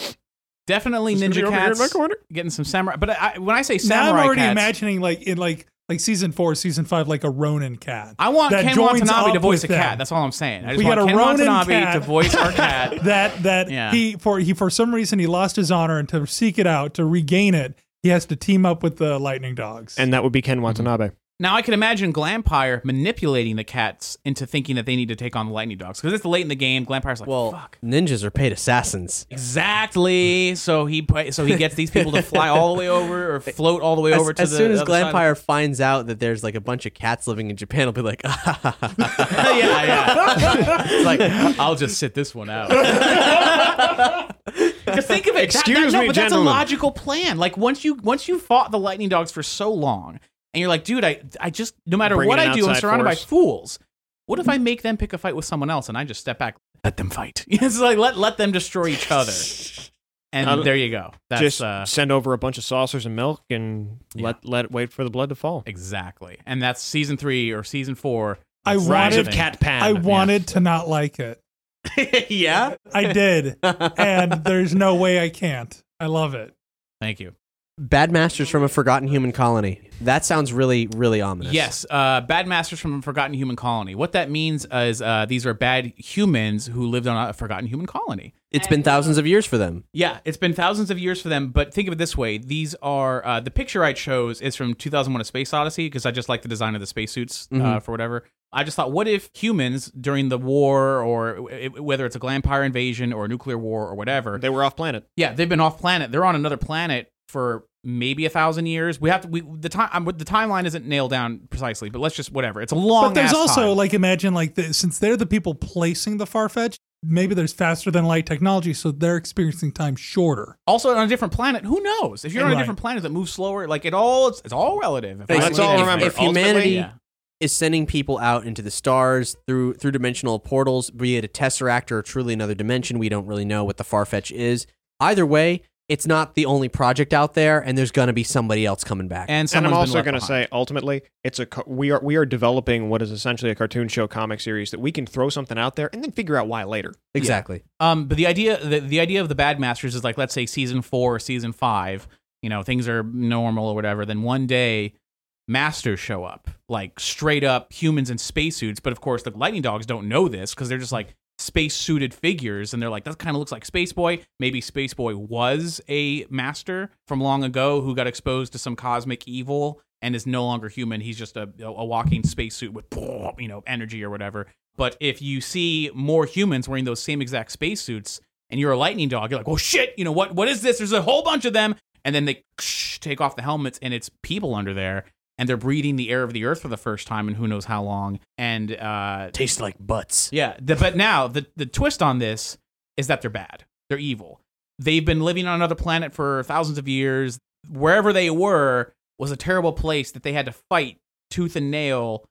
S3: definitely
S7: Just gonna be
S3: ninja
S7: over here in
S3: cats
S7: my corner.
S3: getting some samurai. But I, when I say
S4: now
S3: samurai
S4: I'm already
S3: cats,
S4: imagining like in like like season four, season five, like a Ronin cat.
S3: I want
S4: that
S3: Ken
S4: joins
S3: Watanabe
S4: up
S3: to voice
S4: with
S3: a cat.
S4: them.
S3: That's all I'm saying. I just
S4: We
S3: want
S4: got a
S3: Ken
S4: Ronin
S3: Watanabe
S4: cat.
S3: to voice our cat.
S4: that that
S3: Yeah.
S4: he for he for some reason he lost his honor and to seek it out to regain it he has to team up with the lightning dogs
S7: and that would be
S2: Mhm.
S7: Ken Watanabe.
S3: Now I can imagine Glampire manipulating the cats into thinking that they need to take on the lightning dogs because it's late in the game. Glampire's like,
S2: Well,
S3: fuck.
S2: ninjas are paid assassins.
S3: Exactly. So he pla- so he gets these people to fly all the way over or float all the way
S2: As-
S3: over to
S2: as
S3: the
S2: soon as
S3: other side of the-
S2: Glampire finds out that there's like a bunch of cats living in Japan, he'll be like,
S3: yeah, yeah. It's like I'll just sit this one out. Because think of it.
S7: Excuse
S3: that, that, no,
S7: me, gentlemen.
S3: but that's a logical plan. Like once you once you fought the lightning dogs for so long, and you're like, dude, I I just no matter
S7: Bring
S3: what
S7: in
S3: I
S7: an
S3: do, I'm
S7: outside
S3: surrounded
S7: force. Mm-hmm.
S3: by fools. What if I make them pick a fight with someone else, and I just step back, let them fight? it's like let let them destroy each other. And
S7: I'll-
S3: there you go. That's
S7: just
S3: uh,
S7: send over a bunch of saucers and milk and
S3: Yeah.
S7: let let wait for the blood to fall.
S3: Exactly. And that's season three or season four.
S4: I
S3: Rise
S4: wanted-
S3: of
S7: Cat Pan.
S4: i wanted to not like it
S2: "Yeah,
S4: i did and there's no way i can't i love it
S3: Thank you.
S2: Bad Masters from a Forgotten Human Colony." That sounds really, really ominous.
S3: Yes, uh, bad masters from a forgotten human colony. What that means is uh, these are bad humans who lived on a forgotten human colony.
S2: it's been thousands of years for them.
S3: Yeah, it's been thousands of years for them, but think of it this way: these are uh, the picture I chose is from 2001: A Space Odyssey because I just like the design of the spacesuits uh,
S2: Mhm.
S3: for whatever. I just thought, what if humans during the war, or w- w- whether it's a glampire invasion or a nuclear war or whatever,
S7: They were off planet.
S3: Yeah, they've been off planet. They're on another planet for maybe a thousand years. We have to. We the time. I'm, the timeline isn't nailed down precisely, but let's just whatever. It's a long.
S4: but there's
S3: ass
S4: also
S3: time.
S4: like imagine like the, since they're the people placing the farfetch maybe there's faster than light technology so they're experiencing time shorter
S3: also on a different planet. Who knows? If you're on a
S4: Right.
S3: different planet that moves slower, like it all. It's, it's all relative. If
S2: Thanks.
S3: I
S7: Let's
S3: look
S7: all
S3: at it-
S7: remember,
S2: if humanity-
S3: yeah.
S2: Is sending people out into the stars through through dimensional portals, be it a tesseract or truly another dimension. We don't really know what the far fetch is. Either way, it's not the only project out there, and there's going to be somebody else coming back.
S3: And,
S7: And I'm
S3: someone's
S7: also
S3: been left
S7: going to
S3: behind.
S7: say, ultimately, it's a ca- we are we are developing what is essentially a cartoon show comic series that we can throw something out there and then figure out why later.
S2: exactly.
S3: Um, but the idea the, the idea of the Bad Masters is like let's say season four or season five, you know, things are normal or whatever. Then one day, masters show up, like straight up humans in spacesuits. But of course, the Lightning Dogs don't know this because they're just like spacesuited figures, and they're like that kind of looks like Space Boy. Maybe Space Boy was a master from long ago who got exposed to some cosmic evil and is no longer human. He's just a a walking spacesuit with you know energy or whatever. But if you see more humans wearing those same exact spacesuits and you're a lightning dog, you're like, well, shit, you know, what? what is this? There's a whole bunch of them. And then they take off the helmets and it's people under there. And they're breathing the air of the earth for the first time in who knows how long. And uh,
S2: Tastes like butts.
S3: yeah, the, but now the, the twist on this is that they're bad. They're evil. They've been living on another planet for thousands of years. Wherever they were was a terrible place that they had to fight tooth and nail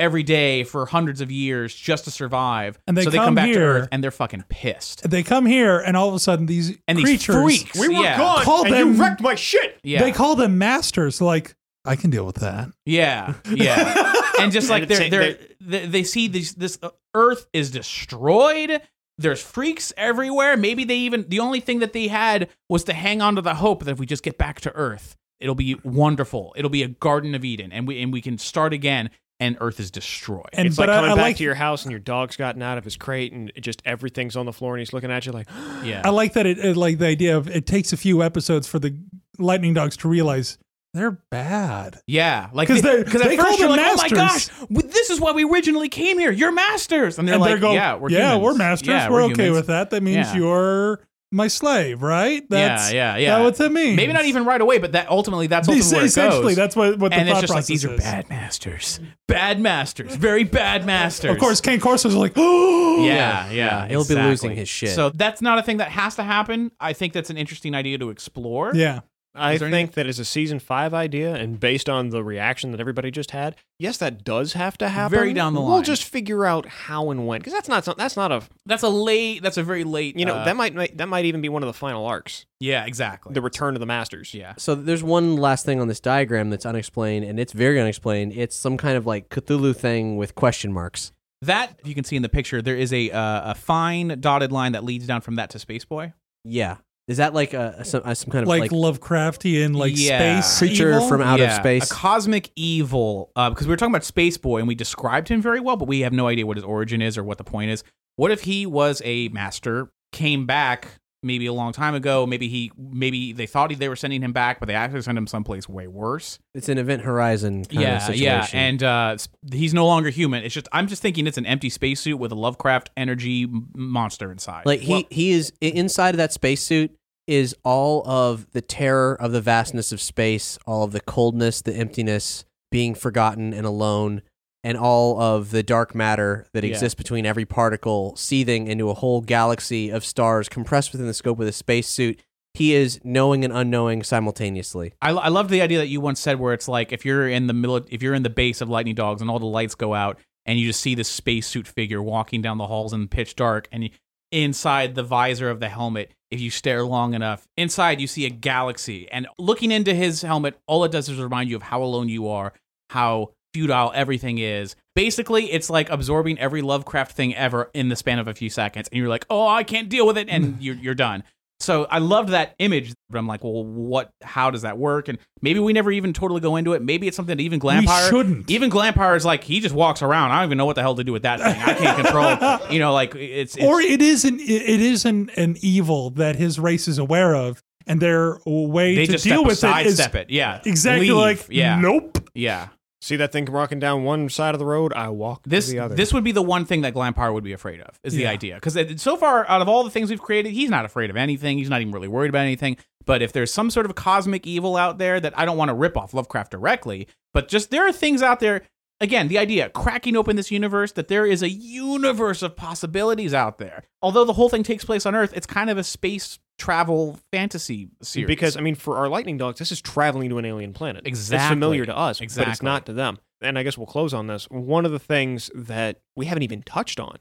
S3: every day for hundreds of years just to survive.
S4: And they
S3: so they come
S4: come
S3: back to
S4: here-
S3: Earth and they're fucking pissed.
S4: They come here, and all of a sudden, these
S3: And these
S4: creatures
S3: freaks.
S7: We were
S3: yeah.
S7: gone,
S4: Call
S7: and
S4: them-
S7: you wrecked my shit.
S3: Yeah.
S4: They call them masters. Like, I can deal with that.
S3: Yeah, yeah, and just like
S7: And it's
S3: they're,
S7: a-
S3: they're they they see these this uh, Earth is destroyed. There's freaks everywhere. Maybe they even the only thing that they had was to hang on to the hope that if we just get back to Earth, it'll be wonderful. It'll be a Garden of Eden, and we and we can start again. And Earth is destroyed.
S4: And
S7: it's
S4: but
S7: like coming
S4: I, I
S7: back
S4: like
S7: to your house and your dog's gotten out of his crate and it just everything's on the floor and he's looking at you like,
S3: yeah,
S4: I like that it, it like the idea of it takes a few episodes for the lightning dogs to realize they're bad.
S3: yeah, like
S4: 'Cause
S3: they-
S4: they-
S3: at
S4: they
S3: first
S4: call
S3: you're
S4: them
S3: like, oh my gosh,
S4: masters."
S3: w- this is why we originally came here. You're masters, and they're
S4: and
S3: like,
S4: they're going,
S3: yeah, we're
S4: yeah,
S3: humans.
S4: we're masters.
S3: Yeah,
S4: we're, okay
S3: humans."
S4: with that. That means
S3: Yeah.
S4: you're my slave, right? That's,
S3: yeah, yeah.
S4: That's what that means.
S3: Maybe not even right away, but that ultimately that's ultimately
S4: These-
S3: where it
S4: essentially,
S3: goes.
S4: that's what what the
S3: and it's
S4: thought
S3: just like
S4: process
S3: these are
S4: is.
S3: bad masters, bad masters, very bad masters.
S4: Of course, Ken Corso's like, oh,
S3: yeah, yeah,
S2: He'll be
S3: exactly.
S2: losing his shit.
S3: So that's not a thing that has to happen. I think that's an interesting idea to explore.
S4: yeah.
S7: I
S3: Is there
S7: think that is a season five idea, and based on the reaction that everybody just had, yes, that does have to happen.
S3: Very down the
S7: We'll
S3: line.
S7: just figure out how and when, because that's not some, that's not a
S3: that's a late. That's a very late.
S7: you know
S3: uh,
S7: that might make- that might even be one of the final arcs,
S3: yeah, exactly.
S7: the return of the masters.
S3: yeah,
S2: So there's one last thing on this diagram that's unexplained, and it's very unexplained. It's some kind of like Cthulhu thing with question marks.
S3: that you can see in the picture. There is a uh, a fine dotted line that leads down from that to Space Boy.
S2: Yeah, is that like a, a- some, uh, some kind of
S4: Like,
S2: like,
S4: Lovecraftian, like
S3: Yeah.
S4: space
S2: creature
S4: evil?
S2: from out of space?
S3: a cosmic evil. uh, Because we were talking about Space Boy and we described him very well, but we have no idea what his origin is or what the point is. What if he was a master, came back maybe a long time ago? Maybe he, maybe they thought they were sending him back, but they actually sent him someplace way worse.
S2: it's an Event Horizon kind of situation.
S3: yeah. And uh, s- he's no longer human. It's just I'm just thinking it's an empty spacesuit with a Lovecraft energy m- monster inside.
S2: like he he is i- inside of that spacesuit is all of the terror of the vastness of space, all of the coldness, the emptiness, being forgotten and alone, and all of the dark matter that
S3: Yeah.
S2: exists between every particle, seething into a whole galaxy of stars compressed within the scope of the spacesuit. He is knowing and unknowing simultaneously.
S3: I, I love the idea that you once said where it's like if you're in the middle if you're in the base of lightning dogs and all the lights go out and you just see this spacesuit figure walking down the halls in pitch dark and you- inside the visor of the helmet if you stare long enough inside you see a galaxy and looking into his helmet all it does is remind you of how alone you are how futile everything is basically it's like absorbing every lovecraft thing ever in the span of a few seconds and you're like oh i can't deal with it and you're, you're done so I loved that image, but I'm like, well, what? How does that work? And maybe we never even totally go into it. Maybe it's something that even Glampire
S4: shouldn't.
S3: Even Glampire is like, he just walks around. I don't even know what the hell to do with that thing. I can't control. you know, like it's, it's
S4: or it is an it is an, an evil that his race is aware of, and their way
S3: they
S4: to
S3: just
S4: deal
S3: step
S4: with it is
S3: sidestep it. Yeah,
S4: exactly
S3: Leave.
S4: like
S3: yeah,
S4: nope.
S3: yeah.
S7: See that thing walking down one side of the road? I walk
S3: This
S7: to the other.
S3: this would be the one thing that Glampire would be afraid of is the
S4: Yeah.
S3: idea because so far out of all the things we've created, he's not afraid of anything. He's not even really worried about anything. But if there's some sort of cosmic evil out there that I don't want to rip off Lovecraft directly, but just there are things out there. Again, the idea cracking open this universe that there is a universe of possibilities out there. Although the whole thing takes place on Earth, it's kind of a space travel fantasy series
S7: because I mean, for our lightning dogs, this is traveling to an alien planet. it's
S3: Exactly.
S7: familiar to us, but it's
S3: Exactly.
S7: not to them. And I guess we'll close on this. One of the things that we haven't even touched on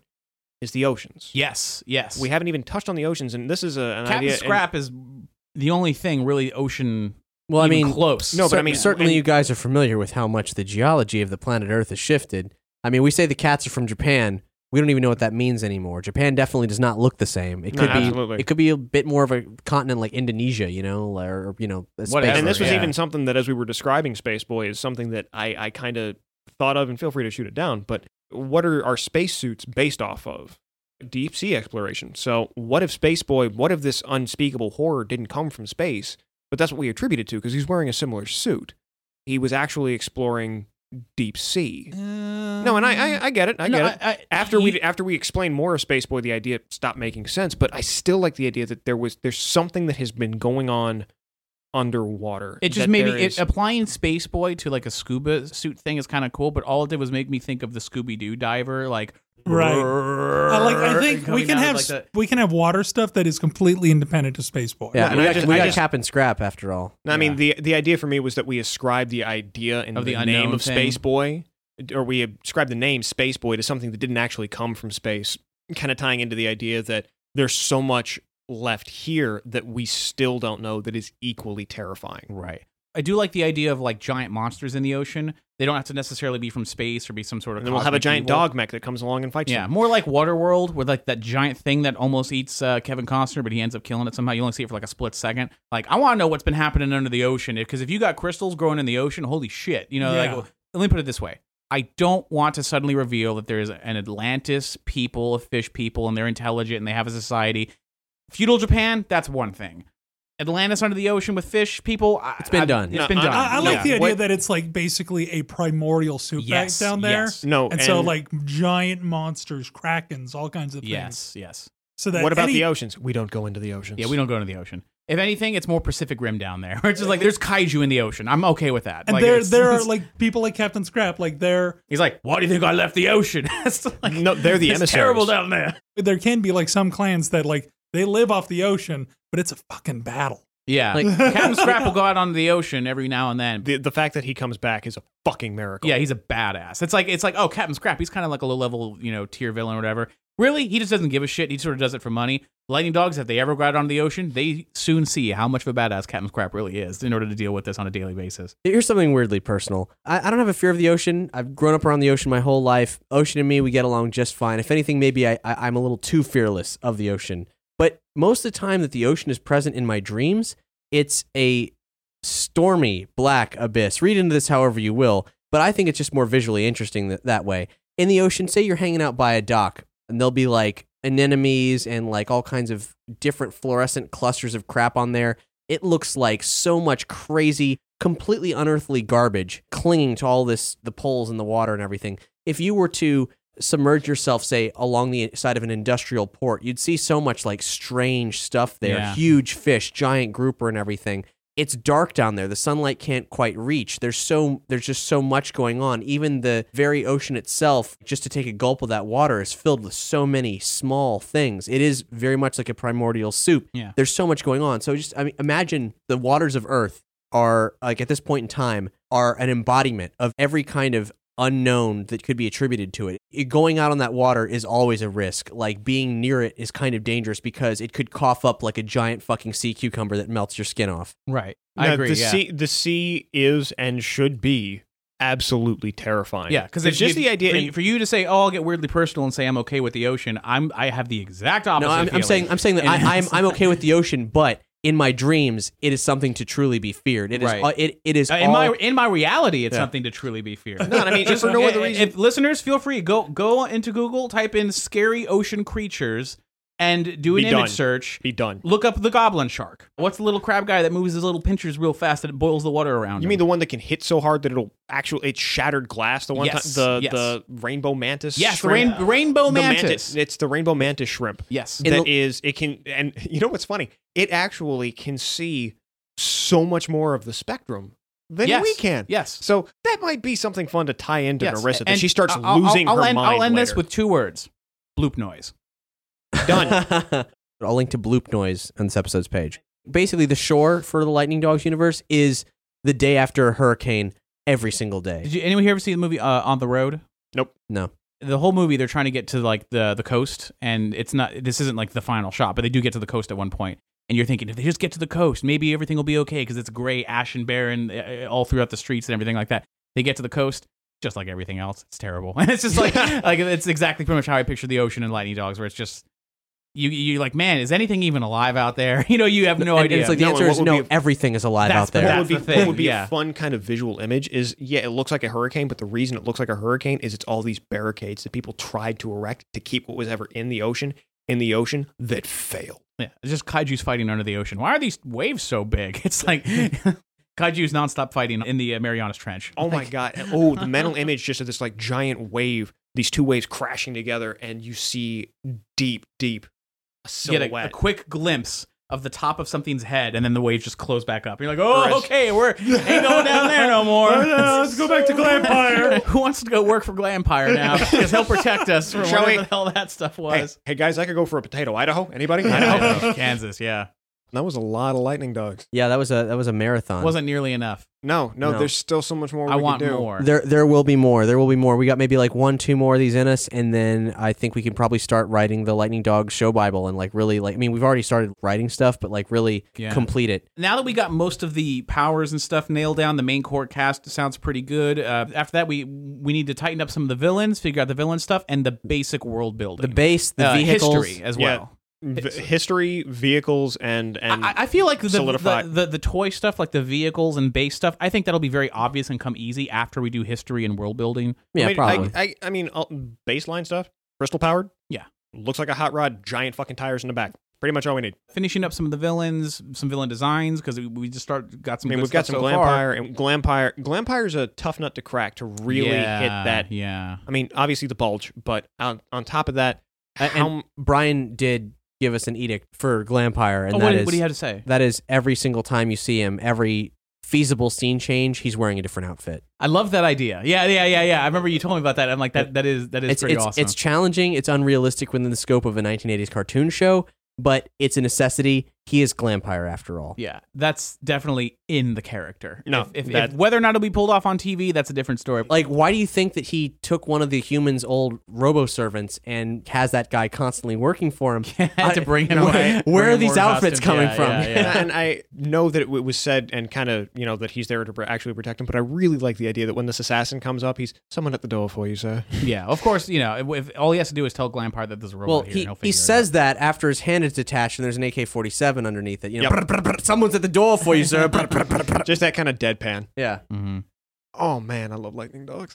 S7: is the oceans.
S3: yes, yes,
S7: We haven't even touched on the oceans, and this is a, an
S3: Captain
S7: idea. and-
S3: Scrap is the only thing really ocean.
S2: Well, I
S3: even
S2: mean,
S3: close.
S1: No, but
S2: Cer-
S1: I mean-
S2: certainly
S1: and-
S2: you guys are familiar with how much the geology of the planet Earth has shifted. I mean, we say the cats are from Japan. We don't even know what that means anymore. Japan definitely does not look the same. It
S1: No,
S2: could be,
S1: absolutely.
S2: it could be a bit more of a continent like Indonesia, you know, or you know, a space-
S3: Whatever,
S1: and this was
S3: yeah.
S1: even something that, as we were describing Space Boy, is something that I, I kind of thought of, and feel free to shoot it down. But what are our spacesuits based off of? Deep sea exploration. So, what if Space Boy, what if this unspeakable horror didn't come from space? But that's what we attribute it to because he's wearing a similar suit. He was actually exploring deep sea. No, and I, I, I get it. I
S3: No,
S1: get it.
S3: I- I-
S1: after
S3: you-
S1: we after we explain more of Space Boy, the idea stopped making sense. But I still like the idea that there was there's something that has been going on underwater.
S3: It just
S1: that
S3: maybe
S1: there
S3: it,
S1: is-
S3: applying Space Boy to like a scuba suit thing is kind of cool, but all it did was make me think of the Scooby Doo diver, like
S4: Right. I like. I
S3: and
S4: think we
S3: coming
S4: can
S3: out
S4: have
S3: like
S4: s-
S3: that.
S4: we can have water stuff that is completely independent of space boy.
S2: Yeah,
S1: No,
S2: we
S1: and I
S2: got,
S1: just-
S2: we
S1: I
S2: got
S1: just-
S2: cap and scrap after all.
S1: I mean the the idea for me was that we ascribed the idea and
S3: Of the
S1: the,
S3: unknown
S1: name of
S3: thing.
S1: Space Boy, or we ascribed the name Space Boy to something that didn't actually come from space, kind of tying into the idea that there's so much left here that we still don't know that is equally terrifying.
S3: Right. I do like the idea of like giant monsters in the ocean. They don't have to necessarily be from space or be some sort of.
S1: And then we'll have a
S3: cosmic
S1: giant
S3: evil.
S1: dog mech that comes along and fights
S3: Yeah,
S1: them.
S3: more like Waterworld, with like that giant thing that almost eats uh, Kevin Costner, but he ends up killing it somehow. You only see it for like a split second. Like, I want to know what's been happening under the ocean because if you got crystals growing in the ocean, holy shit! You know,
S4: Yeah.
S3: like let me put it this way: I don't want to suddenly reveal that there is an Atlantis people, a fish people, and they're intelligent and they have a society. Feudal Japan, that's one thing. Atlantis under the ocean with fish people. I,
S2: It's been
S3: I-
S2: done.
S3: It's
S1: No,
S3: been
S1: I-
S3: done.
S4: I, I like
S1: Yeah.
S4: the idea
S1: What-
S4: that it's like basically a primordial soup
S3: Yes,
S4: down there.
S3: yes.
S1: No,
S4: And, so like giant monsters, krakens, all kinds of things.
S3: Yes, yes.
S4: So that
S1: what about
S4: any-
S1: the oceans? We don't go into the oceans.
S3: Yeah, we don't go into the ocean. If anything, it's more Pacific Rim down there. It's just like there's kaiju in the ocean. I'm okay with that.
S4: And
S3: like,
S4: there
S3: it's-
S4: there are like people like Captain Scrap, like there
S3: he's like, why do you think I left the ocean? It's like,
S1: No, they're the
S3: it's
S1: emissaries.
S3: terrible down there.
S4: there can be like some clans that like they live off the ocean, but it's a fucking battle.
S3: Yeah,
S2: Like-
S3: Captain Scrap will go out onto the ocean every now and then.
S1: The, the fact that he comes back is a fucking miracle.
S3: Yeah, he's a badass. It's like it's like oh, Captain Scrap. He's kind of like a low level, you know, tier villain or whatever. Really, he just doesn't give a shit. He sort of does it for money. Lightning dogs, if they ever go out onto the ocean, they soon see how much of a badass Captain Scrap really is in order to deal with this on a daily basis.
S2: Here's something weirdly personal. I, I don't have a fear of the ocean. I've grown up around the ocean my whole life. Ocean and me, we get along just fine. If anything, maybe I, I, I'm a little too fearless of the ocean. But most of the time that the ocean is present in my dreams, it's a stormy black abyss. Read into this however you will, but I think it's just more visually interesting that, that way. In the ocean, say you're hanging out by a dock, and there'll be like anemones and like all kinds of different fluorescent clusters of crap on there. It looks like so much crazy, completely unearthly garbage clinging to all this, the poles and the water and everything. If you were to submerge yourself, say, along the side of an industrial port, you'd see so much like strange stuff there
S3: Yeah.
S2: huge fish, giant grouper, and everything it's dark down there. The sunlight can't quite reach. There's so there's just so much going on. Even the very ocean itself, just to take a gulp of that water, is filled with so many small things. It is very much like a primordial soup.
S3: Yeah.
S2: There's so much going on. So just I mean, imagine the waters of Earth are like at this point in time are an embodiment of every kind of unknown that could be attributed to it. It- Going out on that water is always a risk. Like being near it is kind of dangerous because it could cough up like a giant fucking sea cucumber that melts your skin off.
S3: Right, I
S1: Now,
S3: agree.
S1: The
S3: yeah.
S1: sea, the sea is and should be absolutely terrifying.
S3: Yeah, because
S1: it's just the idea.
S3: for,
S1: and-
S3: you- for you to say, "Oh, I'll get weirdly personal and say I'm okay with the ocean," I'm I have the exact opposite.
S2: No, I'm, I'm
S3: feeling.
S2: saying I'm saying that
S3: And
S2: I, I'm
S3: it's-
S2: I'm okay with the ocean, but in my dreams, it is something to truly be feared. It is
S3: Right.
S2: uh, it it is
S3: Uh, in
S2: all-
S3: my in my reality, it's
S1: Yeah.
S3: something to truly be feared.
S1: No, and I mean,
S3: Just
S1: for no
S3: i-
S1: other
S3: i-
S1: reason-
S3: If listeners feel free, go go into Google, type in "scary ocean creatures" and do an
S1: Be
S3: image
S1: done.
S3: search.
S1: be done.
S3: Look up the goblin shark. What's the little crab guy that moves his little pinchers real fast and it boils the water around?
S1: You
S3: him?
S1: mean the one that can hit so hard that it'll actually it's shattered glass? The one
S3: Yes,
S1: time, the
S3: yes.
S1: the rainbow mantis.
S3: yes, the
S1: shrimp?
S3: rain, rainbow
S1: The manti-
S3: mantis.
S1: It's the rainbow mantis shrimp.
S3: yes,
S2: In
S1: That is,
S2: the-
S1: it can, and you know what's funny? It actually can see so much more of the spectrum than
S3: Yes,
S1: we can.
S3: Yes.
S1: So that might be something fun to tie into
S3: Yes,
S1: Narissa that
S3: and
S1: she starts
S3: I'll- I'll-
S1: losing
S3: I'll
S1: her
S3: end,
S1: mind.
S3: I'll end this
S1: later.
S3: with two words: bloop noise.
S2: done. I'll link to bloop noise on this episode's page. Basically, the shore for the Lightning Dogs universe is the day after a hurricane every single day.
S3: Did you, anyone here ever see the movie uh, On the Road?
S2: No,
S3: The whole movie, they're trying to get to like the the coast, and it's not. This isn't like the final shot, but they do get to the coast at one point. and you're thinking if they just get to the coast, maybe everything will be okay because it's gray, ash, and barren uh, all throughout the streets and everything like that. They get to the coast, just like everything else, it's terrible. And it's just like like it's exactly pretty much how I picture the ocean in Lightning Dogs, where it's just you you like man, is anything even alive out there? You know, you have no
S2: And- and
S3: idea.
S2: it's like the
S1: No, and
S2: answer
S1: what
S2: is
S1: would
S2: no.
S1: be-
S2: Everything is alive
S3: That's
S2: out there.
S1: What
S3: That's
S1: would be,
S3: the thing,
S1: what would be
S3: yeah.
S1: a fun kind of visual image is yeah, it looks like a hurricane, but the reason it looks like a hurricane is it's all these barricades that people tried to erect to keep what was ever in the ocean in the ocean that failed.
S3: Yeah, it's just kaiju's fighting under the ocean. Why are these waves so big? It's like kaiju's nonstop fighting in the uh, Marianas Trench.
S1: Oh my god! And, Oh, the mental image just of this like giant wave, these two waves crashing together, and you see deep, deep
S3: You
S1: silhouette.
S3: get a, a quick glimpse of the top of something's head, and then the waves just close back up. You're like, oh,
S1: Right.
S3: okay, we're ain't going down there no more.
S4: let's go back to Glampire.
S3: Who wants to go work for Glampire now? Because he'll protect us from
S1: Shall
S3: whatever
S1: we-
S3: the hell that stuff
S1: hey,
S3: was.
S1: hey guys, I could go for a potato. Idaho? Anybody? Idaho.
S3: Kansas, yeah,
S1: that was a lot of lightning dogs.
S2: Yeah, that was a that was a marathon.
S3: wasn't nearly enough.
S1: No, no,
S2: No.
S1: there's still so much more.
S3: I
S1: we could
S3: want
S1: do.
S3: more.
S2: There there will be more. There will be more. We got maybe like one, two more of these in us, and then I think we can probably start writing the Lightning Dog Show Bible and like really like I mean we've already started writing stuff, but like really
S3: Yeah.
S2: complete it.
S3: now that we got most of the powers and stuff nailed down, the main core cast sounds pretty good. Uh, after that, we we need to tighten up some of the villains, figure out the villain stuff, and the basic world building,
S2: The base, the
S3: Uh,
S2: vehicles.
S3: history as
S1: Yeah.
S3: well.
S1: V- history, vehicles, and and
S3: I, I feel like the, the,
S1: solidify-
S3: the the toy stuff, like the vehicles and base stuff, I think that'll be very obvious and come easy after we do history and world building.
S2: Yeah,
S1: I mean,
S2: probably.
S1: I, I, I mean, all- baseline stuff, crystal powered.
S3: Yeah.
S1: looks like a hot rod, giant fucking tires in the back. Pretty much all we need.
S3: Finishing up some of the villains, some villain designs, because we, we just start got
S1: I
S3: some.
S1: mean,
S3: good
S1: we've got some
S3: stuff so far.
S1: glampire and glampire. Glampire's a tough nut to crack to really
S3: Yeah,
S1: hit that.
S3: Yeah,
S1: I mean, obviously the bulge, but on on top of that,
S2: A-
S1: how
S2: and
S1: m-
S2: Brian did give us an edict for Glampire, and
S3: oh,
S2: that
S3: what,
S2: is
S3: what do you have to say?
S2: that is every single time you see him, every feasible scene change, he's wearing a different outfit.
S3: I love that idea. Yeah, yeah, yeah, yeah. I remember you told me about that. I'm like, that that is that is
S2: It's
S3: pretty
S2: it's,
S3: awesome.
S2: it's challenging. It's unrealistic within the scope of a 1980s cartoon show, but it's a necessity. He is Glampire after all.
S3: Yeah, that's definitely in the character.
S1: No,
S3: if, if, if
S1: that-
S3: whether or not it'll be pulled off on TV, that's a different story.
S2: Like, why do you think that he took one of the humans' old robo servants and has that guy constantly working for him?
S3: Had to bring him
S2: Where,
S3: away.
S2: where
S3: Bring
S2: are
S3: him
S2: these
S3: more
S2: outfits coming
S3: costumes. Yeah,
S2: from?
S3: yeah, yeah.
S1: and I know that it w- was said and kind of you know that he's there to pr- actually protect him, but I really like the idea that when this assassin comes up, he's someone at the door for you, sir.
S3: yeah, of course. You know, if, if all he has to do is tell Glampire that there's a robot
S2: Well,
S3: here,
S2: he,
S3: and he'll figure
S2: he
S3: it
S2: says that after his hand is detached and there's an AK 47 underneath it. You know,
S1: Yep.
S2: "Brr, brr, brr, someone's at the door for you, sir. Brr, brr, brr, brr."
S1: Just that kind of deadpan.
S2: yeah.
S3: out. Mhm.
S1: Oh man, I love lightning dogs.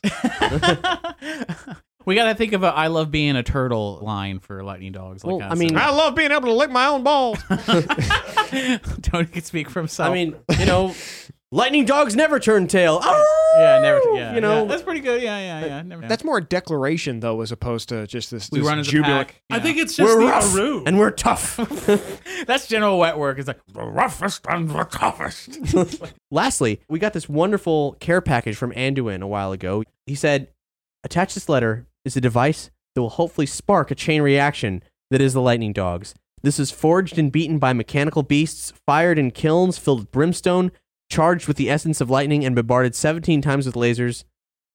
S3: we got to think of a "I love being a turtle" line for Lightning Dogs. Like
S2: Well,
S3: kinda
S2: I mean-
S3: similar.
S1: I love being able to lick my own balls.
S3: Tony can speak for himself.
S2: I mean, you know, lightning dogs never turn tail. Arr!
S3: yeah, never. Yeah,
S2: you know,
S3: yeah. that's pretty good. Yeah, yeah, yeah. Never.
S1: That's more a declaration though, as opposed to just this,
S3: we
S1: this
S3: run as a
S1: jubilant.
S3: pack.
S4: I
S3: yeah.
S4: think it's just
S2: we're
S4: the
S2: rough
S4: Aru.
S2: and we're tough.
S3: that's General Wet Work. It's like the roughest and the toughest.
S2: Lastly, we got this wonderful care package from Anduin a while ago. He said, Attach this letter is a device that will hopefully spark a chain reaction that is the lightning dogs. This is forged and beaten by mechanical beasts, fired in kilns filled with brimstone, charged with the essence of lightning, and bombarded 17 times with lasers.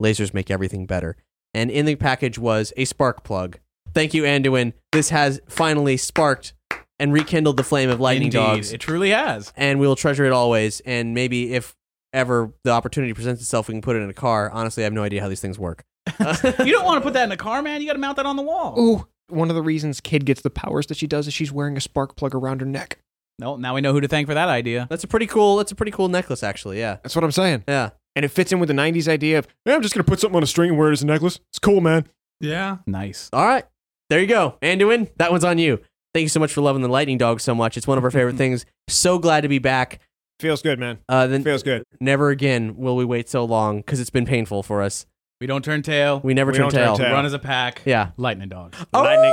S2: Lasers make everything better. And in the package was a spark plug. Thank you, Anduin. This has finally sparked and rekindled the flame of lightning
S3: Indeed,
S2: dogs
S3: It truly has.
S2: and we will treasure it always. And maybe if ever the opportunity presents itself, we can put it in a car. Honestly, I have no idea how these things work.
S3: You don't want to put that in a car, man. You got to mount that on the wall.
S1: Ooh, one of the reasons Kid gets the powers that she does is she's wearing a spark plug around her neck.
S3: No, now we know who to thank for that idea.
S2: That's a pretty cool. That's a pretty cool necklace, actually. Yeah,
S1: That's what I'm saying.
S2: yeah.
S1: And it fits in with the 90s idea of, yeah, I'm just going to put something on a string and wear it as a necklace. It's cool, man.
S4: Yeah.
S3: Nice.
S2: All right, there you go, Anduin. That one's on you. Thank you so much for loving the lightning dog so much. It's one of our favorite things. So glad to be back.
S1: Feels good, man.
S2: Uh, then
S1: Feels good.
S2: never again will we wait so long because it's been painful for us.
S3: We don't turn tail.
S2: We never
S1: We
S2: turn
S1: don't
S2: tail.
S1: turn
S3: We
S1: tail.
S3: run as a pack.
S2: Yeah.
S3: Lightning dog.
S1: Lightning.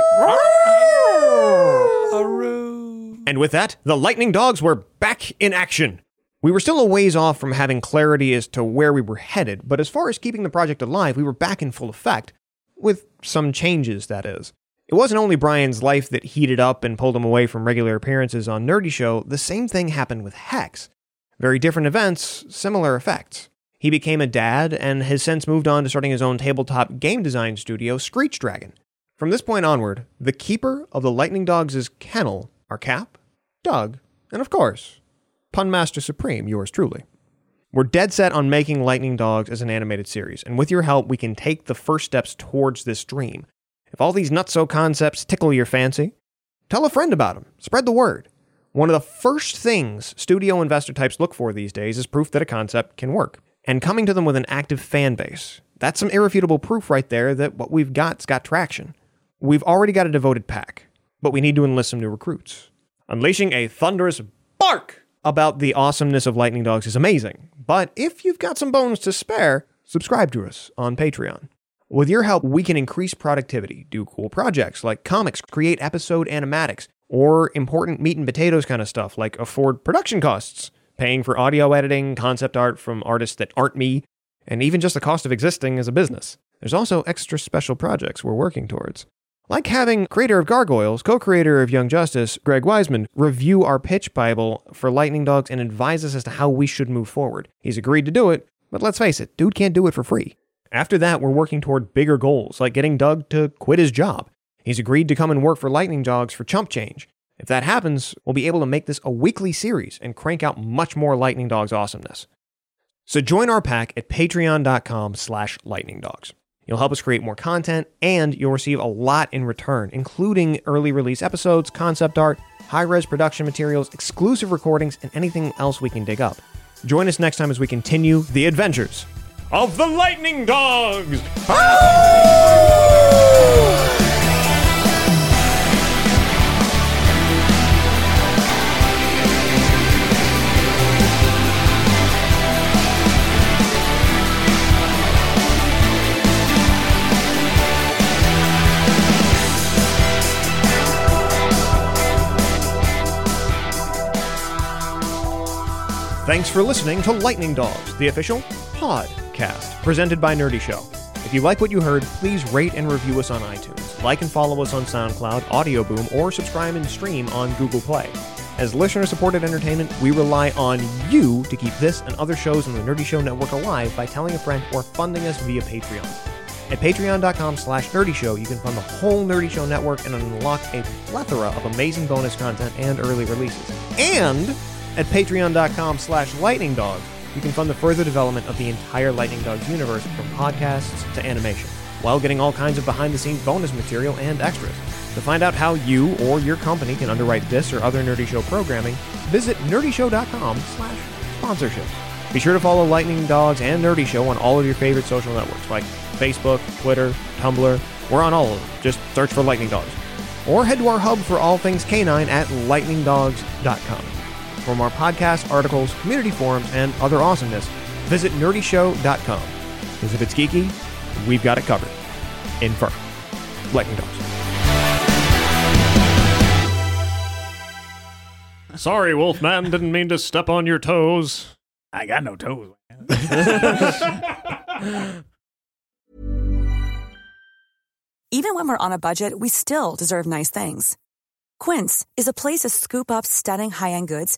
S3: Aru.
S1: And with that, the Lightning Dogs were back in action. We were still a ways off from having clarity as to where we were headed, but as far as keeping the project alive, we were back in full effect, with some changes, that is. It wasn't only Brian's life that heated up and pulled him away from regular appearances on Nerdy Show, the same thing happened with Hex. Very different events, similar effects. He became a dad and has since moved on to starting his own tabletop game design studio, Screech Dragon. From this point onward, the keeper of the Lightning Dogs' kennel are Cap, Doug,
S8: And
S1: of course,
S8: Pun Master Supreme, yours truly.
S1: We're dead set on making Lightning Dogs as an animated series, and with your help, we can take the first steps towards this dream. If all these nutso concepts tickle your fancy, tell a friend about them. Spread the word. One of the first things studio investor types look for these days is proof that a concept can work, and coming to them with an active fan base. That's some irrefutable proof right there that what we've got's got traction. We've already got a devoted pack, but we need to enlist some new recruits. Unleashing a thunderous bark about the awesomeness of Lightning Dogs is amazing, but if you've got some bones to spare, subscribe to us on Patreon. With your help, we can increase productivity, do cool projects like comics, create episode animatics, or important meat and potatoes kind of stuff like afford production costs, paying for audio editing, concept art from artists that aren't me, and even just the cost of existing as a business. There's also extra special projects we're working towards. Like having creator of Gargoyles, co creator of Young Justice, Greg Wiseman, review our pitch Bible for Lightning Dogs and advise us as to how we should move forward. He's agreed to do it, but let's face it, dude can't do it for free. After that, we're working toward bigger goals, like getting Doug to quit his job. He's agreed to come and work for Lightning Dogs for chump change. If that happens, we'll be able to make this a weekly series and crank out much more Lightning Dogs awesomeness. So join our pack at patreon.com slash lightningdogs. You'll help us create more content, and you'll receive a lot in return, including early release episodes, concept art, high res production materials, exclusive recordings, and anything else we can dig up. Join us next time as we continue the adventures of the Lightning Dogs! Thanks for listening to Lightning Dogs, the official podcast presented by Nerdy Show. If you like what you heard, please rate and review us on iTunes, like and follow us on SoundCloud, Audio Boom, or subscribe and stream on Google Play. As listener supported entertainment, we rely on you to keep this and other shows on the Nerdy Show Network alive by telling a friend or funding us via Patreon. At patreon.com slash nerdy show, you can fund the whole Nerdy Show Network and unlock a plethora of amazing bonus content and early releases. And at patreon.com slash lightningdog, you can fund the further development of the entire Lightning Dogs universe from podcasts to animation, while getting all kinds of behind the scenes bonus material and extras. To find out how you or your company can underwrite this or other Nerdy Show programming, visit nerdyshow.com slash sponsorships. Be sure to follow Lightning Dogs and Nerdy Show on all of your favorite social networks like Facebook, Twitter, Tumblr. We're on all of them. Just search for Lightning Dogs. Or head to our hub for all things canine at lightningdogs.com for more podcasts, articles, community forums, and other awesomeness, visit nerdyshow.com. Because if it's geeky, we've got it covered. In fur. Lightning dogs.
S9: Sorry, Wolfman, didn't mean to step on your toes.
S3: I got no toes. man.
S10: Even when we're on a budget, we still deserve nice things. Quince is a place to scoop up stunning high-end goods